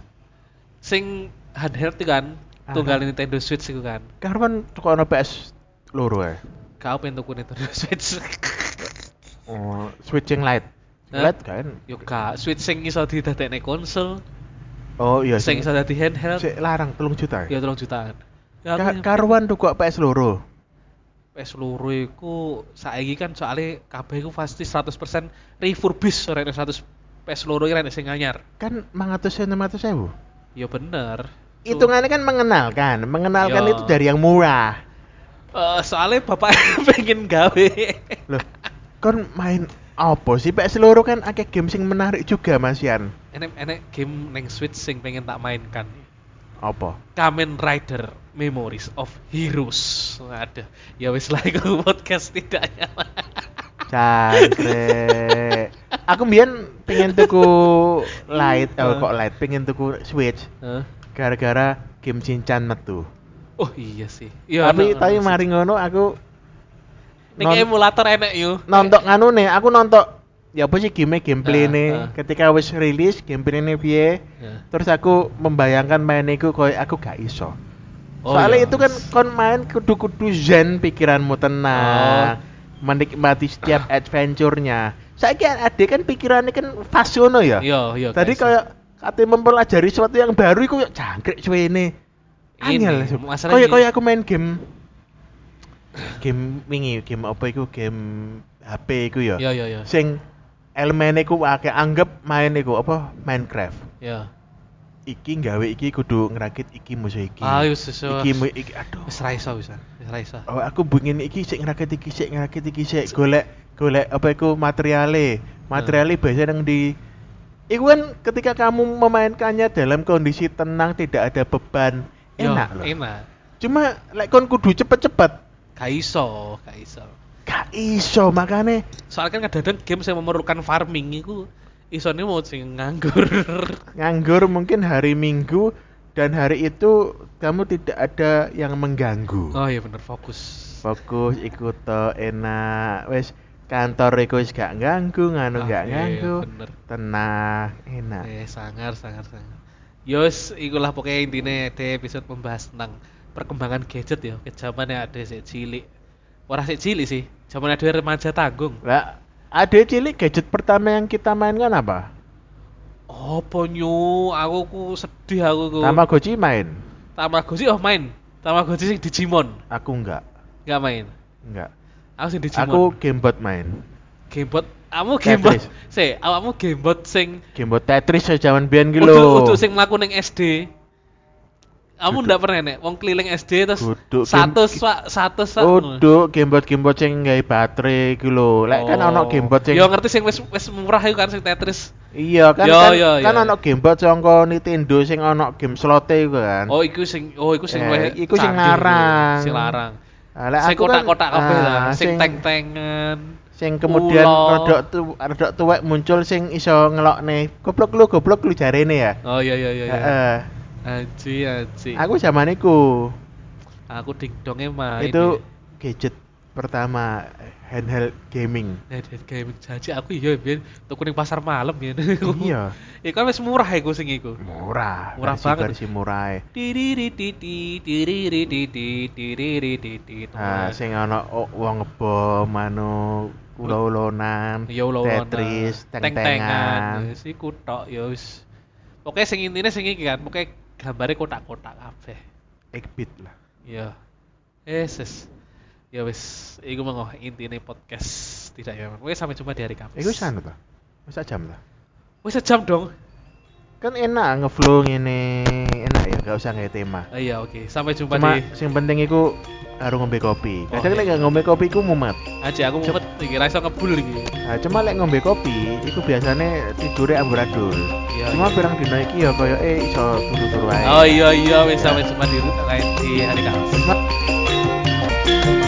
[SPEAKER 1] Sing handheld itu kan,
[SPEAKER 2] Ah.
[SPEAKER 1] tunggal Nintendo Switch itu kan.
[SPEAKER 2] Karuan tukokno PS loro ae.
[SPEAKER 1] Kau pengen tuku Nintendo Switch.
[SPEAKER 2] Oh, switching light.
[SPEAKER 1] Eh?
[SPEAKER 2] Light kan?
[SPEAKER 1] Yo kak, Switch sing iso didadekne konsol,
[SPEAKER 2] Oh iya.
[SPEAKER 1] sing iso dadi handheld,
[SPEAKER 2] Cek larang telung juta.
[SPEAKER 1] ya
[SPEAKER 2] Ya.
[SPEAKER 1] tolong jutaan. Ya aku
[SPEAKER 2] Ka
[SPEAKER 1] yang
[SPEAKER 2] karuan tukok PS loro.
[SPEAKER 1] PS loro iku saiki kan soalnya kabeh iku pasti 100% refurbish ora nek 100 PS loro iki ra nek sing anyar.
[SPEAKER 2] Kan 500 ewu, 600 ewu.
[SPEAKER 1] Ya bener.
[SPEAKER 2] Hitungannya kan mengenalkan. Mengenalkan
[SPEAKER 1] Yo.
[SPEAKER 2] itu dari yang murah.
[SPEAKER 1] Eh, soalnya bapak pengen gawe.
[SPEAKER 2] Loh, kon main apa sih Pak Seluruh kan akeh game sing menarik juga Mas Yan.
[SPEAKER 1] Enek-enek game neng Switch sing pengen tak mainkan.
[SPEAKER 2] Apa?
[SPEAKER 1] Kamen Rider Memories of Heroes. Waduh, ya wis lah iku podcast tidak nyaman.
[SPEAKER 2] Cangkrek. Aku mbiyen pengen tuku light,
[SPEAKER 1] Iya.
[SPEAKER 2] oh, kok light, pengen tuku Switch
[SPEAKER 1] Hah?
[SPEAKER 2] gara-gara game Cincan metu.
[SPEAKER 1] Oh iya sih.
[SPEAKER 2] tapi
[SPEAKER 1] ono-
[SPEAKER 2] tapi
[SPEAKER 1] ono sih.
[SPEAKER 2] mari ngono aku
[SPEAKER 1] Ning
[SPEAKER 2] non-
[SPEAKER 1] emulator enek yo.
[SPEAKER 2] nonton nganu nih, aku nonton ya apa sih game gameplay
[SPEAKER 1] Eh. Ah,
[SPEAKER 2] nih.
[SPEAKER 1] ah.
[SPEAKER 2] Ketika wis rilis gameplay nih piye,
[SPEAKER 1] Ya.
[SPEAKER 2] terus aku membayangkan main iku koyo aku gak iso.
[SPEAKER 1] Oh, iya.
[SPEAKER 2] Soalnya itu kan kon main kudu-kudu zen pikiranmu
[SPEAKER 1] Oh.
[SPEAKER 2] tenang. Menikmati setiap adventure-nya. Saiki ade kan pikirannya kan fast ngono ya.
[SPEAKER 1] Iya, iya.
[SPEAKER 2] Tadi
[SPEAKER 1] kayak
[SPEAKER 2] kayak kate mempelajari sesuatu yang baru iku kayak jangkrik cuy ini.
[SPEAKER 1] Ini,
[SPEAKER 2] Angel. Sob.
[SPEAKER 1] masalahnya
[SPEAKER 2] Kayak
[SPEAKER 1] ini-
[SPEAKER 2] kayak aku main game game wingi game apa iku game HP iku ya.
[SPEAKER 1] Iya, iya, iya.
[SPEAKER 2] Sing elemen iku akeh anggap main iku apa Minecraft.
[SPEAKER 1] Ya.
[SPEAKER 2] Iki nggawe iki kudu ngerakit iki musuh iki.
[SPEAKER 1] Ah, wis wis.
[SPEAKER 2] Iki mu- iki aduh.
[SPEAKER 1] Wis ra iso wis. Wis ra iso.
[SPEAKER 2] Oh, aku bingin iki sik ngerakit iki sik ngerakit iki sik golek golek apa iku
[SPEAKER 1] Hmm.
[SPEAKER 2] materiale. Materiale biasanya nang di Iku kan ketika kamu memainkannya dalam kondisi tenang tidak ada beban
[SPEAKER 1] Yo, iya,
[SPEAKER 2] enak loh.
[SPEAKER 1] Enak.
[SPEAKER 2] Cuma lek kon kudu cepet-cepet
[SPEAKER 1] Gak iso, gak iso.
[SPEAKER 2] gak iso makane
[SPEAKER 1] Soalnya kan kadang-kadang game yang memerlukan farming iku isone mau sing nganggur.
[SPEAKER 2] nganggur mungkin hari Minggu dan hari itu kamu tidak ada yang mengganggu.
[SPEAKER 1] Oh iya bener fokus.
[SPEAKER 2] fokus ikut to enak wes kantor iku wis gak ganggu nganu
[SPEAKER 1] Ah,
[SPEAKER 2] gak
[SPEAKER 1] iya,
[SPEAKER 2] ganggu
[SPEAKER 1] bener.
[SPEAKER 2] tenang enak
[SPEAKER 1] Eh sangar sangar sangar. Yos, ikulah pokoknya intinya di episode membahas tentang perkembangan gadget ya. Ke zamannya ada si cilik. Ora si cilik sih. Zaman ada remaja tanggung.
[SPEAKER 2] lah ada cilik gadget pertama yang kita mainkan apa
[SPEAKER 1] Apa nyu? Aku ku sedih aku ku.
[SPEAKER 2] Tamagotchi main
[SPEAKER 1] Tamagotchi oh main. Tamagotchi sing Digimon.
[SPEAKER 2] aku enggak
[SPEAKER 1] Enggak main.
[SPEAKER 2] enggak
[SPEAKER 1] Aku sing Digimon.
[SPEAKER 2] aku gamebot main
[SPEAKER 1] Gamebot. Kamu Gamebot.
[SPEAKER 2] Tetris.
[SPEAKER 1] Se, awakmu Gamebot sing
[SPEAKER 2] gamebot Tetris sejaman biyen ki lho
[SPEAKER 1] Ujuk-ujuk sing mlaku ning SD. Kamu
[SPEAKER 2] Duduk.
[SPEAKER 1] ndak pernah nek wong keliling SD terus
[SPEAKER 2] Duduk,
[SPEAKER 1] satu
[SPEAKER 2] Kim-
[SPEAKER 1] swak satu swak.
[SPEAKER 2] Udu gamebot gamebot sing gawe baterai ki lho lek kan ono gamebot sing
[SPEAKER 1] Oh. Yo ngerti sing wis wis murah iku kan sing Tetris.
[SPEAKER 2] iya kan
[SPEAKER 1] Yo,
[SPEAKER 2] kan,
[SPEAKER 1] yo,
[SPEAKER 2] kan
[SPEAKER 1] yo.
[SPEAKER 2] ono gamebot saka Nintendo sing ono game slote iku kan
[SPEAKER 1] Oh iku sing oh iku sing
[SPEAKER 2] Eh,
[SPEAKER 1] luwih
[SPEAKER 2] iku sing
[SPEAKER 1] canggih iku.
[SPEAKER 2] larang.
[SPEAKER 1] Sing larang.
[SPEAKER 2] Nah, lek
[SPEAKER 1] sing
[SPEAKER 2] aku kan-
[SPEAKER 1] kotak-kotak kabeh
[SPEAKER 2] ah,
[SPEAKER 1] lah, sing
[SPEAKER 2] sing-
[SPEAKER 1] teng-tengan.
[SPEAKER 2] sing kemudian
[SPEAKER 1] Ulo.
[SPEAKER 2] rodok tu rodok tuwek muncul sing iso ngelokne goblok lu goblok lu jarene ya
[SPEAKER 1] Oh iya iya iya. iya.
[SPEAKER 2] Heeh.
[SPEAKER 1] Anji anji.
[SPEAKER 2] eh. aku zaman iku
[SPEAKER 1] aku dingdongnya main. ya.
[SPEAKER 2] itu gadget pertama handheld gaming
[SPEAKER 1] Headset gaming jaji aku iya biyen tuku ning pasar malam ya.
[SPEAKER 2] Iya.
[SPEAKER 1] Iku kan wis murah iku sing iku.
[SPEAKER 2] murah
[SPEAKER 1] Murah
[SPEAKER 2] versi-
[SPEAKER 1] banget.
[SPEAKER 2] versi murah e.
[SPEAKER 1] Tirirititi, tirirititi, tirirititi,
[SPEAKER 2] nah
[SPEAKER 1] teman.
[SPEAKER 2] sing ana o- wong ngebom anu ulo-ulonan
[SPEAKER 1] Ya Allah, Wana.
[SPEAKER 2] tetris
[SPEAKER 1] Teng-tengan.
[SPEAKER 2] teng-tengan
[SPEAKER 1] Wis iku tok ya wis. Pokoke sing intine sing iki kan, pokoke gambare kotak-kotak kabeh.
[SPEAKER 2] 8-bit lah
[SPEAKER 1] Ya. Yesus. Ya wis, iku mengoh intine podcast tidak ya. Wis sampai jumpa di hari Kamis.
[SPEAKER 2] iku wis anu ta wis
[SPEAKER 1] Iya.
[SPEAKER 2] sak jam ta
[SPEAKER 1] Wis sejam dong.
[SPEAKER 2] kan enak ngeflow ngene enak ya gak usah nggae tema
[SPEAKER 1] Ah, Iya, oke. Sampai jumpa
[SPEAKER 2] Cuma
[SPEAKER 1] di
[SPEAKER 2] sing penting iku harus ngombe kopi.
[SPEAKER 1] Oh, iya.
[SPEAKER 2] Kadang lek gak ngombe kopi iku mumet.
[SPEAKER 1] Aji aku mumet iki ra iso ngebul iki.
[SPEAKER 2] Nah, cuma lek ngombe kopi iku biasane tidure amburadul.
[SPEAKER 1] Iya,
[SPEAKER 2] cuma
[SPEAKER 1] iya.
[SPEAKER 2] pirang dina iki ya koyo eh iso turu-turu ae.
[SPEAKER 1] Oh iya iya wis sampai jumpa di lain di hari Kamis.
[SPEAKER 2] Cuma-